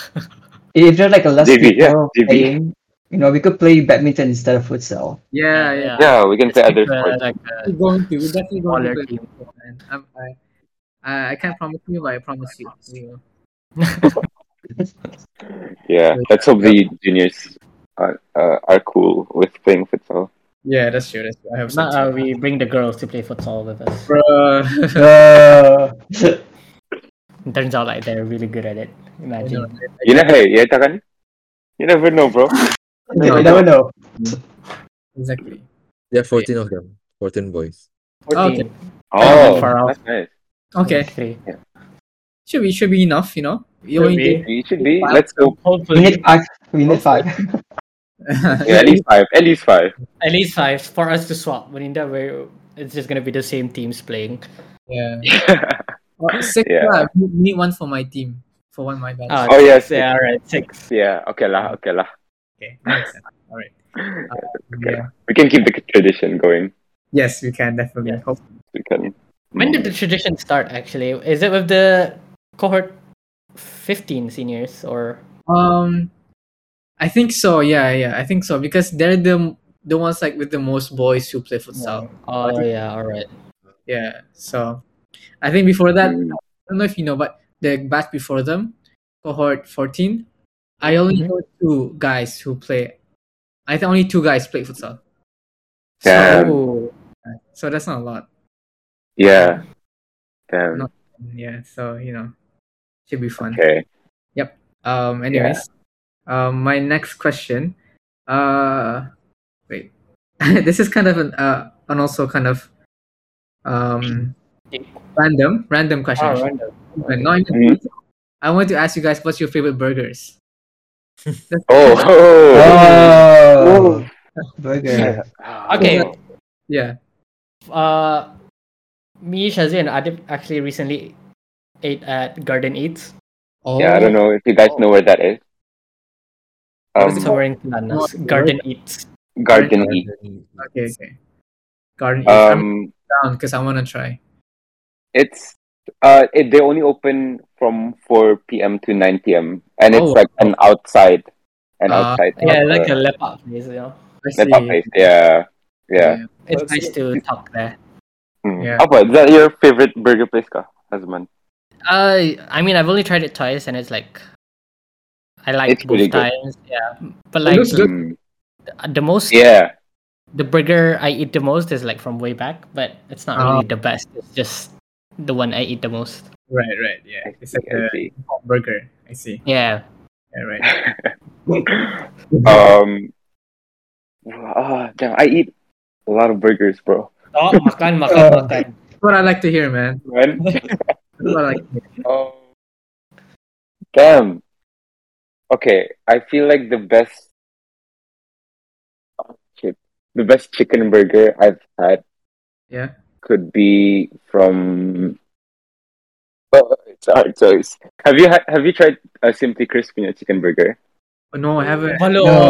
Speaker 4: if there are like a less
Speaker 3: JV, yeah,
Speaker 4: people
Speaker 3: JV.
Speaker 4: playing, you know, we could play badminton instead of futsal.
Speaker 2: Yeah, yeah.
Speaker 3: Yeah, we can
Speaker 5: Let's
Speaker 3: say other
Speaker 5: keep, uh,
Speaker 3: sports.
Speaker 5: like, uh,
Speaker 2: We're going to. We're definitely going
Speaker 5: smaller
Speaker 2: to. Play
Speaker 5: team.
Speaker 2: futsal, man. I'm, I, I, I can't promise you, but I promise you. you
Speaker 5: uh,
Speaker 2: know.
Speaker 3: Yeah, let's hope the juniors are uh, are cool with playing futsal.
Speaker 2: Yeah, that's true. That's true. I have
Speaker 5: Now uh, we bring the girls to play futsal with us.
Speaker 2: Bro.
Speaker 4: Uh,
Speaker 5: Turns out like they're really good at it. Imagine.
Speaker 3: You know, hey, yeah, kan? You never know, bro.
Speaker 4: we never know.
Speaker 2: Exactly.
Speaker 1: There are fourteen of them. Fourteen boys.
Speaker 5: 14,
Speaker 3: Oh,
Speaker 5: far off.
Speaker 3: that's nice.
Speaker 2: Okay.
Speaker 5: Three.
Speaker 2: Should be should be enough, you know. You
Speaker 5: Should
Speaker 2: only
Speaker 5: be.
Speaker 2: need-
Speaker 3: You should be. Let's go.
Speaker 4: We
Speaker 5: Hopefully,
Speaker 4: need five. We need five.
Speaker 3: Yeah, at least five. At least five.
Speaker 5: at least five for us to swap. But in that way, it's just gonna be the same teams playing.
Speaker 2: yeah.
Speaker 3: yeah.
Speaker 2: Uh, six.
Speaker 3: Yeah.
Speaker 2: Yeah. We we need one for my team, for one of my batch.
Speaker 5: Ah,
Speaker 3: Oh, yeah,
Speaker 5: six. Yeah, all right, six.
Speaker 3: Okay lah. Okay lah.
Speaker 2: okay. Makes sense. All right.
Speaker 3: Okay.
Speaker 2: Yeah.
Speaker 3: We can keep the tradition going.
Speaker 2: Yes, we can definitely.
Speaker 5: Yeah.
Speaker 2: Hope-
Speaker 3: We can.
Speaker 5: When did the tradition start? Actually, is it with the cohort fifteen seniors or?
Speaker 2: Um, I think so. Yeah, yeah. I think so because they're the the ones like with the most boys who play futsal.
Speaker 5: Oh yeah, all right.
Speaker 2: Yeah. So, I think before that,
Speaker 3: Mm.
Speaker 2: I don't know if you know, but the batch before them, cohort 14, I only know two guys who play. I think only two guys play futsal. So,
Speaker 3: Damn.
Speaker 5: Ooh.
Speaker 2: so that's not a lot.
Speaker 3: Yeah. Damn.
Speaker 2: No. Yeah. So, you know, should be fun.
Speaker 3: Okay.
Speaker 2: Um, anyways, um, my next question. Uh, wait. this is kind of an, uh, and also kind of, um, random, random question.
Speaker 5: Oh,
Speaker 2: actually.
Speaker 5: random.
Speaker 2: But not
Speaker 3: Mhm.
Speaker 2: even- I want to ask you guys what's your favorite burgers. That's-
Speaker 3: Oh,
Speaker 4: Oh,
Speaker 3: Whoa.
Speaker 4: burger.
Speaker 5: Okay.
Speaker 2: yeah.
Speaker 5: Uh, me, Shazia, and Adib actually recently ate at Garden Eats.
Speaker 2: Oh,
Speaker 3: Yeah, I don't know if you guys know where that is. Um,
Speaker 5: so we're in Planas. Garden Eats.
Speaker 3: Garden Eat.
Speaker 2: Okay, okay. Garden Eats. I'm
Speaker 3: Um,
Speaker 2: down because I want to try.
Speaker 3: it's uh, it, they only open from 4 p.m. to 9 p.m. and it's
Speaker 2: Oh.
Speaker 3: like an outside, an
Speaker 2: Ah,
Speaker 3: outside.
Speaker 5: Yeah,
Speaker 3: of
Speaker 5: like
Speaker 3: the-
Speaker 5: a leopard place, you know.
Speaker 2: I
Speaker 3: the pub place. Yeah, yeah.
Speaker 5: It's
Speaker 2: That's-
Speaker 5: nice to talk there.
Speaker 3: Mm.
Speaker 2: Yeah.
Speaker 3: Apa, is that your favorite burger place, ka, husband?
Speaker 5: Uh, I mean, I've only tried it twice, and it's like I liked
Speaker 3: It's pretty
Speaker 5: both
Speaker 3: good.
Speaker 5: times. Yeah, but
Speaker 2: It
Speaker 5: like
Speaker 2: looks good.
Speaker 3: Mm.
Speaker 5: the most,
Speaker 3: Yeah,
Speaker 5: the burger I eat the most is like from way back, but it's not
Speaker 3: Oh.
Speaker 5: really the best. It's just the one I eat the most.
Speaker 2: Right, right. Yeah.
Speaker 3: I
Speaker 2: It's
Speaker 3: see,
Speaker 2: like
Speaker 3: I
Speaker 2: a
Speaker 3: see.
Speaker 2: hot burger. I see.
Speaker 5: Yeah,
Speaker 2: Yeah, right.
Speaker 3: um, ah, damn, I eat a lot of burgers, bro.
Speaker 5: Oh, makan, makan,
Speaker 4: Oh.
Speaker 5: makan.
Speaker 2: That's what I like to hear, man.
Speaker 3: Man.
Speaker 2: That's what I like to hear.
Speaker 3: Um, damn. Okay, I feel like the best oh, shit. the best chicken burger I've had
Speaker 2: Yeah.
Speaker 3: could be from oh, it's a hard choice. Have you had have you tried a simply crispy chicken burger?
Speaker 2: Oh, no, I haven't.
Speaker 5: Hello.
Speaker 4: No,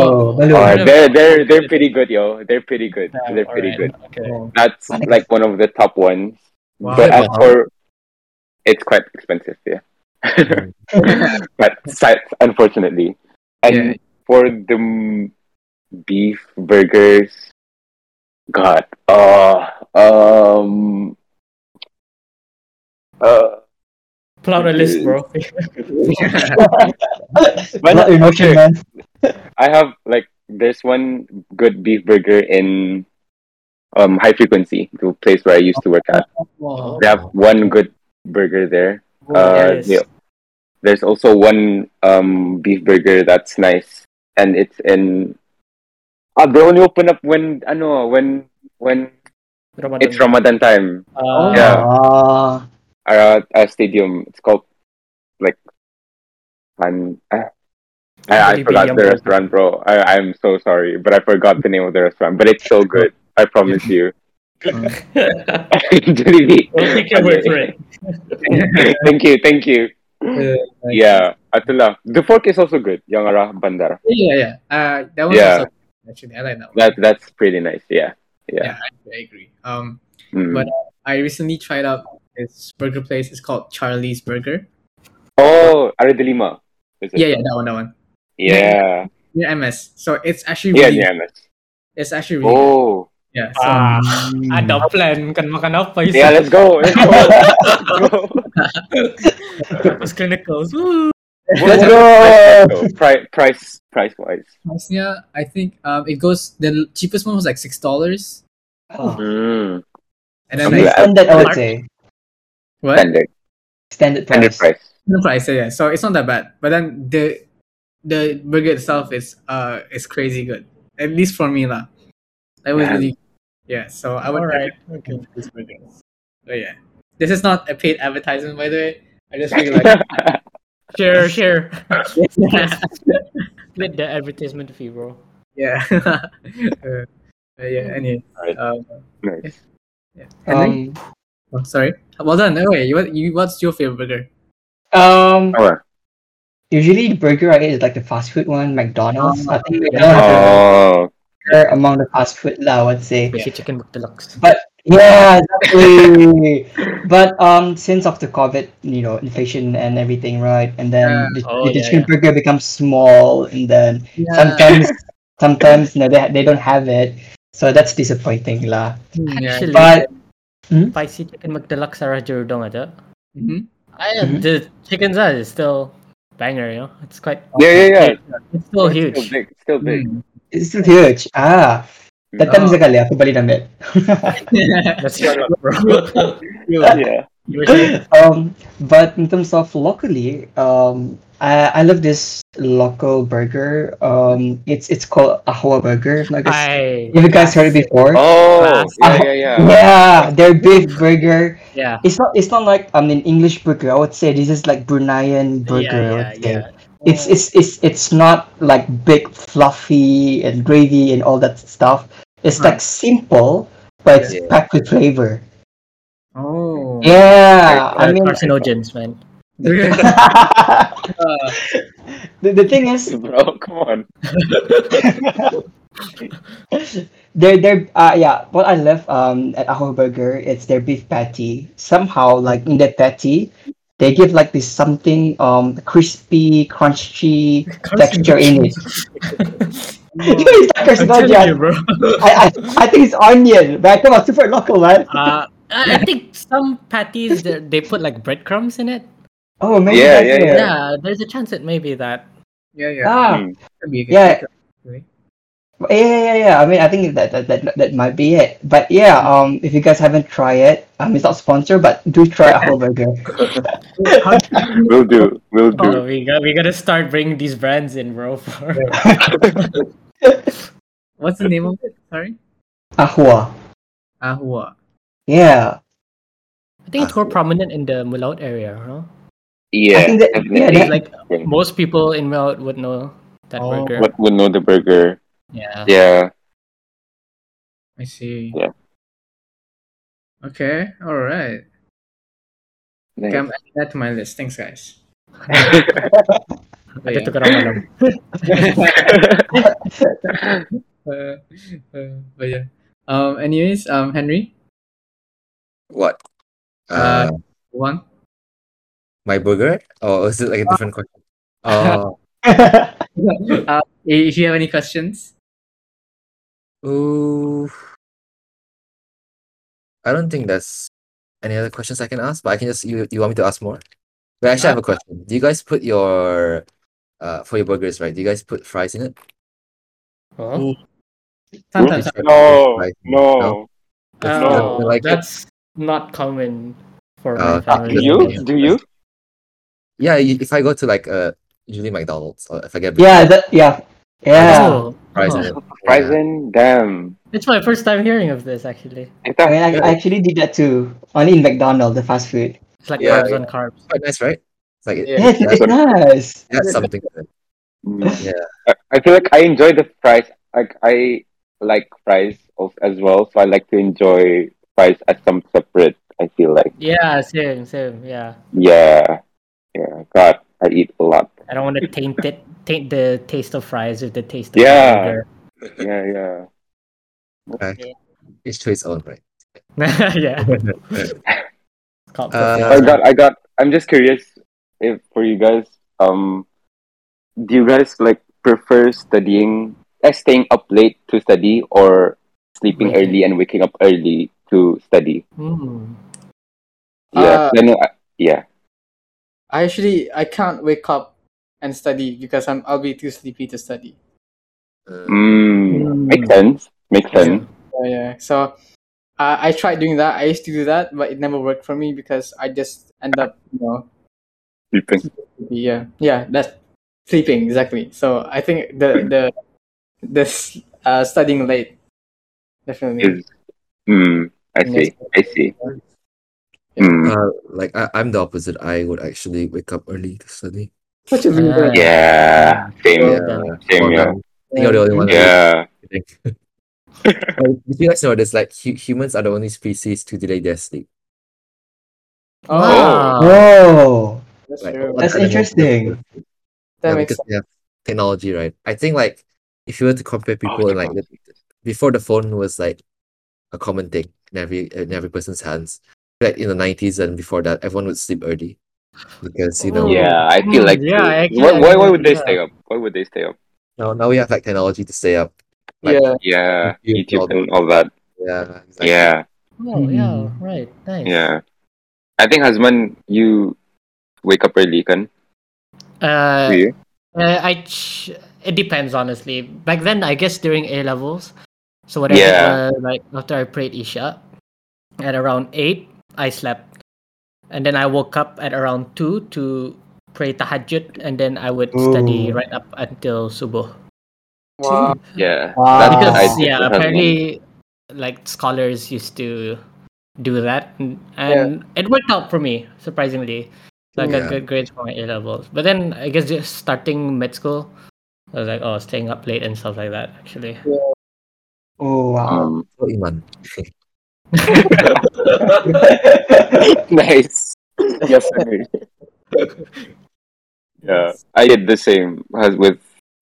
Speaker 4: hello.
Speaker 3: Uh,
Speaker 5: I've-
Speaker 3: they're they're they're pretty good, yo. They're pretty good. They're pretty
Speaker 5: Alright,
Speaker 3: good.
Speaker 5: Okay.
Speaker 3: That's
Speaker 4: Nice.
Speaker 3: like one of the top ones.
Speaker 2: Wow.
Speaker 3: But as
Speaker 6: Wow.
Speaker 3: for it's quite expensive, yeah. but sites, unfortunately. And
Speaker 2: Yeah.
Speaker 3: for the m- beef burgers, God, uh, um, uh,
Speaker 5: Pull out a list, bro.
Speaker 3: Why
Speaker 4: Lot
Speaker 3: not?
Speaker 4: of emotion,
Speaker 3: Okay.
Speaker 4: man.
Speaker 3: I have like there's one good beef burger in um high frequency, the place where I used to work at.
Speaker 2: Oh,
Speaker 3: They have one good burger there. Uh,
Speaker 5: Yes.
Speaker 3: yeah. There's also one um, beef burger that's nice, and it's in. Ah, they only open up when I know when when
Speaker 5: Ramadan.
Speaker 3: it's Ramadan time
Speaker 5: Uh,
Speaker 3: Yeah.
Speaker 4: Ah,
Speaker 3: at a stadium. It's called like, I'm I, I, I
Speaker 5: Really
Speaker 3: forgot the
Speaker 5: yum.
Speaker 3: restaurant, bro. I I'm so sorry, but I forgot the name of the restaurant. But it's so good. I promise you. Jollibee.
Speaker 5: We'll take your word for it.
Speaker 3: thank you, thank you.
Speaker 2: Yeah, like-
Speaker 3: Yeah, Atula. The fork is also good. Yang arah bandar.
Speaker 2: Yeah, yeah. Uh, that one's
Speaker 3: Yeah.
Speaker 2: also actually I like that one.
Speaker 3: That that's pretty nice. Yeah, yeah.
Speaker 2: Yeah. I agree. Um,
Speaker 3: Mm.
Speaker 2: But- I recently tried out this burger place. It's called Charlie's Burger.
Speaker 3: oh, Arah de Lima. Is it?
Speaker 2: Yeah, yeah, that one, that one.
Speaker 3: yeah,
Speaker 2: Yeah, MS. So it's actually
Speaker 3: yeah,
Speaker 2: really,
Speaker 3: yeah. nice.
Speaker 2: it's actually really,
Speaker 3: Oh,
Speaker 2: yeah. So,
Speaker 5: Ah, ada plan kan makan apa you
Speaker 3: yeah. Let's go. Let's go. Let's go.
Speaker 5: Campus clinicals. Woo.
Speaker 3: What-
Speaker 4: go!
Speaker 3: what price though? Pri- price, price wise.
Speaker 2: yeah, I think um, it goes. The cheapest one was like six dollars,
Speaker 4: Oh,
Speaker 3: Mm.
Speaker 2: and then
Speaker 3: Okay.
Speaker 2: like
Speaker 4: standard, I would say.
Speaker 2: what?
Speaker 3: Standard,
Speaker 4: Standard
Speaker 3: standard
Speaker 4: price.
Speaker 3: price.
Speaker 2: No price, yeah, yeah. So it's not that bad. But then the the burger itself is uh is crazy good. At least for me lah. That was
Speaker 3: Yeah.
Speaker 2: really yeah. So I would
Speaker 5: Alright,
Speaker 2: okay. this burger. But yeah, this is not a paid advertisement by the way. I just feel like
Speaker 5: Share, share. Split the advertisement fee, bro.
Speaker 2: yeah. uh, but yeah. Anyway.
Speaker 3: Alright.
Speaker 2: Um,
Speaker 3: nice.
Speaker 2: and then,
Speaker 4: Um,
Speaker 2: oh, sorry. Well done. Anyway, you, what- you what's your favorite burger?
Speaker 4: um,
Speaker 3: Oh,
Speaker 4: usually the burger I eat is like the fast food one, McDonald's. I think McDonald's
Speaker 3: oh,
Speaker 4: are among the fast food, lah, I would say.
Speaker 5: Spicy chicken with deluxe.
Speaker 4: Yeah, exactly. but um, since after COVID, you know, inflation and everything, right? And then
Speaker 2: Yeah.
Speaker 4: the,
Speaker 5: Oh,
Speaker 4: the
Speaker 5: yeah,
Speaker 4: chicken burger becomes small, and then sometimes, sometimes, you know, they, they don't have it. So that's disappointing, lah.
Speaker 5: Actually,
Speaker 4: But
Speaker 5: spicy chicken McDeluxe are jurudong ada.
Speaker 2: Mhm.
Speaker 5: I,
Speaker 4: Mhm.
Speaker 5: The chicken size is still banger, you know. It's quite.
Speaker 3: yeah, yeah, yeah.
Speaker 5: It's still
Speaker 3: It's
Speaker 5: huge.
Speaker 3: Still big. Still big.
Speaker 2: Mm.
Speaker 4: it's still huge. Ah,
Speaker 3: Mm.
Speaker 5: Oh.
Speaker 4: datang sekali aku balik ambil.
Speaker 5: That's your luck, bro.
Speaker 2: You-
Speaker 3: Yeah.
Speaker 5: You were saying?
Speaker 4: um, but in terms of locally, um, I, I love this local burger. Um, it's it's called Ahwa Burger. if not-
Speaker 5: I,
Speaker 4: if you guys heard it before,
Speaker 3: Oh,
Speaker 5: Class.
Speaker 3: yeah, yeah, yeah.
Speaker 4: yeah, their beef burger.
Speaker 5: yeah.
Speaker 4: It's not it's not like um an English burger. I would say this is like Bruneian burger. I
Speaker 5: yeah, yeah,
Speaker 4: would say.
Speaker 5: yeah.
Speaker 4: It's it's it's it's not like big fluffy and gravy and all that stuff. It's like simple, but it's
Speaker 1: Yeah.
Speaker 4: packed with flavor.
Speaker 6: Oh.
Speaker 4: Yeah, I
Speaker 3: Right,
Speaker 5: Uh,
Speaker 4: mean,
Speaker 5: carcinogens, man.
Speaker 4: the, the thing is,
Speaker 3: Bro, come on.
Speaker 4: they're they're uh, yeah. What I love um at Aho Burger, it's their beef patty. Somehow, like in that patty, they give like this something um crispy, crunchy texture in it. It's not
Speaker 5: I'm
Speaker 4: carcinogen.
Speaker 5: telling you, bro.
Speaker 4: I, I, I think it's onion, but come on, super local, man.
Speaker 5: Uh, I I think some patties they they put like breadcrumbs in it.
Speaker 4: Oh, maybe
Speaker 3: Yeah,
Speaker 4: that's
Speaker 3: yeah,
Speaker 4: it.
Speaker 5: Yeah, there's a chance it may be that.
Speaker 6: Yeah, yeah.
Speaker 4: Ah,
Speaker 3: Mm.
Speaker 6: Could be, could
Speaker 4: yeah.
Speaker 6: be.
Speaker 4: Yeah, yeah, yeah, yeah. I mean, I think that that, that that might be it. But yeah, um, if you guys haven't tried it, um, it's not sponsored, but do try a whole burger.
Speaker 3: We'll do. We'll do.
Speaker 5: Oh, we got we gotta start bringing these brands in, bro. For...
Speaker 6: What's the name of it? Sorry? Ah,
Speaker 4: Ahua.
Speaker 6: Ahua.
Speaker 4: Yeah.
Speaker 5: I think it's more prominent in the Mulaut area, huh?
Speaker 4: I
Speaker 3: Yeah.
Speaker 4: think that-
Speaker 3: definitely.
Speaker 4: yeah, that-
Speaker 5: Like most people in Mulaut would know that
Speaker 6: Oh.
Speaker 5: burger.
Speaker 3: What would know the burger?
Speaker 5: Yeah.
Speaker 3: Yeah.
Speaker 6: I see.
Speaker 3: Yeah.
Speaker 6: Okay, alright. Okay,
Speaker 3: Nice.
Speaker 6: I'm adding that to my list. Thanks, guys.
Speaker 5: I
Speaker 2: Oh,
Speaker 6: Yeah.
Speaker 5: took it on my own.
Speaker 6: Uh, uh, but yeah. Um. Anyways, um, Henry,
Speaker 1: What?
Speaker 6: Uh,
Speaker 1: Uh,
Speaker 6: one.
Speaker 1: my burger? Or is it like a different question? Oh,
Speaker 6: Uh, if you have any questions,
Speaker 1: ooh. I don't think that's any other questions I can ask, but I can just you you want me to ask more? But actually, I have a question. Do you guys put your uh for your burgers, right? Do you guys put fries in it?
Speaker 5: Huh? Uh,
Speaker 6: sometimes.
Speaker 3: no, no.
Speaker 1: That's-
Speaker 3: No.
Speaker 1: that's- I like it.
Speaker 5: that's not common for my
Speaker 1: Uh,
Speaker 5: family.
Speaker 3: Do you? Do you?
Speaker 1: Yeah, you, if I go to like uh usually McDonald's or if I get
Speaker 4: yeah. That. Yeah. Yeah.
Speaker 5: Oh, oh.
Speaker 1: fries in it.
Speaker 3: Fries
Speaker 1: Yeah.
Speaker 3: in? Damn.
Speaker 5: It's my first time hearing of this actually.
Speaker 4: I
Speaker 3: Is that-
Speaker 4: mean, I, I actually did that too. Only in McDonald's, the fast food.
Speaker 5: It's like
Speaker 1: Yeah,
Speaker 5: carbs
Speaker 1: yeah.
Speaker 5: on carbs.
Speaker 1: Quite nice, right? It's like it,
Speaker 4: Yeah, it's, it's nice.
Speaker 1: that's something. to it.
Speaker 3: Mm.
Speaker 1: Yeah.
Speaker 3: I- I feel like I enjoy the fries. Like I like fries of- as well, so I like to enjoy fries as some separate. I feel like
Speaker 5: Yeah, same, same. Yeah,
Speaker 3: yeah, yeah. God, I eat a lot.
Speaker 5: I don't want to taint it, taint the taste of fries with the taste of
Speaker 3: Yeah.
Speaker 5: burger.
Speaker 3: Yeah, yeah.
Speaker 1: Each to its own, right?
Speaker 5: yeah. It's called
Speaker 1: Uh,
Speaker 5: perfect.
Speaker 3: I got, I got. I'm just curious if for you guys, um, do you guys like prefer studying, uh, staying up late to study, or sleeping
Speaker 5: Waking.
Speaker 3: early and waking up early to study?
Speaker 5: Mm.
Speaker 3: Yeah,
Speaker 2: Uh,
Speaker 3: then, uh, yeah.
Speaker 2: I actually I can't wake up and study because I'm I'll be too sleepy to study.
Speaker 1: Uh,
Speaker 3: Mm, Makes sense. Makes sense.
Speaker 2: Yeah, yeah. So uh, I tried doing that. I used to do that, but it never worked for me because I just end up, you know,
Speaker 3: Sleeping.
Speaker 2: yeah, yeah. That's sleeping exactly. So I think
Speaker 3: Hmm.
Speaker 2: the the this uh, studying late definitely.
Speaker 3: Is, mm, I
Speaker 2: Yes.
Speaker 3: see. I see. Mm,
Speaker 1: uh, like I, I'm the opposite. I would actually wake up early to study.
Speaker 2: Such a
Speaker 5: Uh,
Speaker 2: loser.
Speaker 3: yeah. Same.
Speaker 5: Yeah.
Speaker 3: Same.
Speaker 1: Well,
Speaker 3: Yeah.
Speaker 1: um, You're the only one. that
Speaker 3: Yeah.
Speaker 1: I think. Well, Did you guys know this? Like hu- humans are the only species to delay their sleep.
Speaker 2: Oh,
Speaker 5: Uh.
Speaker 4: Whoa.
Speaker 2: that's
Speaker 1: Like,
Speaker 2: true.
Speaker 1: all
Speaker 4: That's
Speaker 1: animals-
Speaker 4: interesting.
Speaker 2: That
Speaker 1: yeah,
Speaker 2: makes
Speaker 1: because they have technology, right? I think like if you were to compare
Speaker 3: Oh,
Speaker 1: people in like the, before the phone was like a common thing in every in every person's hands, like in the nineties and before that, everyone would sleep early because you
Speaker 5: Oh.
Speaker 1: know
Speaker 3: Yeah. I feel
Speaker 5: Mm,
Speaker 3: like.
Speaker 5: yeah, I actually-
Speaker 3: why, why, why would they
Speaker 5: yeah.
Speaker 3: stay up? Why would they stay up?
Speaker 1: now now we have like technology to stay up. Like,
Speaker 2: yeah.
Speaker 3: Yeah,
Speaker 1: YouTube
Speaker 3: YouTube
Speaker 1: and
Speaker 3: and all that.
Speaker 1: yeah, exactly.
Speaker 3: Yeah,
Speaker 5: Oh, yeah,
Speaker 4: Mm.
Speaker 5: right. Nice.
Speaker 3: yeah. I think Hasman, you wake up early, kan?
Speaker 5: Uh,
Speaker 3: Do you?
Speaker 5: Uh, I ch- it depends honestly. Back then, I guess during A levels, so whatever
Speaker 3: Yeah.
Speaker 5: uh, like after I prayed Isha, at around eight, I slept. and then I woke up at around two to pray tahajjud, and then I would study
Speaker 4: Ooh.
Speaker 5: right up until subuh.
Speaker 2: Wow.
Speaker 3: Yeah.
Speaker 4: Wow.
Speaker 3: That's what I
Speaker 5: uh, Because
Speaker 3: did
Speaker 5: yeah,
Speaker 3: as well.
Speaker 5: apparently, like scholars used to do that, and, and it worked out for me surprisingly. So I got
Speaker 1: Yeah.
Speaker 5: good grades for my A levels, but then I guess just starting med school, I was like, oh, staying up late and stuff like that. Actually,
Speaker 4: Oh wow.
Speaker 3: Um,
Speaker 1: Oh, Iman.
Speaker 4: Uh.
Speaker 3: nice. Yes, sir. yeah, I did the same as with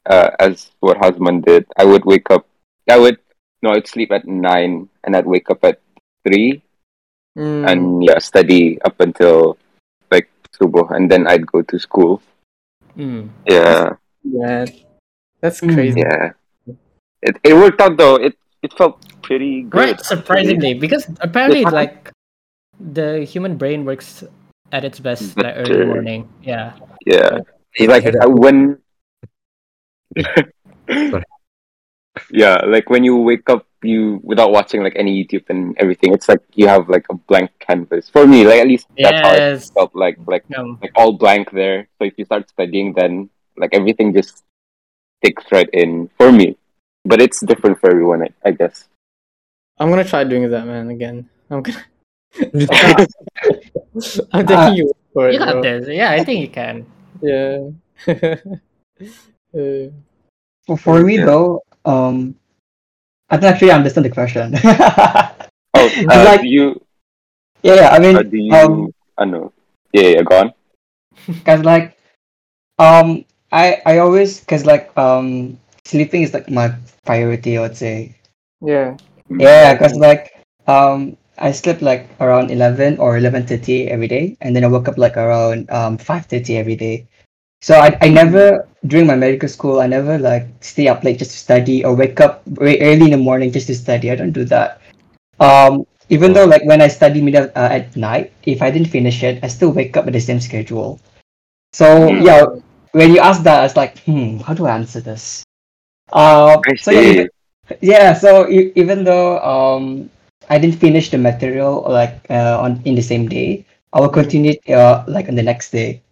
Speaker 3: uh, as what Hasman did. I would wake up. I would no, I'd sleep at nine, and I'd wake up at three,
Speaker 6: Mm,
Speaker 5: Hmm.
Speaker 3: and yeah, study up until like subuh, and then I'd go to school.
Speaker 5: Mm.
Speaker 3: Yeah,
Speaker 2: yeah.
Speaker 6: That's
Speaker 4: Mm.
Speaker 6: crazy.
Speaker 3: yeah. It it worked out though. It it felt pretty good.
Speaker 5: right, surprisingly, because apparently,
Speaker 3: Yeah.
Speaker 5: like the human brain works at its best like early
Speaker 3: Better.
Speaker 5: morning. Yeah,
Speaker 3: Yeah,
Speaker 1: Hey,
Speaker 3: like
Speaker 1: hear
Speaker 3: I,
Speaker 1: that?
Speaker 3: when yeah like when you wake up you without watching like any youtube and everything it's like you have like a blank canvas for me like at least that's how it
Speaker 5: yes.
Speaker 3: felt like like
Speaker 5: Um,
Speaker 3: like all blank there so if you start studying then like everything just sticks right in for me but it's different for everyone i, I guess
Speaker 6: I'm gonna try doing that, man. Again, I'm gonna. I'm taking
Speaker 4: Uh,
Speaker 6: you for it,
Speaker 5: you got
Speaker 6: bro.
Speaker 5: this. Yeah, I think you can.
Speaker 6: Yeah. Uh,
Speaker 4: For, for me
Speaker 3: Yeah.
Speaker 4: though, um, I don't actually understand the question.
Speaker 3: oh uh,
Speaker 4: Like-
Speaker 3: do you
Speaker 4: yeah, I mean,
Speaker 3: uh, do you
Speaker 4: um,
Speaker 3: i know yeah yeah go on
Speaker 4: Cause like, um, I I always cause like um sleeping is like my priority. I would say.
Speaker 6: yeah.
Speaker 3: Mm-hmm.
Speaker 4: Yeah, cause like um I slept like around eleven or eleven thirty every day, and then I woke up like around um five thirty every day. So I I never
Speaker 3: Mm-hmm.
Speaker 4: during my medical school I never like stay up late just to study or wake up very early in the morning just to study. I don't do that. Um, even though like when I study mid uh, at night, if I didn't finish it, I still wake up at the same schedule. So
Speaker 3: Mm.
Speaker 4: yeah, when you ask that, I was like, hmm, how do I answer this? Uh,
Speaker 3: i
Speaker 4: so yeah,
Speaker 3: see
Speaker 4: yeah, so e- even though um I didn't finish the material like uh, on in the same day, I will continue uh, like on the next day.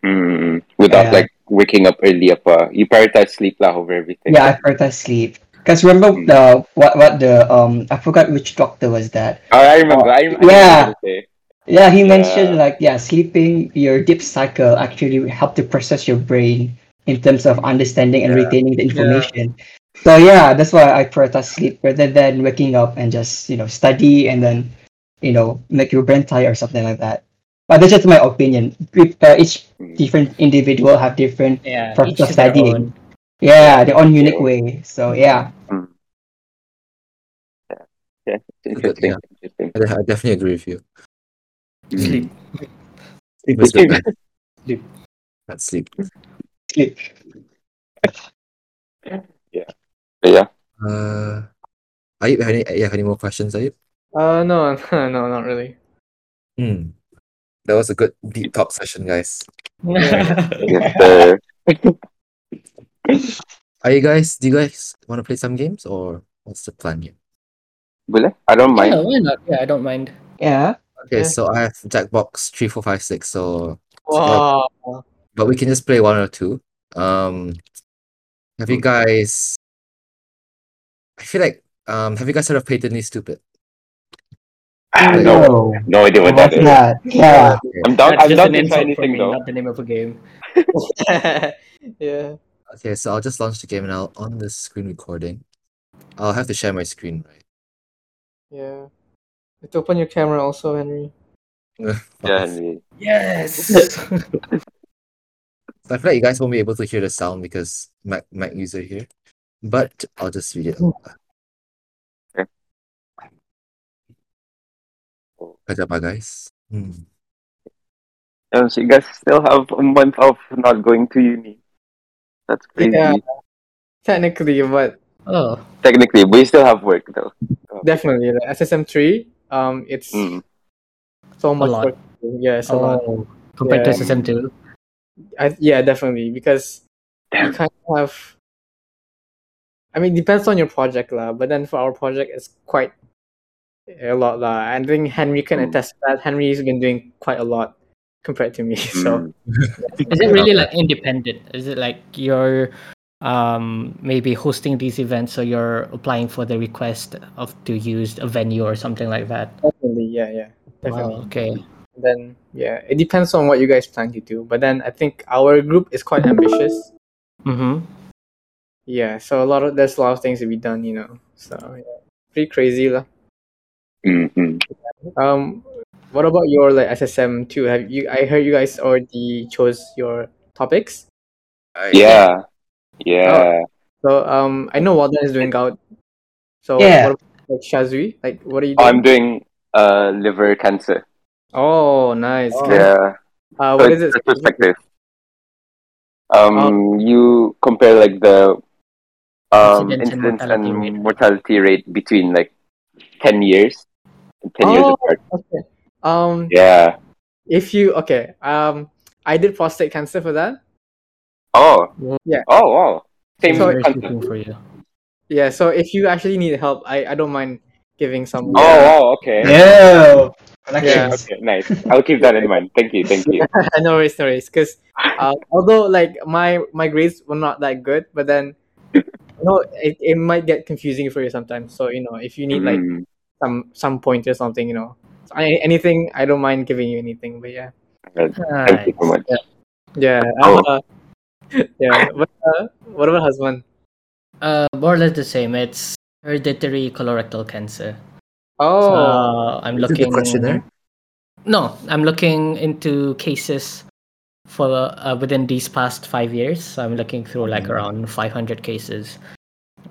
Speaker 3: Mm, without
Speaker 4: Yeah.
Speaker 3: like waking up early up uh, you prioritize sleep lah over everything
Speaker 4: Yeah, I prioritize sleep. Cause remember
Speaker 3: Mm.
Speaker 4: the what what the um I forgot which doctor was that.
Speaker 3: Oh, I remember. I, rem- I
Speaker 4: Yeah.
Speaker 3: Remember the day.
Speaker 4: Yeah, he mentioned
Speaker 3: Yeah.
Speaker 4: like yeah, sleeping your deep cycle actually help to process your brain in terms of understanding and
Speaker 1: Yeah.
Speaker 4: retaining the information. So yeah, that's why I prioritize sleep rather than waking up and just you know study and then you know make your brain tired or something like that. But that's just my opinion. Pe- uh, Each
Speaker 3: Mm-hmm.
Speaker 4: different individual have different
Speaker 5: Yeah,
Speaker 4: For-
Speaker 5: each
Speaker 4: for
Speaker 5: to their
Speaker 4: studying.
Speaker 5: own.
Speaker 4: yeah their own unique
Speaker 3: Yeah.
Speaker 4: way. So yeah,
Speaker 3: Interesting.
Speaker 1: Yeah.
Speaker 3: Interesting.
Speaker 1: I I definitely agree with you. Mm.
Speaker 5: Sleep.
Speaker 1: Sleep is good, man.
Speaker 5: Sleep.
Speaker 1: Can't sleep.
Speaker 4: sleep.
Speaker 3: But yeah.
Speaker 1: Uh, Ayub, have any, you have any more questions, Ayub?
Speaker 6: Uh, no, no, not really.
Speaker 1: Hmm. That was a good deep talk session, guys.
Speaker 3: Yes, sir.
Speaker 1: Are you guys? Do you guys want to play some games, or what's the plan here?
Speaker 3: Boleh? I don't
Speaker 5: Yeah,
Speaker 3: mind.
Speaker 5: why not? Yeah, I don't mind.
Speaker 4: Yeah.
Speaker 1: Okay,
Speaker 6: Yeah.
Speaker 1: so I have Jackbox three, four, five, six. So,
Speaker 6: Wow.
Speaker 1: but we can just play one or two. Um, have you guys? I feel like um, have you guys heard of patently stupid?
Speaker 3: Ah,
Speaker 1: Like-
Speaker 3: no,
Speaker 4: Oh,
Speaker 3: no idea what that
Speaker 4: what's
Speaker 3: is.
Speaker 4: that?
Speaker 5: Uh,
Speaker 4: Yeah.
Speaker 3: I'm down.
Speaker 5: That's
Speaker 3: I'm
Speaker 5: just
Speaker 3: down
Speaker 5: an
Speaker 3: to try
Speaker 5: insult for
Speaker 3: anything
Speaker 5: me,
Speaker 3: though.
Speaker 5: not the name of a game.
Speaker 6: yeah.
Speaker 1: Okay, so I'll just launch the game and I'll on the screen recording. I'll have to share my screen, right?
Speaker 6: Yeah. Let's open your camera also, Henry.
Speaker 3: Yeah,
Speaker 1: Fuck.
Speaker 3: Henry.
Speaker 5: Yes.
Speaker 1: I feel like you guys won't be able to hear the sound because Mac Mac user here, but I'll just read it. out loud.
Speaker 3: Okay.
Speaker 1: Kajapa, guys. Hmm.
Speaker 3: Oh, so you guys still have a month of not going to uni. That's crazy.
Speaker 6: Yeah. Technically, but
Speaker 5: oh,
Speaker 3: Technically, we still have work though.
Speaker 6: definitely, like SSM three. Um, it's
Speaker 3: Mm.
Speaker 6: so much
Speaker 5: lot.
Speaker 6: work. to do. Yeah, it's a lot.
Speaker 5: oh, compared
Speaker 6: Yeah.
Speaker 5: to SSM2.
Speaker 6: I, yeah, definitely, because you
Speaker 3: Damn.
Speaker 6: kind of have. I mean, it depends on your project, lah. But then for our project, it's quite
Speaker 2: a lot lah. I think Henry can
Speaker 3: Mm.
Speaker 2: attest to that. Henry's been doing quite a lot compared to me. So
Speaker 3: Mm.
Speaker 5: Is it really like independent? Is it like you're um, maybe hosting these events, so you're applying for the request of to use a venue or something like that?
Speaker 2: definitely, yeah, yeah, definitely.
Speaker 5: Wow, okay.
Speaker 2: Then yeah, it depends on what you guys plan to do. But then I think our group is quite ambitious.
Speaker 5: Mm-hmm.
Speaker 2: Yeah, so a lot of there's a lot of things to be done, you know. So yeah, pretty crazy lah.
Speaker 3: Mhm.
Speaker 2: Um, what about your like SSM too? Have you? I heard you guys already chose your topics.
Speaker 3: Yeah. Yeah.
Speaker 4: Oh.
Speaker 2: So um, I know Walden is doing gout. So
Speaker 4: Yeah.
Speaker 2: what about, like Shazui, like what are you
Speaker 3: Oh, I'm
Speaker 2: doing?
Speaker 3: doing uh liver cancer.
Speaker 2: Oh, nice.
Speaker 3: Yeah.
Speaker 2: Uh,
Speaker 3: So
Speaker 2: what
Speaker 3: it's
Speaker 2: is it? Oh.
Speaker 3: retrospective. Um, you compare like the um,
Speaker 5: Incidence and
Speaker 3: incidence and
Speaker 5: mortality
Speaker 3: mortality,
Speaker 5: rate.
Speaker 3: rate between like ten years, and ten years
Speaker 2: Oh.
Speaker 3: apart.
Speaker 2: Okay. Um,
Speaker 3: Yeah.
Speaker 2: if you okay. Um, I did prostate cancer for that.
Speaker 3: Oh.
Speaker 2: Yeah.
Speaker 3: Oh wow. Same
Speaker 2: So-
Speaker 5: Very
Speaker 3: concept.
Speaker 5: shocking for you.
Speaker 2: Yeah. So if you actually need help, I I don't mind giving some.
Speaker 3: Oh wow. Okay.
Speaker 4: No.
Speaker 2: Yeah.
Speaker 4: Connections.
Speaker 3: Okay. Nice. I'll keep that in mind. Thank you. Thank you.
Speaker 2: no worries, no worries. Because uh, although like my my grades were not that good, but then you know it, it might get confusing for you sometimes. So you know if you need like
Speaker 5: Mm-hmm.
Speaker 3: Mm.
Speaker 2: some some point or something, you know so I, anything, I don't mind giving you anything. But yeah,
Speaker 3: Thank you so much.
Speaker 2: yeah,
Speaker 3: Oh.
Speaker 2: uh, yeah. But, uh, what about husband?
Speaker 5: Uh, more or less the same. It's hereditary colorectal cancer.
Speaker 2: Oh,
Speaker 5: So I'm
Speaker 1: Is it
Speaker 5: looking.
Speaker 1: the questionnaire?
Speaker 5: No, I'm looking into cases for uh, within these past five years. So I'm looking through
Speaker 3: Mm-hmm.
Speaker 5: like around 500 cases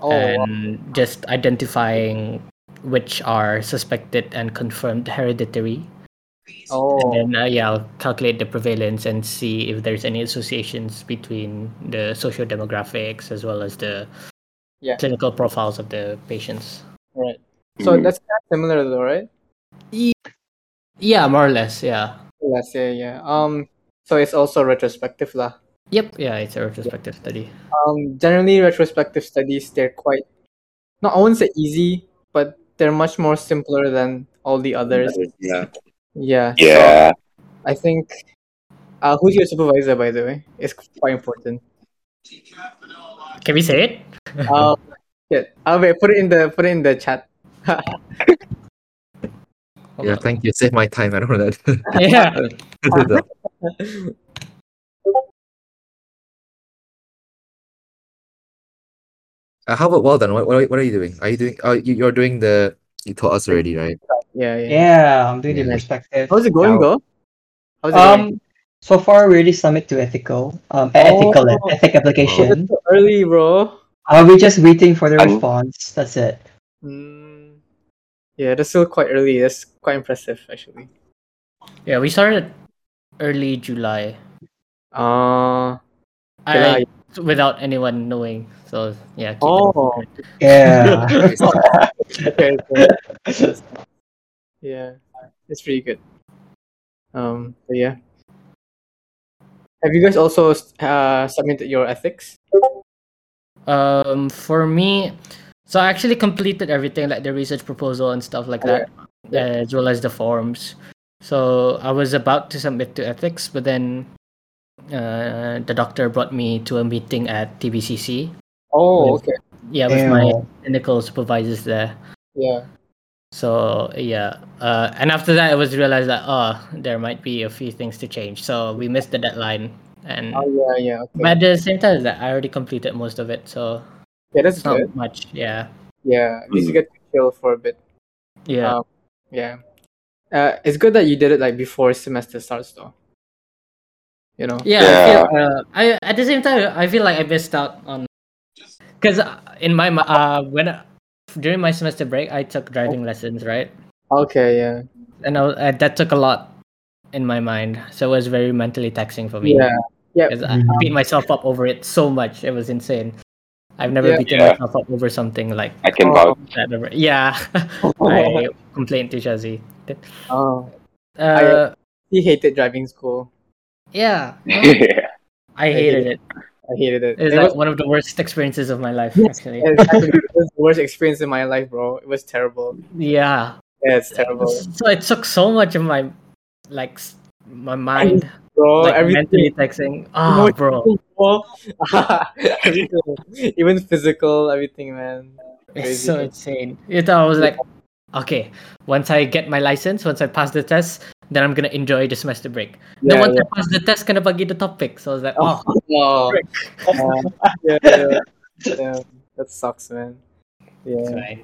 Speaker 2: oh, wow.
Speaker 5: and just identifying which are suspected and confirmed hereditary.
Speaker 2: oh,
Speaker 5: And then uh, yeah, I'll calculate the prevalence and see if there's any associations between the social demographics as well as the
Speaker 2: Yeah.
Speaker 5: clinical profiles of the patients.
Speaker 2: right. So
Speaker 3: Mm.
Speaker 5: Mm-hmm.
Speaker 2: that's kind of similar though, right?
Speaker 5: Yeah, more or less. Yeah.
Speaker 2: Yes, yeah, yeah. Um, so it's also retrospective lah.
Speaker 5: Yep. Yeah, it's a retrospective study.
Speaker 2: um, generally retrospective studies they're quite not I wouldn't say easy, but they're much more simpler than all the others.
Speaker 1: Yeah.
Speaker 2: Yeah. so
Speaker 3: Yeah.
Speaker 2: I think uh, who's your supervisor by the way? It's quite important.
Speaker 5: Can we say it?
Speaker 2: Um shit. Oh wait, put it in the put it in the chat.
Speaker 5: Hold
Speaker 1: Yeah,
Speaker 5: on.
Speaker 1: thank you. Save my time. I don't know that.
Speaker 5: yeah.
Speaker 1: Uh, how about well done? What, what, are- what are you doing? Are you doing? Oh, you, you're doing the. You told us already, right?
Speaker 2: Yeah, yeah. Oh,
Speaker 4: Yeah, I'm doing the
Speaker 1: Yeah.
Speaker 4: perspective.
Speaker 2: How's it going
Speaker 4: now.
Speaker 2: though? How's it going?
Speaker 4: Um, so far we already submit to ethical, um, ethical,
Speaker 2: Oh.
Speaker 4: ethic application.
Speaker 2: So early bro.
Speaker 4: Uh, we're just waiting for the
Speaker 3: Oh.
Speaker 4: response. That's it.
Speaker 2: Mm, yeah, that's still quite early. That's quite impressive actually.
Speaker 5: Yeah, we started early July.
Speaker 2: Uh
Speaker 5: I, without anyone knowing. So yeah. keep it a
Speaker 2: Oh.
Speaker 5: secret.
Speaker 4: Yeah.
Speaker 2: okay, okay. yeah, it's pretty good. Um, but yeah. Have you guys also uh, submitted your ethics?
Speaker 5: Um, for me, so I actually completed everything like the research proposal and stuff like that,
Speaker 2: Yeah.
Speaker 5: as well as the forms. So I was about to submit to ethics, but then uh, the doctor brought me to a meeting at TBCC. Yes.
Speaker 2: Oh, okay.
Speaker 5: Yeah, with my clinical supervisors there.
Speaker 2: Yeah.
Speaker 5: So yeah, uh, and after that, I was realized that oh, there might be a few things to change. So we missed the deadline, and
Speaker 2: Oh, yeah, yeah. Okay.
Speaker 5: but at the same time, as that I already completed most of it, so
Speaker 2: yeah, that's
Speaker 5: it's not
Speaker 2: good.
Speaker 5: much. Yeah,
Speaker 2: Yeah, at least you get to chill for a bit.
Speaker 5: yeah,
Speaker 2: Um, Yeah. Uh, it's good that you did it like before semester starts, though. You know.
Speaker 5: yeah. I, feel, uh, I at the same time, I feel like I missed out on because in my mi- uh when I- during my semester break, I took driving lessons, right?
Speaker 2: Okay. Yeah.
Speaker 5: And I, was- uh, that took a lot in my mind, so it was very mentally taxing for me.
Speaker 2: Yeah. Yeah.
Speaker 5: because I beat myself up over it so much. It was insane. I've never
Speaker 2: Yeah.
Speaker 5: beaten
Speaker 3: Yeah.
Speaker 5: myself up over something like
Speaker 3: I can
Speaker 2: Oh.
Speaker 3: vouch.
Speaker 5: that. Ever. Yeah, I complained to Shazi.
Speaker 2: Oh,
Speaker 5: Uh,
Speaker 2: he hated driving school.
Speaker 5: yeah,
Speaker 3: yeah.
Speaker 5: I hated it.
Speaker 2: I hated it.
Speaker 5: It was
Speaker 2: It
Speaker 5: like
Speaker 2: was-
Speaker 5: one of the worst experiences of my life, actually.
Speaker 2: Exactly. it was the worst experience in my life, bro. It was terrible.
Speaker 5: Yeah,
Speaker 2: Yeah, it's terrible.
Speaker 5: So it took so much of my like s- my mind,
Speaker 2: Bro,
Speaker 5: like mentally
Speaker 2: Oh, everything.
Speaker 5: taxing. Ah,
Speaker 2: it's
Speaker 5: bro,
Speaker 2: everything. Even physical, everything, man.
Speaker 5: it's
Speaker 2: crazy.
Speaker 5: so insane. You thought I was like, okay, once I get my license, once I pass the test, then I'm gonna enjoy the semester break. Then
Speaker 2: Yeah,
Speaker 5: once
Speaker 2: yeah.
Speaker 5: I pass the test, kena bagi the topic. So I was like, oh,
Speaker 2: Oh. yeah, yeah, yeah. That sucks, man. Yeah.
Speaker 5: that's right.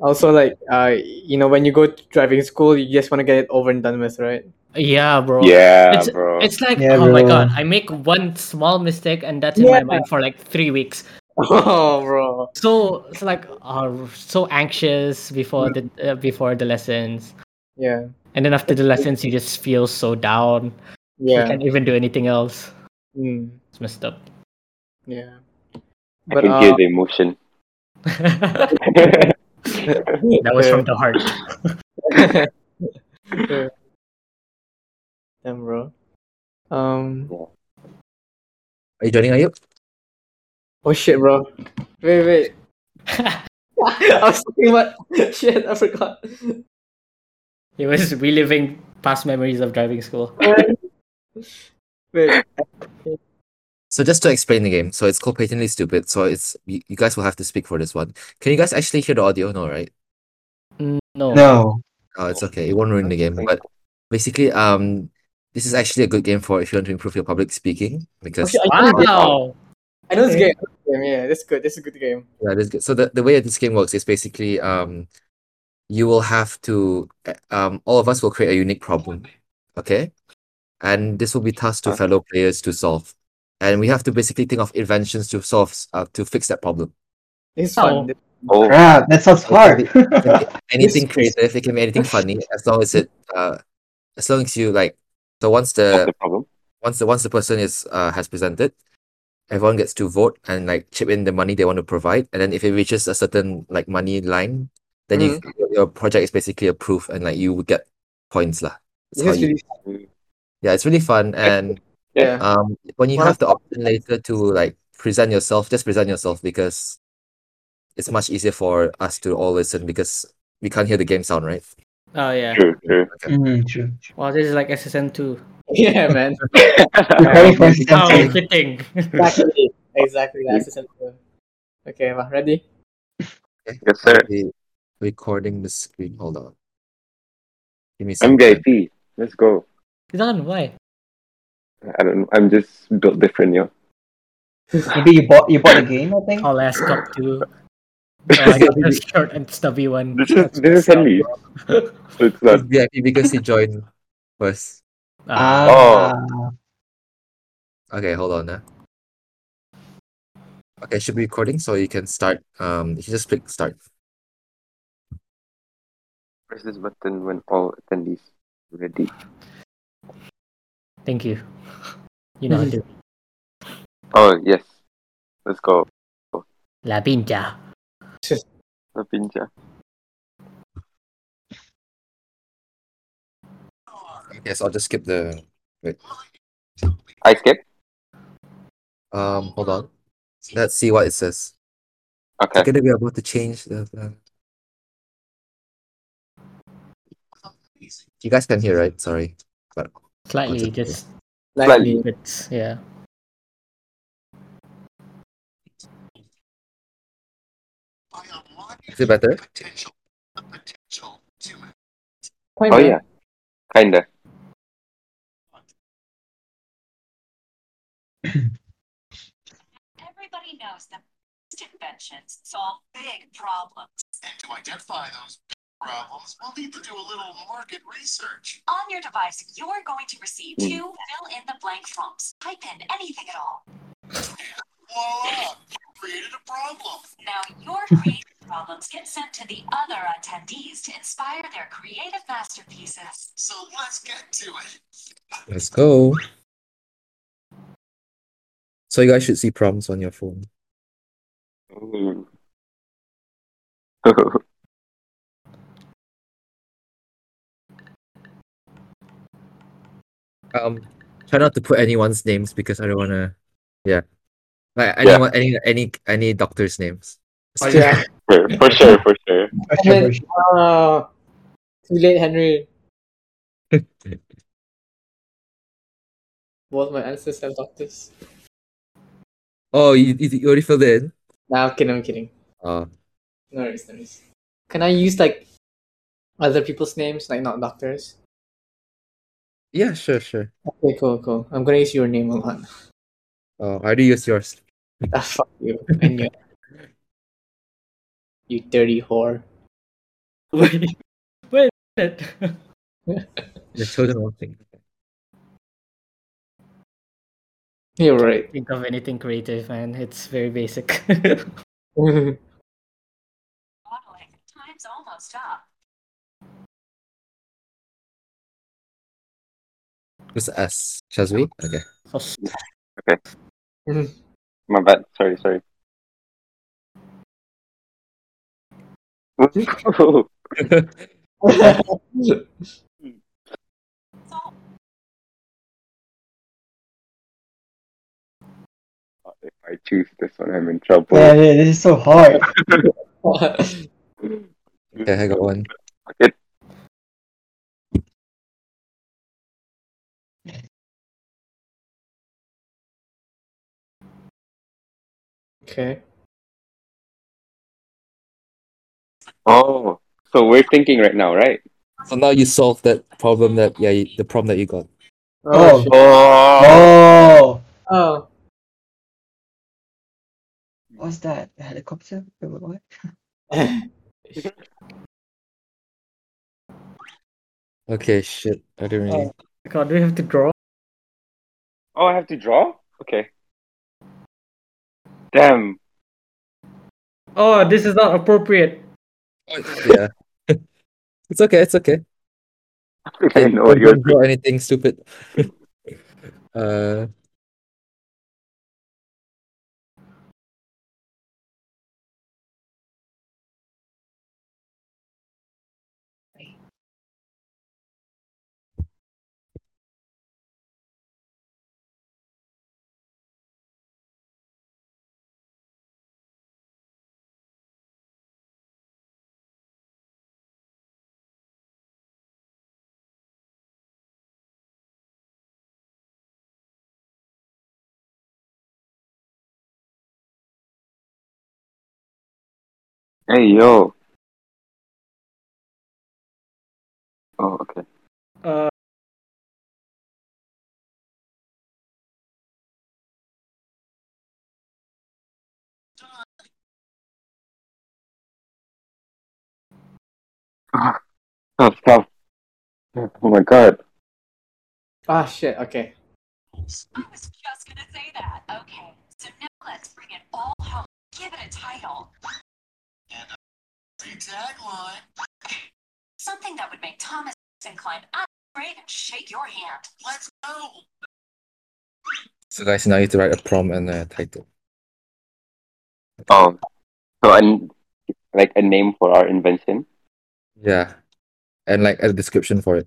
Speaker 2: Also, like, uh, you know, when you go to driving school, you just want to get it over and done with, right?
Speaker 5: yeah, bro.
Speaker 3: Yeah,
Speaker 5: It's-
Speaker 3: bro.
Speaker 5: It's like,
Speaker 4: Yeah,
Speaker 5: oh my
Speaker 4: bro.
Speaker 5: god, I make one small mistake and that's in my
Speaker 2: Yeah.
Speaker 5: mind for like three weeks.
Speaker 2: Oh, bro.
Speaker 5: So it's like, uh, so anxious
Speaker 2: Mm.
Speaker 5: before the uh, before the lessons,
Speaker 2: Yeah.
Speaker 5: and then after the lessons, you just feel so down. You
Speaker 2: Yeah.
Speaker 5: can't even do anything else.
Speaker 2: Mm,
Speaker 5: It's messed up.
Speaker 2: yeah.
Speaker 3: I
Speaker 2: But
Speaker 3: can hear
Speaker 2: uh,
Speaker 3: the emotion.
Speaker 5: that was from the heart.
Speaker 2: Yeah. Damn, bro. Um.
Speaker 1: Are you joining Ayub?
Speaker 2: Oh shit, bro. Wait, wait. I was talking about shit. I forgot.
Speaker 5: It was reliving past memories of driving school.
Speaker 2: Wait.
Speaker 1: So just to explain the game, so it's called Patently Stupid. So it's you, you guys will have to speak for this one. Can you guys actually hear the audio? No, right?
Speaker 5: Mm, No.
Speaker 4: No.
Speaker 1: Oh, it's okay. It won't ruin the game. But basically, um, this is actually a good game for if you want to improve your public speaking because
Speaker 2: Actually, I know this-
Speaker 5: Wow.
Speaker 2: I know this game. I know this game, Yeah, this is good. This is a good game.
Speaker 1: Yeah, that's good. So the, the way this game works is basically um you will have to uh, um all of us will create a unique problem. Okay? And this will be tasked to
Speaker 3: Huh?
Speaker 1: fellow players to solve. And we have to basically think of inventions to solve s- uh, to fix that problem.
Speaker 2: It's fun.
Speaker 5: Oh.
Speaker 2: This-
Speaker 3: Oh,
Speaker 4: Crap, that sounds hard.
Speaker 1: It can be anything creative, it can be anything funny, as long as it uh as long as you like so once
Speaker 3: that's
Speaker 1: the
Speaker 3: the problem.
Speaker 1: once the once the person is uh has presented, everyone gets to vote and like chip in the money they want to provide, and then if it reaches a certain like money line, then you
Speaker 2: Mm-hmm.
Speaker 1: your project is basically approved and like you would get points lah. That's
Speaker 2: This
Speaker 1: how
Speaker 2: is
Speaker 1: you-
Speaker 2: really
Speaker 1: yeah, it's really fun and
Speaker 2: yeah.
Speaker 1: um when you
Speaker 2: One
Speaker 1: have the option later to like present yourself, just present yourself because it's much easier for us to all listen because we can't hear the game sound, right?
Speaker 5: Oh yeah.
Speaker 3: True, true.
Speaker 4: Mm, true.
Speaker 5: Wow, this is like SSM two. Oh,
Speaker 2: Yeah, man.
Speaker 4: Preparing for
Speaker 5: Wow,
Speaker 4: something.
Speaker 5: fitting.
Speaker 2: Exactly. exactly. That's essential. Okay, well, ready?
Speaker 3: yes, sir.
Speaker 1: Be recording the screen. Hold on. Give me some
Speaker 3: I'm
Speaker 1: time.
Speaker 3: VIP. Let's go.
Speaker 5: Zan, why?
Speaker 3: I don't. I'm just built different, yo.
Speaker 4: Maybe you bought you bought the game, I think.
Speaker 5: All ass cop two. Oh, uh, I got the short and stubby one.
Speaker 3: This is this is Henry. So it's
Speaker 1: He's
Speaker 3: not.
Speaker 1: VIP because he joined first.
Speaker 5: Ah,
Speaker 4: Ah.
Speaker 1: Okay, hold on. Now. Okay, should be recording, so you can start. Um, you just click start.
Speaker 3: Press this button when all attendees ready.
Speaker 5: thank you. You know how to. do.
Speaker 3: Oh yes. Let's go.
Speaker 5: La pincha.
Speaker 3: La pincha.
Speaker 1: Okay, so I'll just skip the.
Speaker 3: I skip.
Speaker 1: Um, hold on. Let's see what it says.
Speaker 3: Okay.
Speaker 1: You're gonna be able to change the. the- You guys can hear, right? Sorry, but
Speaker 5: Slightly,
Speaker 1: What's it-
Speaker 5: just
Speaker 3: Slightly.
Speaker 5: bits. Yeah.
Speaker 1: is it better?
Speaker 3: Oh yeah. Kinda.
Speaker 7: Everybody knows that most inventions solve big problems. And to identify those big problems, we'll need to do a little market research. On your device, you're going to receive
Speaker 3: Hmm.
Speaker 7: two fill in the blank prompts. Type in anything at all. Voila! Created a problem. Now your creative problems get sent to the other attendees to inspire their creative masterpieces. So let's get to it.
Speaker 1: Let's go. So you guys should see prompts on your phone.
Speaker 3: Mm.
Speaker 1: Um, try not to put anyone's names because I don't wanna. Yeah, like
Speaker 3: Yeah.
Speaker 1: anyone, any, any, any doctor's names.
Speaker 8: Oh,
Speaker 2: Yeah.
Speaker 9: For, for sure, for sure.
Speaker 2: then- Uh, too late, Henry. Both my ancestors have doctors.
Speaker 8: Oh, you, you you already filled it in?
Speaker 2: Nah, I'm kidding. I'm kidding.
Speaker 8: Oh,
Speaker 2: No worries, no worries. Can I use like other people's names, like not doctors?
Speaker 8: yeah, sure, sure.
Speaker 2: Okay, cool, cool. I'm gonna use your name a lot.
Speaker 8: Oh, I already used yours.
Speaker 2: Ah, fuck you. I knew. it. you dirty whore.
Speaker 5: Wait, wait. a minute.
Speaker 8: The chosen one thing.
Speaker 2: You're right.
Speaker 5: Think of anything creative, man. It's very basic.
Speaker 7: Modeling. Time's almost up.
Speaker 8: Who's us? Chazwi? Okay.
Speaker 9: My bad. Sorry, sorry.
Speaker 7: So,
Speaker 9: if I choose this one, I'm in trouble.
Speaker 6: Yeah, this is so hard.
Speaker 8: Okay, I got one.
Speaker 9: It,
Speaker 2: okay.
Speaker 9: oh, so we're thinking right now, right?
Speaker 8: So now you solved that problem that yeah you, the problem that you got.
Speaker 6: Oh.
Speaker 2: shit.
Speaker 9: Oh,
Speaker 6: Oh,
Speaker 2: oh.
Speaker 6: what's that? A helicopter? Wait, what- what?
Speaker 2: Oh.
Speaker 8: Okay, shit. I didn't really.
Speaker 5: God, do we have to draw?
Speaker 9: oh, I have to draw. Okay. Damn.
Speaker 5: Oh, this is not appropriate.
Speaker 8: yeah. it's okay. It's okay.
Speaker 9: I
Speaker 8: Hey,
Speaker 9: know
Speaker 8: don't
Speaker 9: what you're
Speaker 8: draw anything stupid. uh,
Speaker 9: Hey yo. Oh, okay.
Speaker 5: Uh,
Speaker 9: Stop, stop. Oh my god.
Speaker 2: Ah, shit. Okay.
Speaker 7: I was just gonna say that. Okay, so now let's bring it all home. Give it a title.
Speaker 10: uh, Tagline.
Speaker 7: Something that would make Thomas incline out of the grave and shake your hand.
Speaker 10: Let's go.
Speaker 8: so guys, now you have to write a prompt and a title.
Speaker 9: Oh, so an like a name for our invention.
Speaker 8: Yeah, and like a description for it.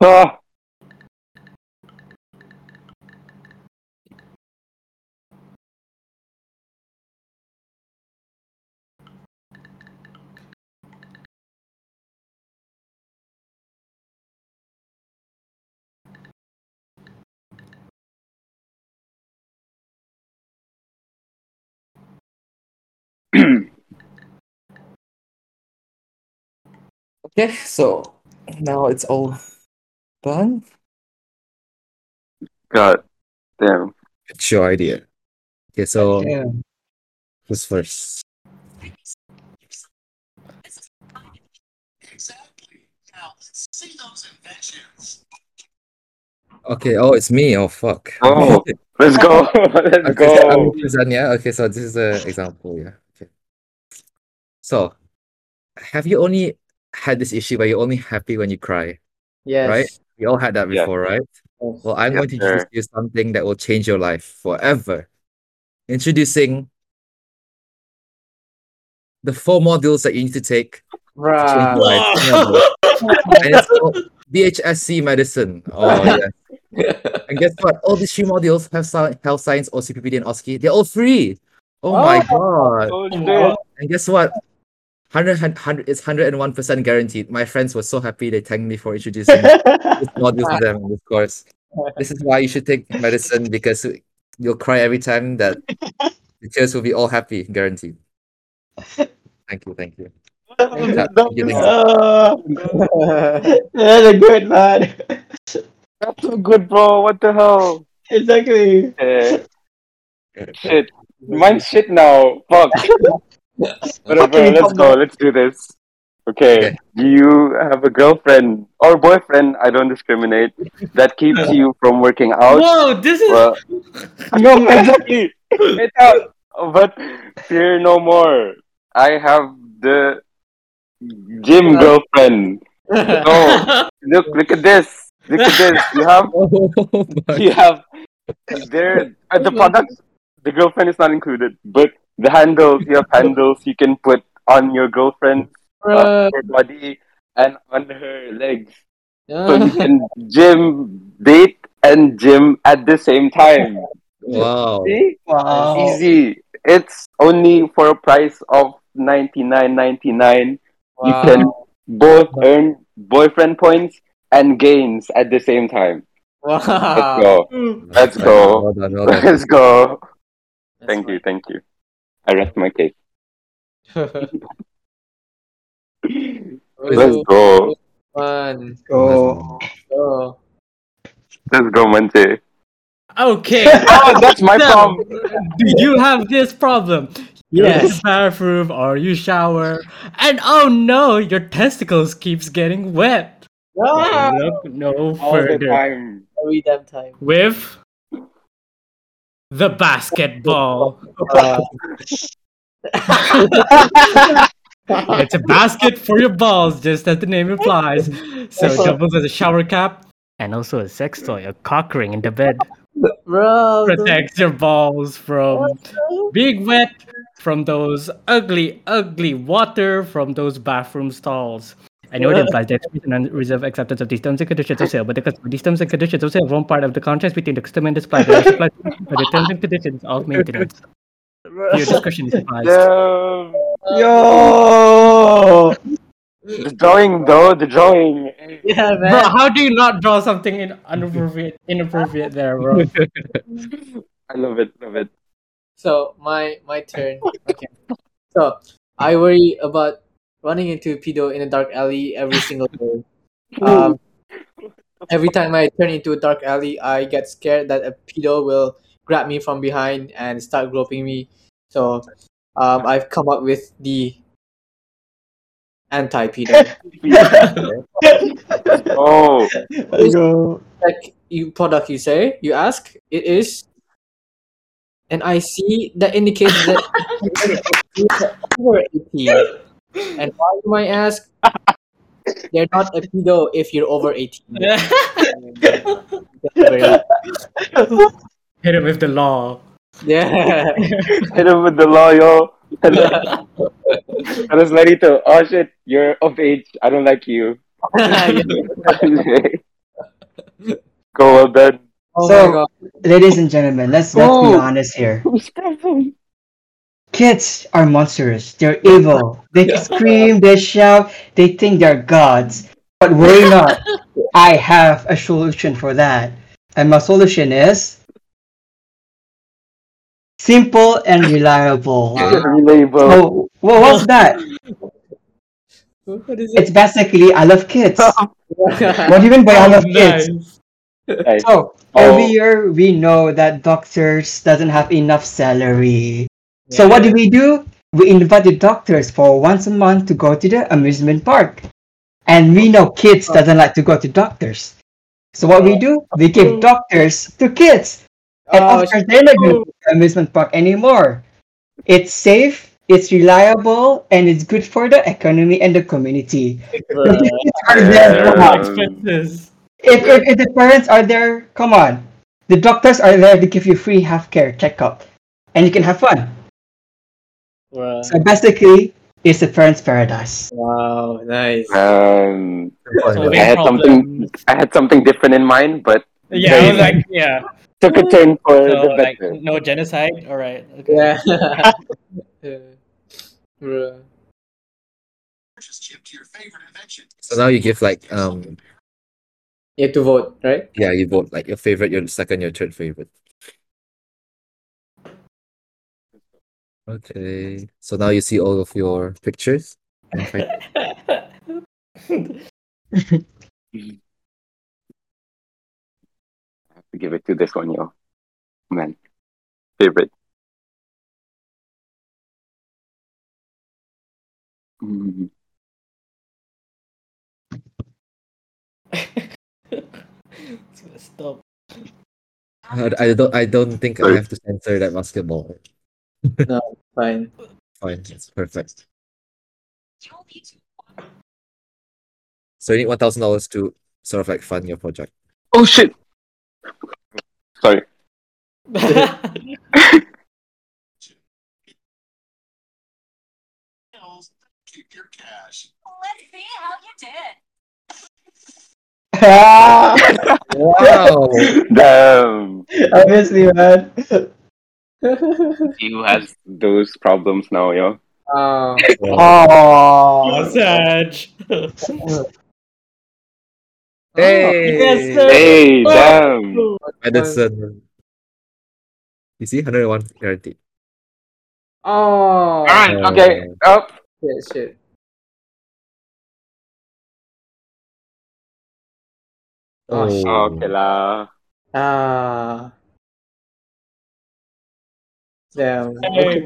Speaker 3: Oh
Speaker 9: Ah,
Speaker 8: Okay, so now it's all done.
Speaker 9: God damn.
Speaker 8: It's your idea. Okay,
Speaker 1: Oh.
Speaker 8: so
Speaker 6: Yeah.
Speaker 8: who's first?
Speaker 10: This is exactly. Now let's see those inventions.
Speaker 8: Okay. Oh, it's me. Oh, fuck.
Speaker 9: Oh, Let's go. Let's
Speaker 8: Okay, so I'm
Speaker 9: go.
Speaker 8: with Zan, yeah. Okay, so this is an example, yeah. Okay. So, have you only had this issue where you're only happy when you cry,
Speaker 2: Yes.
Speaker 8: right?
Speaker 1: We all had that
Speaker 3: Yeah.
Speaker 1: before, right? Well, I'm
Speaker 3: Yes,
Speaker 1: going to introduce
Speaker 3: sir.
Speaker 1: you something that will change your life forever. Introducing the four modules that you need to take to change
Speaker 3: Ah.
Speaker 1: your
Speaker 2: Bruh.
Speaker 1: life forever. and it's called BHSC medicine. Oh yeah. And guess what? All these three modules have sci- health science, OCPPD, and OSCE. They're all free. Oh, my god!
Speaker 3: Oh, shit.
Speaker 1: And guess what? 100, 100, it's 101% guaranteed. My friends were so happy they thanked me for introducing this module to them in this course. This is why you should take medicine because you'll cry every time that the tears will be all happy, guaranteed. Thank you, thank you. Yeah, thank you, thank you.
Speaker 4: Uh,
Speaker 3: Oh,
Speaker 4: That's a good man.
Speaker 3: that's so good, bro. What the hell?
Speaker 4: Exactly.
Speaker 3: Eh, shit. Mine's shit now. Fuck. Whatever.
Speaker 4: Fucking
Speaker 3: Let's go. Let's do this. Okay.
Speaker 1: Okay.
Speaker 3: Do you have a girlfriend or boyfriend? I don't discriminate. That keeps you from working out.
Speaker 5: Whoa, this is
Speaker 3: Well, no, exactly. Get out. But fear no more. I have the gym girlfriend. No, look, look at this. Look at this. You have,
Speaker 1: Oh my
Speaker 3: you have. There, uh, the product. The girlfriend is not included, but the handles. You have handles you can put on your girlfriend,
Speaker 2: Bruh.
Speaker 3: her body, and on her legs, so you can gym, date, and gym at the same time.
Speaker 1: wow.
Speaker 3: See? Oh.
Speaker 4: Wow.
Speaker 3: Easy. It's only for a price of ninety nine ninety nine. You can both earn boyfriend points and gains at the same time. Let's go.
Speaker 2: Wow.
Speaker 3: Let's
Speaker 1: Nice,
Speaker 3: go.
Speaker 1: Well done, well done.
Speaker 3: Let's go. Thank you. Thank you. I rest my case. Let's
Speaker 2: Let's
Speaker 3: go.
Speaker 2: Fun.
Speaker 4: Oh.
Speaker 2: Go.
Speaker 3: Let's go, Monte.
Speaker 5: okay.
Speaker 3: Oh, that's my
Speaker 5: No.
Speaker 3: problem.
Speaker 5: Do you have this problem? Yes. bathroom or you shower, and oh no, your testicles keeps getting wet.
Speaker 2: Ah,
Speaker 5: Look no
Speaker 3: All the
Speaker 5: further.
Speaker 3: time.
Speaker 2: every damn time.
Speaker 5: With the basketball.
Speaker 2: Uh,
Speaker 5: it's a basket for your balls, just as the name implies. So it doubles as a shower cap and also a sex toy, a cock ring in the bed.
Speaker 2: bro.
Speaker 5: Protects your balls from being wet, from those ugly, ugly water, from those bathroom stalls. I know it implies the expression and reserve acceptance of these terms and conditions of sale, but the cus- these terms and conditions of sale form part of the contract between the customer and the supplier. The supplier by the terms and conditions of maintenance. Your discussion is advised.
Speaker 3: The,
Speaker 4: Yo.
Speaker 3: the drawing, though. The drawing.
Speaker 2: Yeah,
Speaker 5: Bro,
Speaker 2: man.
Speaker 5: how do you not draw something in inappropriate, inappropriate there, bro?
Speaker 3: I love it. Love it.
Speaker 2: So my my turn. Okay. So I worry about running into a pedo in a dark alley every single day. Um, every time I turn into a dark alley, I get scared that a pedo will grab me from behind and start groping me. So um, I've come up with the anti pedo.
Speaker 3: Oh,
Speaker 4: Yo.
Speaker 2: like you product you say you ask it is and i see that indicates that you are over 18 and why do i ask they're not a pedo if you're over 18 That's very-
Speaker 5: Hit him with the law.
Speaker 2: yeah
Speaker 3: hit him with the law, yo. Carlos Larito, oh shit, you're of age. I don't like you.
Speaker 6: Ah,
Speaker 3: Go well done.
Speaker 2: oh
Speaker 4: So-
Speaker 2: my god
Speaker 4: Ladies and gentlemen, let's let's be
Speaker 3: Oh.
Speaker 4: honest here. Kids are monsters. They're evil. They scream, they shout, they think they're gods. But worry not. I have a solution for that. And my solution is simple and reliable.
Speaker 3: Relatable.
Speaker 4: Oh, well, what's that?
Speaker 2: what is Oh.
Speaker 4: It's basically I love kids.
Speaker 2: it
Speaker 4: What do you mean by I
Speaker 2: Oh,
Speaker 4: love
Speaker 5: nice.
Speaker 4: kids?
Speaker 3: Nice.
Speaker 4: So
Speaker 3: Oh.
Speaker 4: every year we know that doctors doesn't have enough salary. So what do we do? We invite the doctors for once a month to go to the amusement park. And we know kids doesn't like to go to doctors. So what we do? We give doctors to kids. And
Speaker 2: Oh,
Speaker 4: of course they're not going to the amusement park anymore. It's safe, it's reliable, and it's good
Speaker 5: Uh,
Speaker 4: for the economy and the community.
Speaker 2: bruh.
Speaker 4: It's hard as well.
Speaker 5: Expenses.
Speaker 4: If, if, if the parents are there, come on. The doctors are there to give you free health care checkup, and you can have fun.
Speaker 2: Bruh.
Speaker 4: So basically, it's the parents' paradise.
Speaker 2: Wow, nice.
Speaker 3: Um,
Speaker 6: Solving
Speaker 3: I had something.
Speaker 6: problems.
Speaker 3: I had something different in mind, but
Speaker 6: Yeah, I was
Speaker 3: Right.
Speaker 6: like, yeah.
Speaker 3: took a turn for
Speaker 6: Mm, So,
Speaker 3: the
Speaker 6: like,
Speaker 3: better.
Speaker 6: no genocide. All right. Okay.
Speaker 2: Yeah. yeah. Bruh.
Speaker 9: Purchase chip to your favorite invention.
Speaker 8: So now you give like um
Speaker 2: You have to vote, right?
Speaker 8: yeah, you vote like your favorite, your second, your third favorite. Okay. So now you see all of your pictures. Okay.
Speaker 3: I have to give it to this one, yo. Man, favorite. Mm.
Speaker 6: It's gonna Stop.
Speaker 8: I I don't I don't think I
Speaker 3: Sorry.
Speaker 8: have to censor that basketball.
Speaker 2: Fine.
Speaker 8: Fine, it's perfect.
Speaker 11: You'll need to
Speaker 8: So you need one thousand dollars to sort of like fund your project.
Speaker 3: Oh shit! Sorry.
Speaker 9: Bills, keep your cash.
Speaker 11: let's see how you did.
Speaker 4: Ah,
Speaker 8: Wow.
Speaker 3: Damn.
Speaker 4: Obviously, man.
Speaker 3: He who has those problems now, yo.
Speaker 2: um,
Speaker 6: Oh,
Speaker 4: Oh.
Speaker 6: Saj.
Speaker 8: hey.
Speaker 6: Yes, sir.
Speaker 3: Hey, damn.
Speaker 8: Edison. You see, 101 guaranteed.
Speaker 2: Oh.
Speaker 3: Alright, okay. Up.
Speaker 2: Shit, shit. Oh, shit.
Speaker 3: Okay, la.
Speaker 2: Ah. Damn.
Speaker 6: Hey.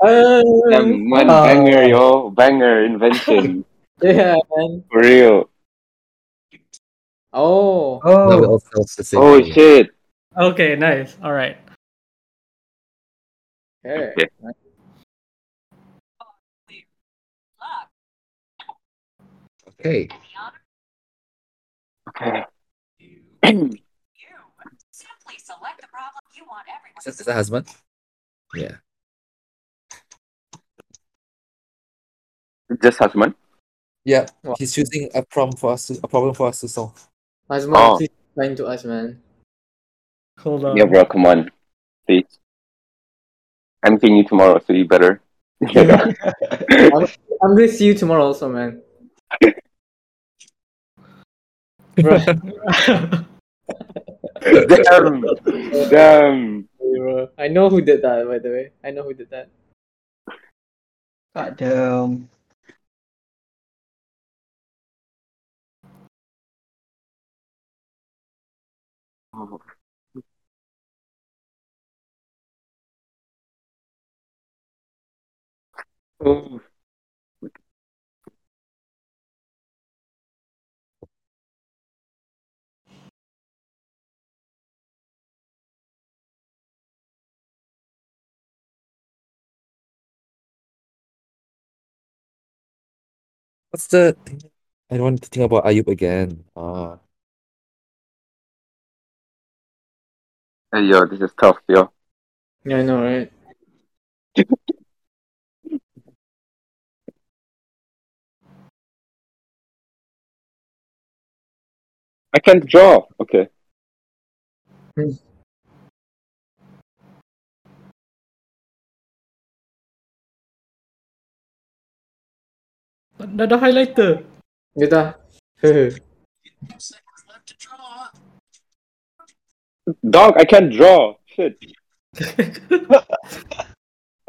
Speaker 2: Um,
Speaker 3: Damn, man,
Speaker 4: Oh.
Speaker 3: banger, yo. Banger invention.
Speaker 2: yeah, man.
Speaker 3: For real.
Speaker 2: Oh.
Speaker 8: Now we
Speaker 4: Oh.
Speaker 8: all felt the same.
Speaker 3: Oh
Speaker 8: thing.
Speaker 3: shit.
Speaker 6: Okay. Nice. All right.
Speaker 2: Okay.
Speaker 3: Okay.
Speaker 11: Luck
Speaker 8: Okay.
Speaker 11: and the honor
Speaker 3: Okay.
Speaker 11: you. Simply select the problem you want everyone
Speaker 8: Is that, is that husband? Yeah.
Speaker 3: Just husband.
Speaker 8: Yeah.
Speaker 2: Wow.
Speaker 8: He's choosing a problem for us to a problem for us to solve.
Speaker 2: Asma,
Speaker 3: Oh.
Speaker 2: please explain to us, man.
Speaker 6: Hold on.
Speaker 3: Yeah, bro, come on. Please. I'm seeing you tomorrow, so you better.
Speaker 2: I'm gonna see you tomorrow, also, man.
Speaker 3: damn. Damn.
Speaker 2: Bro, I know who did that, by the way. I know who did that.
Speaker 4: God damn.
Speaker 3: Oh.
Speaker 8: What's the thing? I don't want to think about Ayub again. Ah.
Speaker 3: Hey, yo, this is tough, yo.
Speaker 2: Yeah, I know, right?
Speaker 3: I can't draw. Okay.
Speaker 6: Not the highlighter.
Speaker 2: Good ah.
Speaker 9: Seconds left to draw.
Speaker 3: Dog, I can't draw. Shit.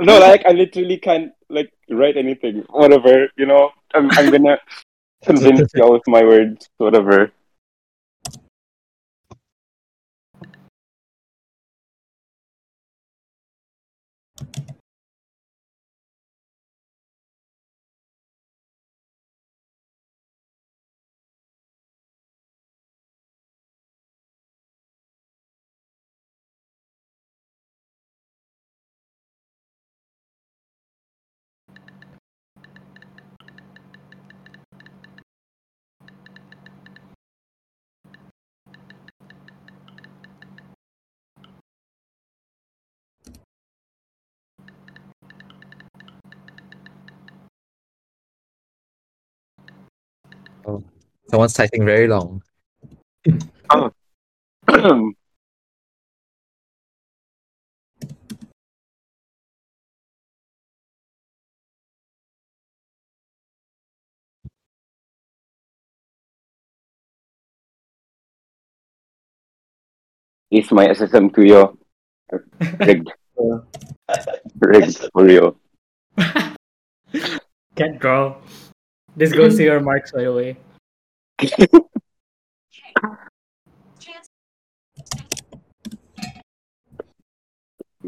Speaker 3: No, like I literally can't like write anything. Whatever, you know. I'm I'm gonna convince y'all with my words. Whatever.
Speaker 1: Someone's typing very long.
Speaker 3: It's my SSM to yo. Rigged. Rigged for you.
Speaker 5: Can't draw. This goes to your marks right away.
Speaker 7: Chance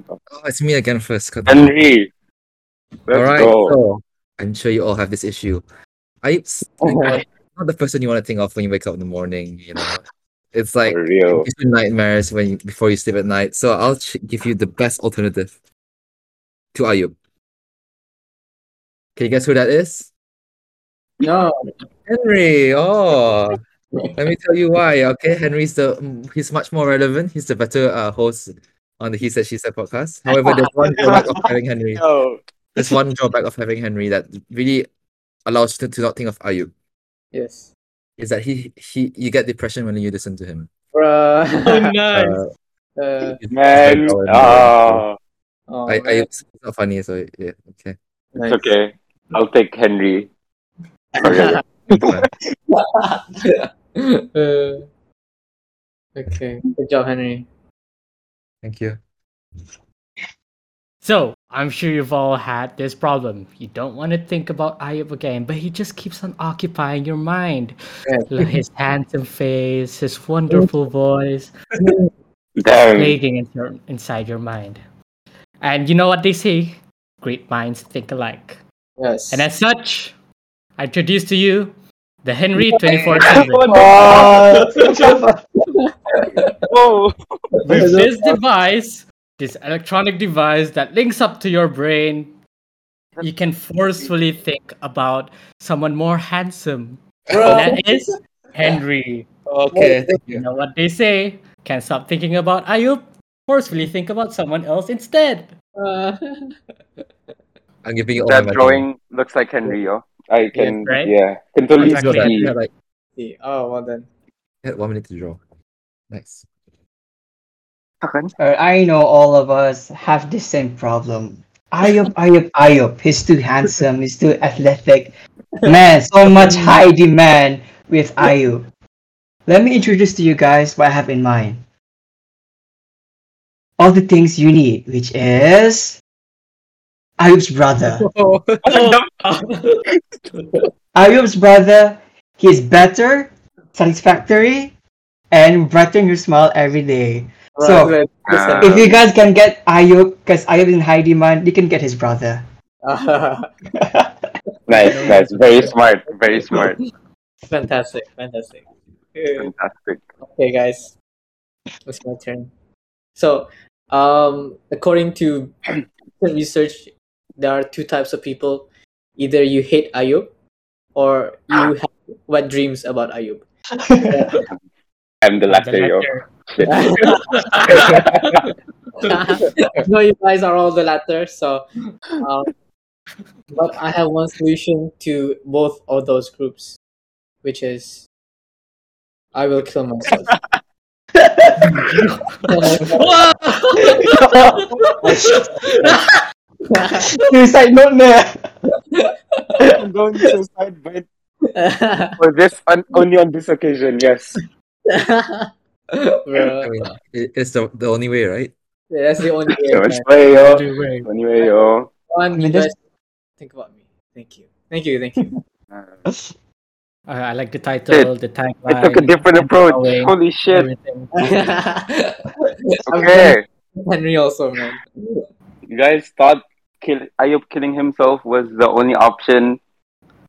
Speaker 1: Oh, it's me again first. God damn.
Speaker 3: Henry. Let's
Speaker 1: all right.
Speaker 3: go.
Speaker 1: So I'm sure you all have this issue. I not the person you want to think of when you wake up in the morning. You know, it's like
Speaker 3: for real.
Speaker 1: gives you nightmares when you, before you sleep at night. So I'll ch- give you the best alternative to Ayub. Can you guess who that is?
Speaker 6: No.
Speaker 1: Henry. Oh, let me tell you why. Okay, Henry's the mm, he's much more relevant. He's the better uh, host on the He Said She Said podcast. However, there's one drawback of having Henry.
Speaker 3: Yo.
Speaker 1: There's one drawback of having Henry that really allows you to not think of Ayub.
Speaker 6: Yes.
Speaker 1: Is that he he you get depression when you listen to him.
Speaker 6: Bruh.
Speaker 5: Oh, nice.
Speaker 1: Uh,
Speaker 6: Uh,
Speaker 1: it's- it's like
Speaker 3: Man.
Speaker 1: our-
Speaker 3: Ah,
Speaker 6: oh,
Speaker 1: I, I
Speaker 6: man.
Speaker 1: it's not funny, so yeah, okay.
Speaker 3: it's okay. I'll take Henry. Okay.
Speaker 6: Uh, okay. Good job, Henry.
Speaker 1: Thank you.
Speaker 5: So, I'm sure you've all had this problem. You don't want to think about Ayub again, but he just keeps on occupying your mind. Look, His handsome face, his wonderful voice,
Speaker 3: Damn.
Speaker 5: plaguing in your, inside your mind. And you know what they say? Great minds think alike.
Speaker 6: Yes.
Speaker 5: And as such, I introduce to you the Henry 24 7.
Speaker 4: Uh,
Speaker 3: Whoa.
Speaker 5: With this device, this electronic device that links up to your brain, you can forcefully think about someone more handsome. And that is Henry.
Speaker 1: Okay, thank
Speaker 5: You know what they say? Can't stop thinking about Ayub. Forcefully think about someone else instead.
Speaker 6: Uh,
Speaker 1: I'm giving you all
Speaker 3: That
Speaker 1: my money.
Speaker 3: drawing looks like Henry, yo. I can, yeah.
Speaker 5: right?
Speaker 3: Can totally
Speaker 1: You got-
Speaker 5: Exactly.
Speaker 1: you
Speaker 3: see.
Speaker 1: got, like
Speaker 6: see. Oh, well then.
Speaker 1: you had one minute to draw. Nice.
Speaker 3: Takan.
Speaker 4: Uh, I know all of us have the same problem. Ayop, Ayop, Ayop. He's too handsome. He's too athletic. Man, so much high demand with Ayop. Let me introduce to you guys what I have in mind. All the things you need, which is Ayop's brother. Ayub's brother, he's better, satisfactory, and brighten your smile every day. So-
Speaker 6: Right, right.
Speaker 4: If you guys can get Ayub, because Ayub is in high demand, you can get his brother.
Speaker 3: Nice, nice. Very smart. Very smart.
Speaker 6: fantastic. Fantastic. Uh,
Speaker 3: Fantastic.
Speaker 6: Okay, guys, it's my turn. So, um, according to research, there are two types of people: either you hate Ayub, or you have wet dreams about Ayub.
Speaker 3: I'm the latter, yo. Shit.
Speaker 6: no, you guys are all the latter. So, um, but I have one solution to both of those groups, which is I will kill myself.
Speaker 4: Suicide note there.
Speaker 3: I'm going suicide, but for this on, only on this occasion, yes.
Speaker 1: I
Speaker 6: Bro,
Speaker 1: mean, it- it's the, the only way, right?
Speaker 6: yeah, that's the only way.
Speaker 3: So
Speaker 6: man.
Speaker 3: much way, yo.
Speaker 5: Anyway,
Speaker 3: Anyway, yo.
Speaker 6: One,
Speaker 4: mean,
Speaker 6: you
Speaker 4: that's-
Speaker 6: guys think about me. Thank you. Thank you. Thank you.
Speaker 5: uh, I like the title,
Speaker 3: I
Speaker 5: the tagline.
Speaker 3: took a different approach.
Speaker 5: Going,
Speaker 3: Holy shit.
Speaker 5: everything.
Speaker 6: I'm
Speaker 3: Okay.
Speaker 6: gonna- Henry also, man.
Speaker 3: You guys thought kill, Ayub killing himself was the only option.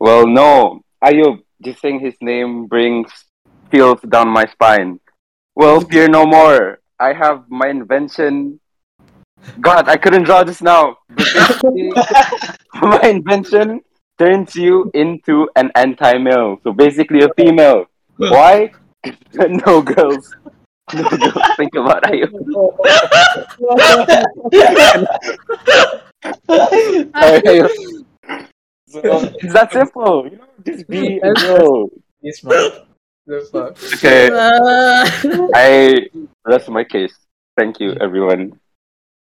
Speaker 3: Well, no. Ayub, just saying his name brings feels down my spine. Well, fear no more. I have my invention. God, I couldn't draw this now. But basically, my invention turns you into an anti male. So basically, a female. Why? no girls. No girls think about Ayub. Alright. so it's that simple. You know, just be a girl.
Speaker 2: He's smart. the fuck.
Speaker 3: Okay,
Speaker 5: Uh,
Speaker 3: I that's my case. Thank you, everyone.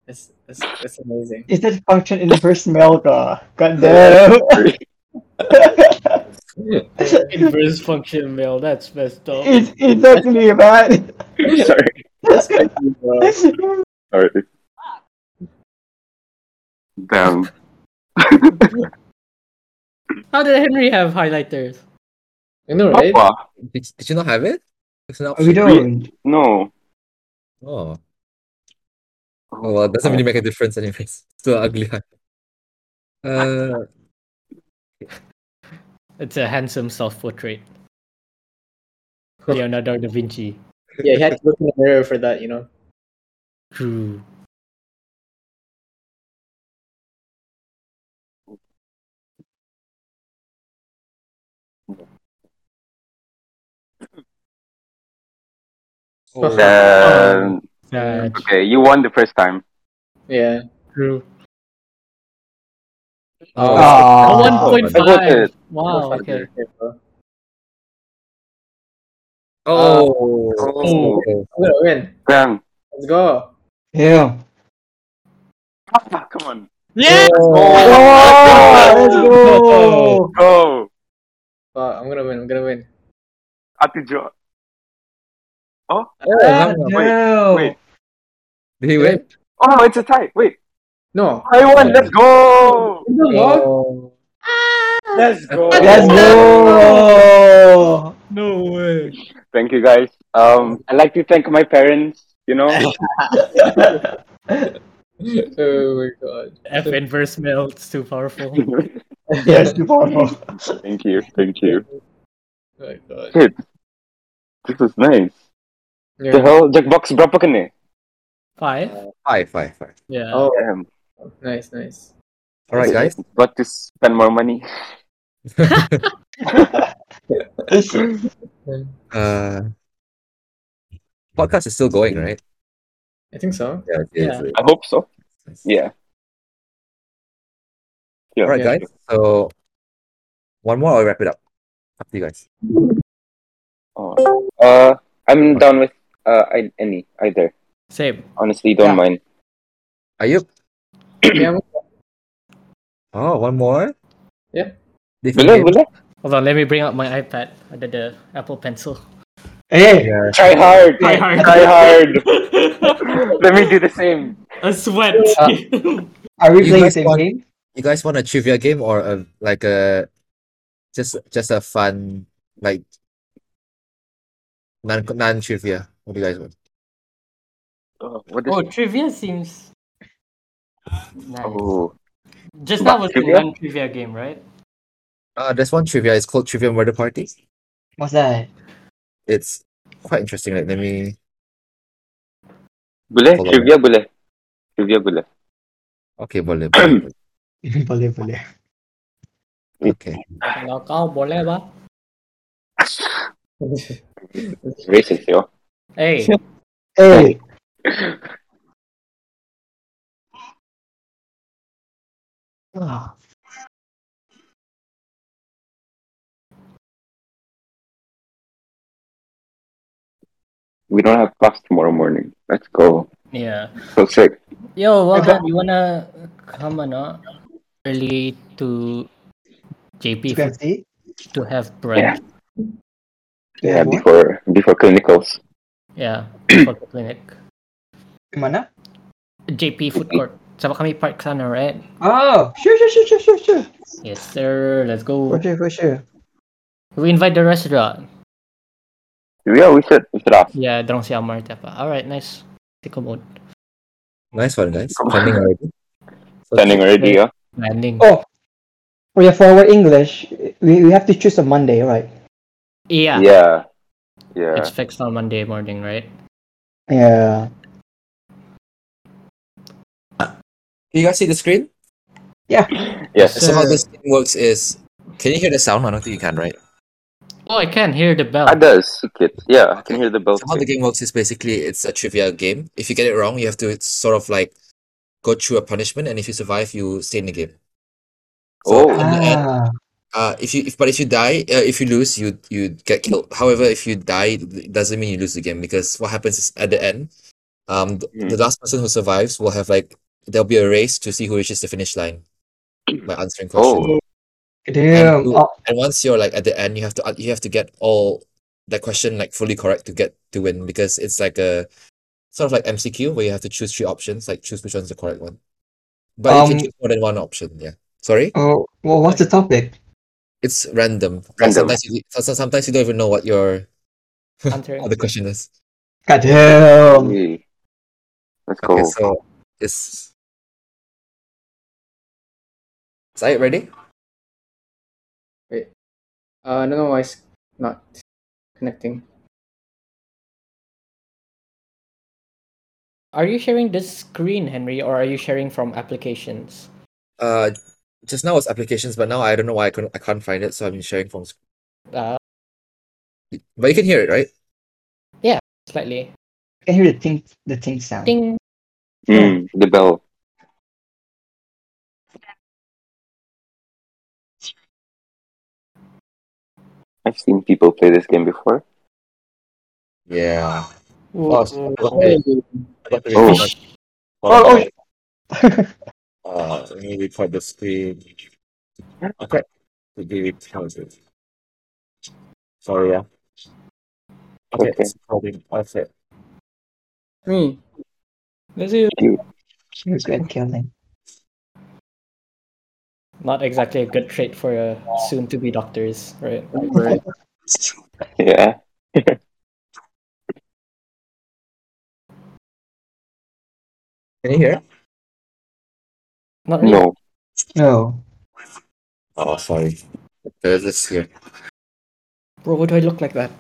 Speaker 2: It's, it's, it's amazing.
Speaker 4: Is that function inverse Melga? Goddamn.
Speaker 5: inverse function mail. That's messed up.
Speaker 4: it's exactly man.
Speaker 3: sorry, sorry. Damn.
Speaker 5: How did Henry have highlighters?
Speaker 2: You know, right?
Speaker 3: Wow.
Speaker 1: Did, did you not have it? It's an
Speaker 4: Oh, we
Speaker 1: option.
Speaker 4: don't.
Speaker 3: No.
Speaker 1: Oh. Oh, well, it doesn't really make a difference, anyways. Still ugly. Uh,
Speaker 5: It's a handsome self-portrait. Leonardo da Vinci.
Speaker 2: Yeah, he had to look in the mirror for that, you know?
Speaker 5: True.
Speaker 1: oh,
Speaker 3: Then-
Speaker 5: Sad.
Speaker 3: okay, you won the first time.
Speaker 2: Yeah.
Speaker 5: True.
Speaker 1: oh,
Speaker 3: Ah,
Speaker 5: Oh,
Speaker 4: Aww.
Speaker 5: 1.5.
Speaker 3: voted.
Speaker 5: Wow, okay.
Speaker 2: Yeah, bro.
Speaker 1: oh,
Speaker 3: Oh,
Speaker 1: okay.
Speaker 2: I'm gonna win.
Speaker 3: damn.
Speaker 2: Let's go.
Speaker 4: Yeah.
Speaker 3: Ah, come on.
Speaker 5: Yeah!
Speaker 2: Oh.
Speaker 3: Oh.
Speaker 4: Oh, let's go.
Speaker 3: Go.
Speaker 2: Fuck, I'm gonna win. I'm gonna win.
Speaker 3: Atijo.
Speaker 1: Oh, hang on.
Speaker 4: No.
Speaker 3: Wait.
Speaker 1: Did he win?
Speaker 3: Oh, it's a tie. Wait.
Speaker 2: No.
Speaker 3: I won. Let's go.
Speaker 1: Oh,
Speaker 3: Let's go.
Speaker 4: Let's go.
Speaker 5: No way.
Speaker 3: Thank you guys. Um, I'd like to thank my parents. You know,
Speaker 2: oh my god.
Speaker 5: F inverse male, it's too powerful.
Speaker 4: Yes, too powerful.
Speaker 3: thank you, thank you.
Speaker 2: Oh my god.
Speaker 3: Shit. This is nice. The
Speaker 2: Yeah.
Speaker 3: hell, Jackbox berapa kena?
Speaker 5: Five?
Speaker 1: five, five, five.
Speaker 5: Yeah.
Speaker 2: Oh,
Speaker 3: Damn.
Speaker 2: nice, nice.
Speaker 1: All right, guys.
Speaker 3: Got to spend more money.
Speaker 1: Uh, podcast is still going, right?
Speaker 2: I think so.
Speaker 1: Yeah, it
Speaker 5: Yeah.
Speaker 1: is, it
Speaker 3: I hope so.
Speaker 1: is.
Speaker 3: Yeah. Yeah.
Speaker 1: All right,
Speaker 2: Yeah.
Speaker 1: guys. So one more, I'll wrap it up. Up to you guys.
Speaker 3: Oh. Uh, I'm down with uh I- any either.
Speaker 5: Same.
Speaker 3: Honestly, don't mind.
Speaker 1: Are you?
Speaker 2: yeah, I'm-
Speaker 1: Oh, one more.
Speaker 2: Yeah.
Speaker 3: Boleh,
Speaker 1: Different game.
Speaker 3: boleh.
Speaker 5: Hold on, let me bring out my iPad. I did the Apple Pencil.
Speaker 4: Hey.
Speaker 3: Try hard.
Speaker 5: Try hard.
Speaker 3: Try hard. Let me do the same.
Speaker 5: A sweat.
Speaker 4: Are we
Speaker 1: You
Speaker 4: playing the
Speaker 1: guys
Speaker 4: same
Speaker 1: want-
Speaker 4: game?
Speaker 1: You guys want a trivia game or a like a just just a fun like non non trivia? What do you guys want?
Speaker 3: Oh, what is
Speaker 5: oh, trivia seems. Nice.
Speaker 3: Oh,
Speaker 5: Just
Speaker 3: But
Speaker 5: that was
Speaker 3: trivia?
Speaker 5: the one trivia game, right?
Speaker 1: Uh, there's one trivia. It's called Trivia Murder Party.
Speaker 4: What's that?
Speaker 1: It's quite interesting. Like, let me.
Speaker 3: boleh
Speaker 1: Follow
Speaker 3: trivia boleh. Trivia boleh.
Speaker 1: Okay, boleh, boleh, boleh.
Speaker 4: Boleh, boleh.
Speaker 1: Okay.
Speaker 5: Kalau kau boleh ba?
Speaker 3: Racist, yo.
Speaker 5: Hey,
Speaker 4: Hey. Oh.
Speaker 3: We don't have class tomorrow morning. Let's go. uh,
Speaker 5: yeah.
Speaker 3: So sick.
Speaker 5: Yo, Wahan, you wanna come or not early to JP for,
Speaker 4: UFC?
Speaker 5: to have brunch?
Speaker 3: Yeah,
Speaker 4: What?
Speaker 3: before before clinicals.
Speaker 5: Yeah, for the clinic.
Speaker 4: Kemana?
Speaker 5: JP food court. Sama kami park sana, right?
Speaker 4: Oh, sure, sure, sure, sure, sure, sure.
Speaker 5: Yes, sir. Let's go.
Speaker 4: For sure, for sure.
Speaker 5: We invite the restaurant.
Speaker 3: Yeah, we should we should ask.
Speaker 5: Yeah, dorong si Amar apa. All right, nice. Take a mode.
Speaker 1: Nice one, guys.
Speaker 3: Come on.
Speaker 1: Planning already. So,
Speaker 3: Standing already, yeah.
Speaker 5: Landing.
Speaker 4: Oh. Oh yeah, for our English, we, we have to choose a Monday, right?
Speaker 5: Yeah.
Speaker 3: Yeah. Yeah.
Speaker 5: Eh, It's fixed on Monday morning, right?
Speaker 4: Yeah.
Speaker 1: Can you guys see the screen?
Speaker 3: Yes.
Speaker 1: So how
Speaker 5: Sir.
Speaker 1: this thing works is, can you hear the sound? I don't think you can, right?
Speaker 5: Oh, I can hear the bell.
Speaker 3: I Ah, does, kid. Yeah, I can hear the bell.
Speaker 1: So how the game works is basically it's a trivia game. If you get it wrong, you have to sort of like go through a punishment, and if you survive, you stay in the game. So
Speaker 3: Oh.
Speaker 1: in the end,
Speaker 4: Ah.
Speaker 1: Uh, if you if but if you die, uh, if you lose, you you get killed. However, if you die, it doesn't mean you lose the game because what happens is at the end, um, th- the
Speaker 3: Mm.
Speaker 1: last person who survives will have like there'll be a race to see who reaches the finish line by answering questions.
Speaker 3: Oh,
Speaker 4: Damn.
Speaker 1: who-
Speaker 4: Oh,
Speaker 1: And once you're like at the end, you have to an- you have to get all that question like fully correct to get to win because it's like a sort of like MCQ where you have to choose three options, like choose which one's the correct one. But you
Speaker 4: Um,
Speaker 1: can choose more than one option. Yeah. Sorry,
Speaker 4: oh, well, what's the topic?
Speaker 1: it's random. Like
Speaker 3: Random.
Speaker 1: sometimes you so- so- sometimes you don't even know what your
Speaker 5: Answering.
Speaker 1: other question is.
Speaker 4: God damn.
Speaker 5: Um,
Speaker 3: yay. Let's go.
Speaker 1: Okay, so is Said ready?
Speaker 2: Uh, I don't know why it's not connecting.
Speaker 5: Are you sharing this screen, Henry, or are you sharing from applications?
Speaker 1: Uh, just now was applications, but now I don't know why I couldn't I can't find it, so I've been sharing from. sc-
Speaker 5: Uh,
Speaker 1: But you can hear it, right?
Speaker 5: slightly.
Speaker 4: I can hear the thing, the thing sound.
Speaker 5: Ding.
Speaker 3: Mm, the bell. I've seen people play this game before.
Speaker 1: Yeah. Oh, it's- I got it. I got to
Speaker 3: Oh.
Speaker 1: record. Hold
Speaker 4: Oh,
Speaker 1: on,
Speaker 4: oh.
Speaker 1: wait. oh, Uh, let me record the screen. Okay. To be recorded. Sorry, yeah. Okay,
Speaker 3: Okay.
Speaker 1: it's recording. That's it.
Speaker 2: Me.
Speaker 5: Hmm. This is
Speaker 4: You're good killing.
Speaker 5: not exactly a good trait for uh, soon-to-be doctors, right?
Speaker 2: Right.
Speaker 3: Yeah.
Speaker 1: Can you hear?
Speaker 5: Not really.
Speaker 3: No.
Speaker 4: No.
Speaker 1: Oh, sorry. There's this here.
Speaker 5: Bro, what do I look like that?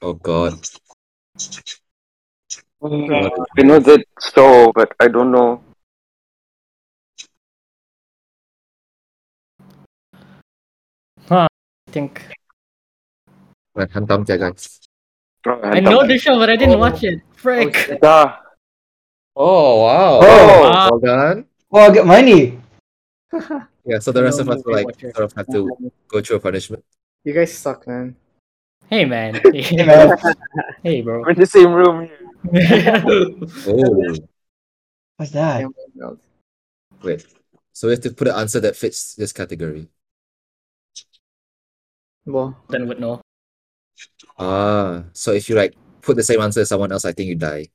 Speaker 1: Oh God.
Speaker 3: I know that so, but I don't know.
Speaker 5: I think
Speaker 1: Man, hantam siya, guys.
Speaker 5: I know the show, but I didn't watch it. Frick.
Speaker 3: Yeah.
Speaker 1: Oh wow.
Speaker 3: Oh.
Speaker 1: Well done.
Speaker 4: Well, I'll get money.
Speaker 1: Yeah, so the
Speaker 5: No,
Speaker 1: rest of
Speaker 5: no,
Speaker 1: us will
Speaker 5: I
Speaker 1: like
Speaker 5: watch it.
Speaker 1: sort of have to go through a punishment.
Speaker 2: You guys suck, man.
Speaker 5: Hey man.
Speaker 4: You know,
Speaker 5: hey bro.
Speaker 3: We're in the same room here.
Speaker 1: Oh
Speaker 4: what's that?
Speaker 2: Damn, no.
Speaker 1: wait. So we have to put an answer that fits this category.
Speaker 2: Well,
Speaker 5: then would know.
Speaker 1: Ah, so if you like put the same answer as someone else, I think you die.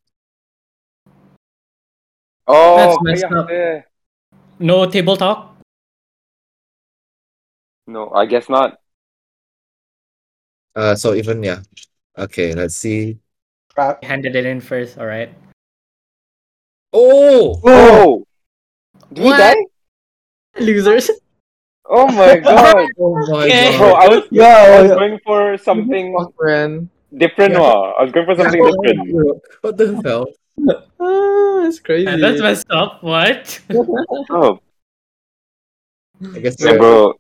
Speaker 3: Oh,
Speaker 5: That's messed
Speaker 3: yeah,
Speaker 5: up.
Speaker 3: yeah.
Speaker 5: No table talk.
Speaker 3: No, I guess not.
Speaker 1: Uh, so even yeah. Okay, let's see.
Speaker 4: Crap.
Speaker 5: Handed it in first. All right.
Speaker 1: Oh,
Speaker 4: Whoa.
Speaker 3: Oh, did we
Speaker 5: What?
Speaker 3: die?
Speaker 5: Losers.
Speaker 3: Oh my god,
Speaker 1: oh my
Speaker 5: Okay.
Speaker 3: bro!
Speaker 1: God.
Speaker 3: I was, I was
Speaker 4: Yo,
Speaker 3: going for something
Speaker 2: fuck, man.
Speaker 3: different. wah. I was going for something different.
Speaker 1: What the hell?
Speaker 2: Ah, that's crazy.
Speaker 5: Man, that's messed up. What?
Speaker 3: Oh,
Speaker 1: I guess
Speaker 3: yeah,
Speaker 1: we're-
Speaker 3: bro.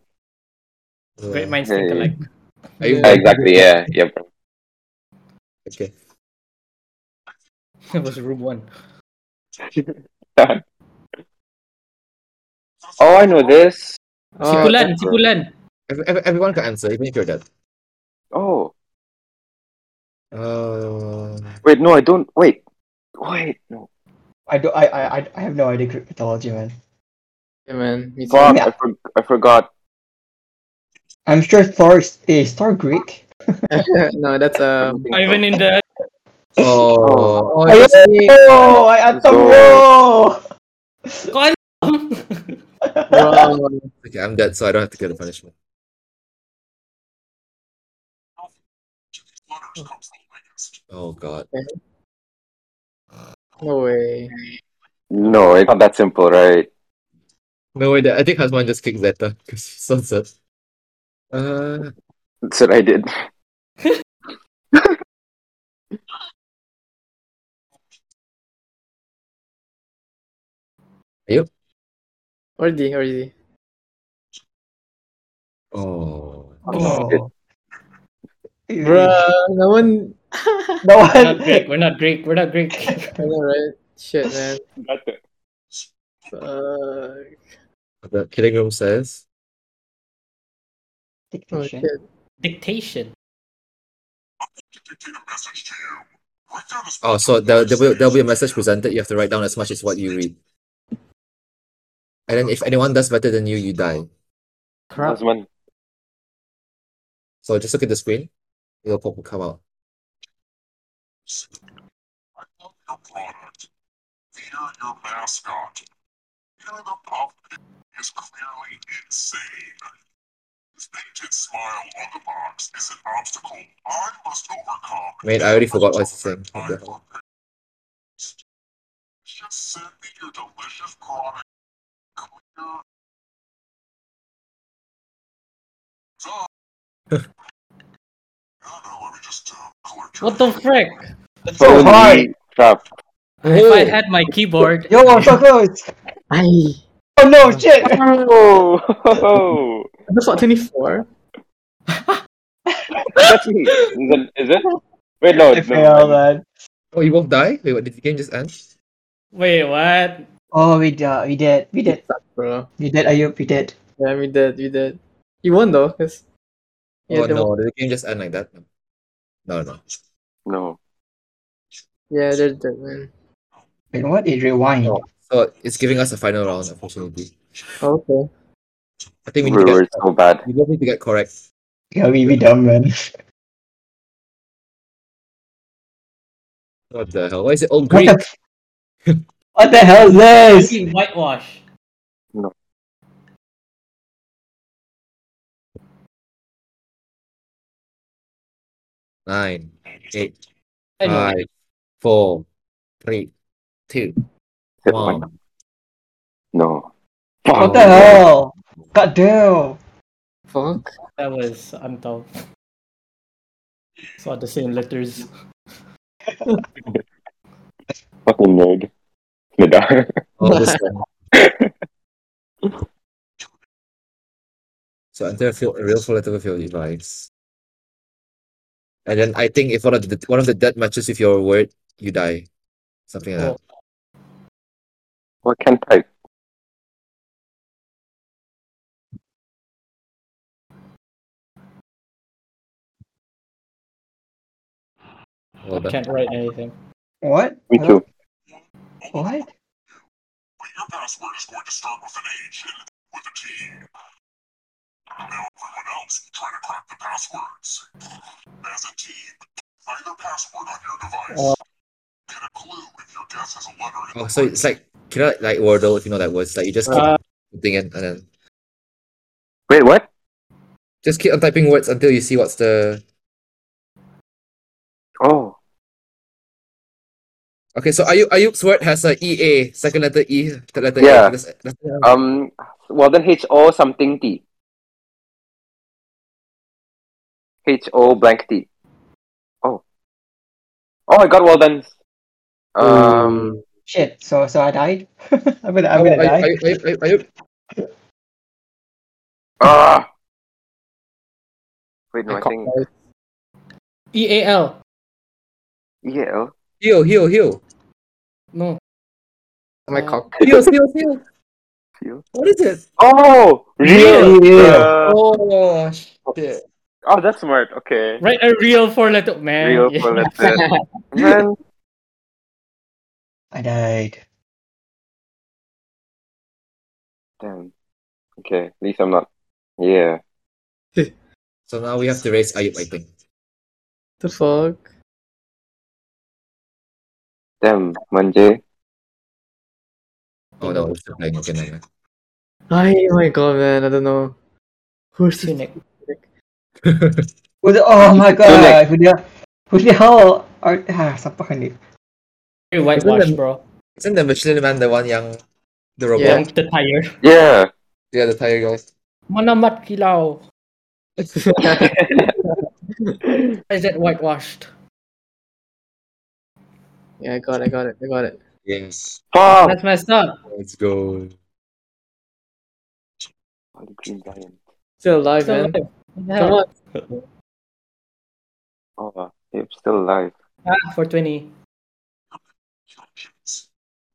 Speaker 5: Great
Speaker 1: uh,
Speaker 5: minds think
Speaker 3: Hey.
Speaker 5: alike.
Speaker 1: are you-
Speaker 3: Yeah, exactly. Yeah, yeah, bro.
Speaker 1: Okay.
Speaker 5: it was room one.
Speaker 3: Oh, I know this.
Speaker 9: Ah,
Speaker 2: Alright.
Speaker 5: Sipulan, sipulan.
Speaker 1: Every, every, everyone can answer, even if you're dead.
Speaker 3: Oh,
Speaker 1: Uh,
Speaker 3: wait, no, I don't. Wait, wait, no.
Speaker 4: I do. I, I. I- I have no idea Greek mythology, man.
Speaker 2: Yeah, man. Me too.
Speaker 3: Fuck,
Speaker 4: Yeah.
Speaker 3: I, for- I forgot.
Speaker 4: I'm sure Thor is, is Thor Greek.
Speaker 2: no, that's um.
Speaker 5: Ivan in the
Speaker 1: oh,
Speaker 2: Oh,
Speaker 4: Oh,
Speaker 2: that's me.
Speaker 4: yo, I am
Speaker 3: Go.
Speaker 4: Thor.
Speaker 2: Bro.
Speaker 1: okay. I'm dead, so I don't have to get a punishment. Oh God.
Speaker 2: No way.
Speaker 3: No, it's not that simple, right?
Speaker 1: No way. I think Hasman just kicked Zeta because sunset. Uh,
Speaker 3: That's what I did.
Speaker 2: Already, already.
Speaker 1: oh.
Speaker 4: Oh.
Speaker 2: Bro, no one.
Speaker 4: The
Speaker 6: We're not Greek.
Speaker 4: one.
Speaker 6: We're not Greek. We're not Greek.
Speaker 2: I know, right? Shit, man.
Speaker 9: That's it.
Speaker 2: Uh,
Speaker 8: The killing room says,
Speaker 2: oh,
Speaker 4: Dictation.
Speaker 2: shit.
Speaker 6: Dictation.
Speaker 7: Dictate a message to you. Write down as
Speaker 8: "Oh,
Speaker 7: much
Speaker 8: so
Speaker 7: of
Speaker 8: there,
Speaker 7: what
Speaker 8: there will
Speaker 7: it
Speaker 8: there'll be a
Speaker 7: is.
Speaker 8: message presented. You have to write down as much as what you read. And then if anyone does better than you, you die.
Speaker 6: Corrupt.
Speaker 9: Osman,
Speaker 8: So just look at the screen. It'll pop will come out.
Speaker 7: I love your product. Fear your mascot. Fear the puppet is clearly insane. His painted smile on the box is an obstacle I must overcome.
Speaker 8: Mate, I already forgot what's the thing. What
Speaker 7: I
Speaker 8: the
Speaker 7: will
Speaker 8: hell?
Speaker 7: taste. Just send me your delicious product. Clear. So, I don't know, let me just uh, collect your
Speaker 6: What the frick?
Speaker 4: That's so
Speaker 9: phone
Speaker 4: hard.
Speaker 9: crap.
Speaker 6: If
Speaker 8: Oh.
Speaker 6: I had my keyboard,
Speaker 4: Yo, I'm so close.
Speaker 2: Aye.
Speaker 4: Oh no, shit.
Speaker 9: Oh,
Speaker 2: That's what, 24?
Speaker 9: that's me. Is it? Is it? Wait, Oh, no,
Speaker 4: I failed,
Speaker 9: no.
Speaker 4: man.
Speaker 8: Oh, you won't die? Wait, what, did the game just end?
Speaker 6: wait, what?
Speaker 4: Oh, we did. We did. We did.
Speaker 2: Bro.
Speaker 4: We did. Ayub, we did.
Speaker 2: Yeah, we did, we did. You won though, because. Yeah,
Speaker 8: oh
Speaker 2: the-
Speaker 8: no, did the game just end like that? No, no.
Speaker 9: No.
Speaker 2: Yeah, they're dead, man.
Speaker 4: Wait, what? It rewind.
Speaker 8: no. So it's giving us a final round opportunity.
Speaker 2: Oh, Okay.
Speaker 8: I think we
Speaker 9: We
Speaker 8: need to
Speaker 9: were
Speaker 8: get
Speaker 9: so bad.
Speaker 8: we both need to get correct.
Speaker 4: Yeah, we, we dumb, man.
Speaker 8: What the hell? Why is it Oh, all
Speaker 4: What
Speaker 8: green?
Speaker 4: the, what the hell is this?
Speaker 6: Fucking Whitewash.
Speaker 8: Nine, eight,
Speaker 9: Ah.
Speaker 6: Anyway,
Speaker 8: five, four, three, two, one.
Speaker 9: No. Oh,
Speaker 4: What the hell? God damn.
Speaker 2: Fuck.
Speaker 6: that was Anto. Saw the same letters.
Speaker 9: Fucking nerd. Midar.
Speaker 8: All this time. So enter a, field, a real full letter with your device. And then I think if one of the one of the dead matches with your word, you die. Something like that.
Speaker 9: What can type?
Speaker 8: Well done.
Speaker 6: Can't write anything.
Speaker 4: What?
Speaker 9: Me
Speaker 4: Hello?
Speaker 9: too.
Speaker 4: What?
Speaker 7: But your password is going to start with an H and end with a T. Now everyone else try to crack the passwords. As a team, find the password on your device. Get a clue if your guess is a letter in
Speaker 8: Oh, so it's like you know, like Wordle, if you know that word. It's like you just keep
Speaker 9: Ah.
Speaker 6: Uh,
Speaker 8: putting in and then
Speaker 9: Wait, what?
Speaker 8: just keep on typing words until you see what's the.
Speaker 9: Oh.
Speaker 8: Okay, so Ayub Ayub's word has a E A second letter E third letter
Speaker 9: Yeah.
Speaker 8: A. That's, that's,
Speaker 9: Um. Well then, H O something T. H O blank T. Oh. Oh my God. Well then. Um.
Speaker 4: Shit. So so I died. I'm gonna I'm
Speaker 8: Oh,
Speaker 4: gonna
Speaker 8: Ayub,
Speaker 4: die.
Speaker 8: Ayub, Ayub, Ayub, Ayub.
Speaker 9: Ah. Wait, no. I
Speaker 2: caught
Speaker 9: think.
Speaker 2: that.
Speaker 6: E A L.
Speaker 9: Yeah.
Speaker 8: Heal, heal, heal.
Speaker 6: No.
Speaker 2: My cock.
Speaker 8: Heal, heal, heal.
Speaker 9: Heal.
Speaker 8: What is it?
Speaker 9: Oh. Real. Uh,
Speaker 8: Oh, shit.
Speaker 9: oh, that's smart. Okay.
Speaker 6: Write a real four letter man.
Speaker 9: Real
Speaker 6: Yeah.
Speaker 9: for letter. Man.
Speaker 4: I died.
Speaker 9: Damn. Okay. At least I'm not. Yeah.
Speaker 8: So now we have to raise Ayub, I think.
Speaker 2: The fuck?
Speaker 9: Damn. Manjay.
Speaker 8: Oh no, we're still playing. Okay, never mind.
Speaker 2: Ay, oh my god, man. I don't know. Who's the
Speaker 6: Tunic.
Speaker 4: Who the, oh my god.
Speaker 9: next?
Speaker 4: Who the, who the hell are ah, sampak ni.
Speaker 6: Very Whitewash, bro.
Speaker 8: Isn't the Michelin man the one young, the robot?
Speaker 2: Yeah.
Speaker 8: Yeah,
Speaker 6: Dump the tire.
Speaker 9: Yeah.
Speaker 8: the tire guy.
Speaker 6: Manamat kilau. Why Is that whitewashed?
Speaker 2: Yeah, I got it, I got it, I got it.
Speaker 8: Yes.
Speaker 9: Fuck.
Speaker 6: That's messed up.
Speaker 8: Let's go.
Speaker 9: Oh, the green lion.
Speaker 2: Still alive,
Speaker 6: Still
Speaker 2: man.
Speaker 6: alive. What the
Speaker 2: Come
Speaker 6: hell?
Speaker 2: on.
Speaker 9: Oh, You're still alive.
Speaker 5: Ah, 420.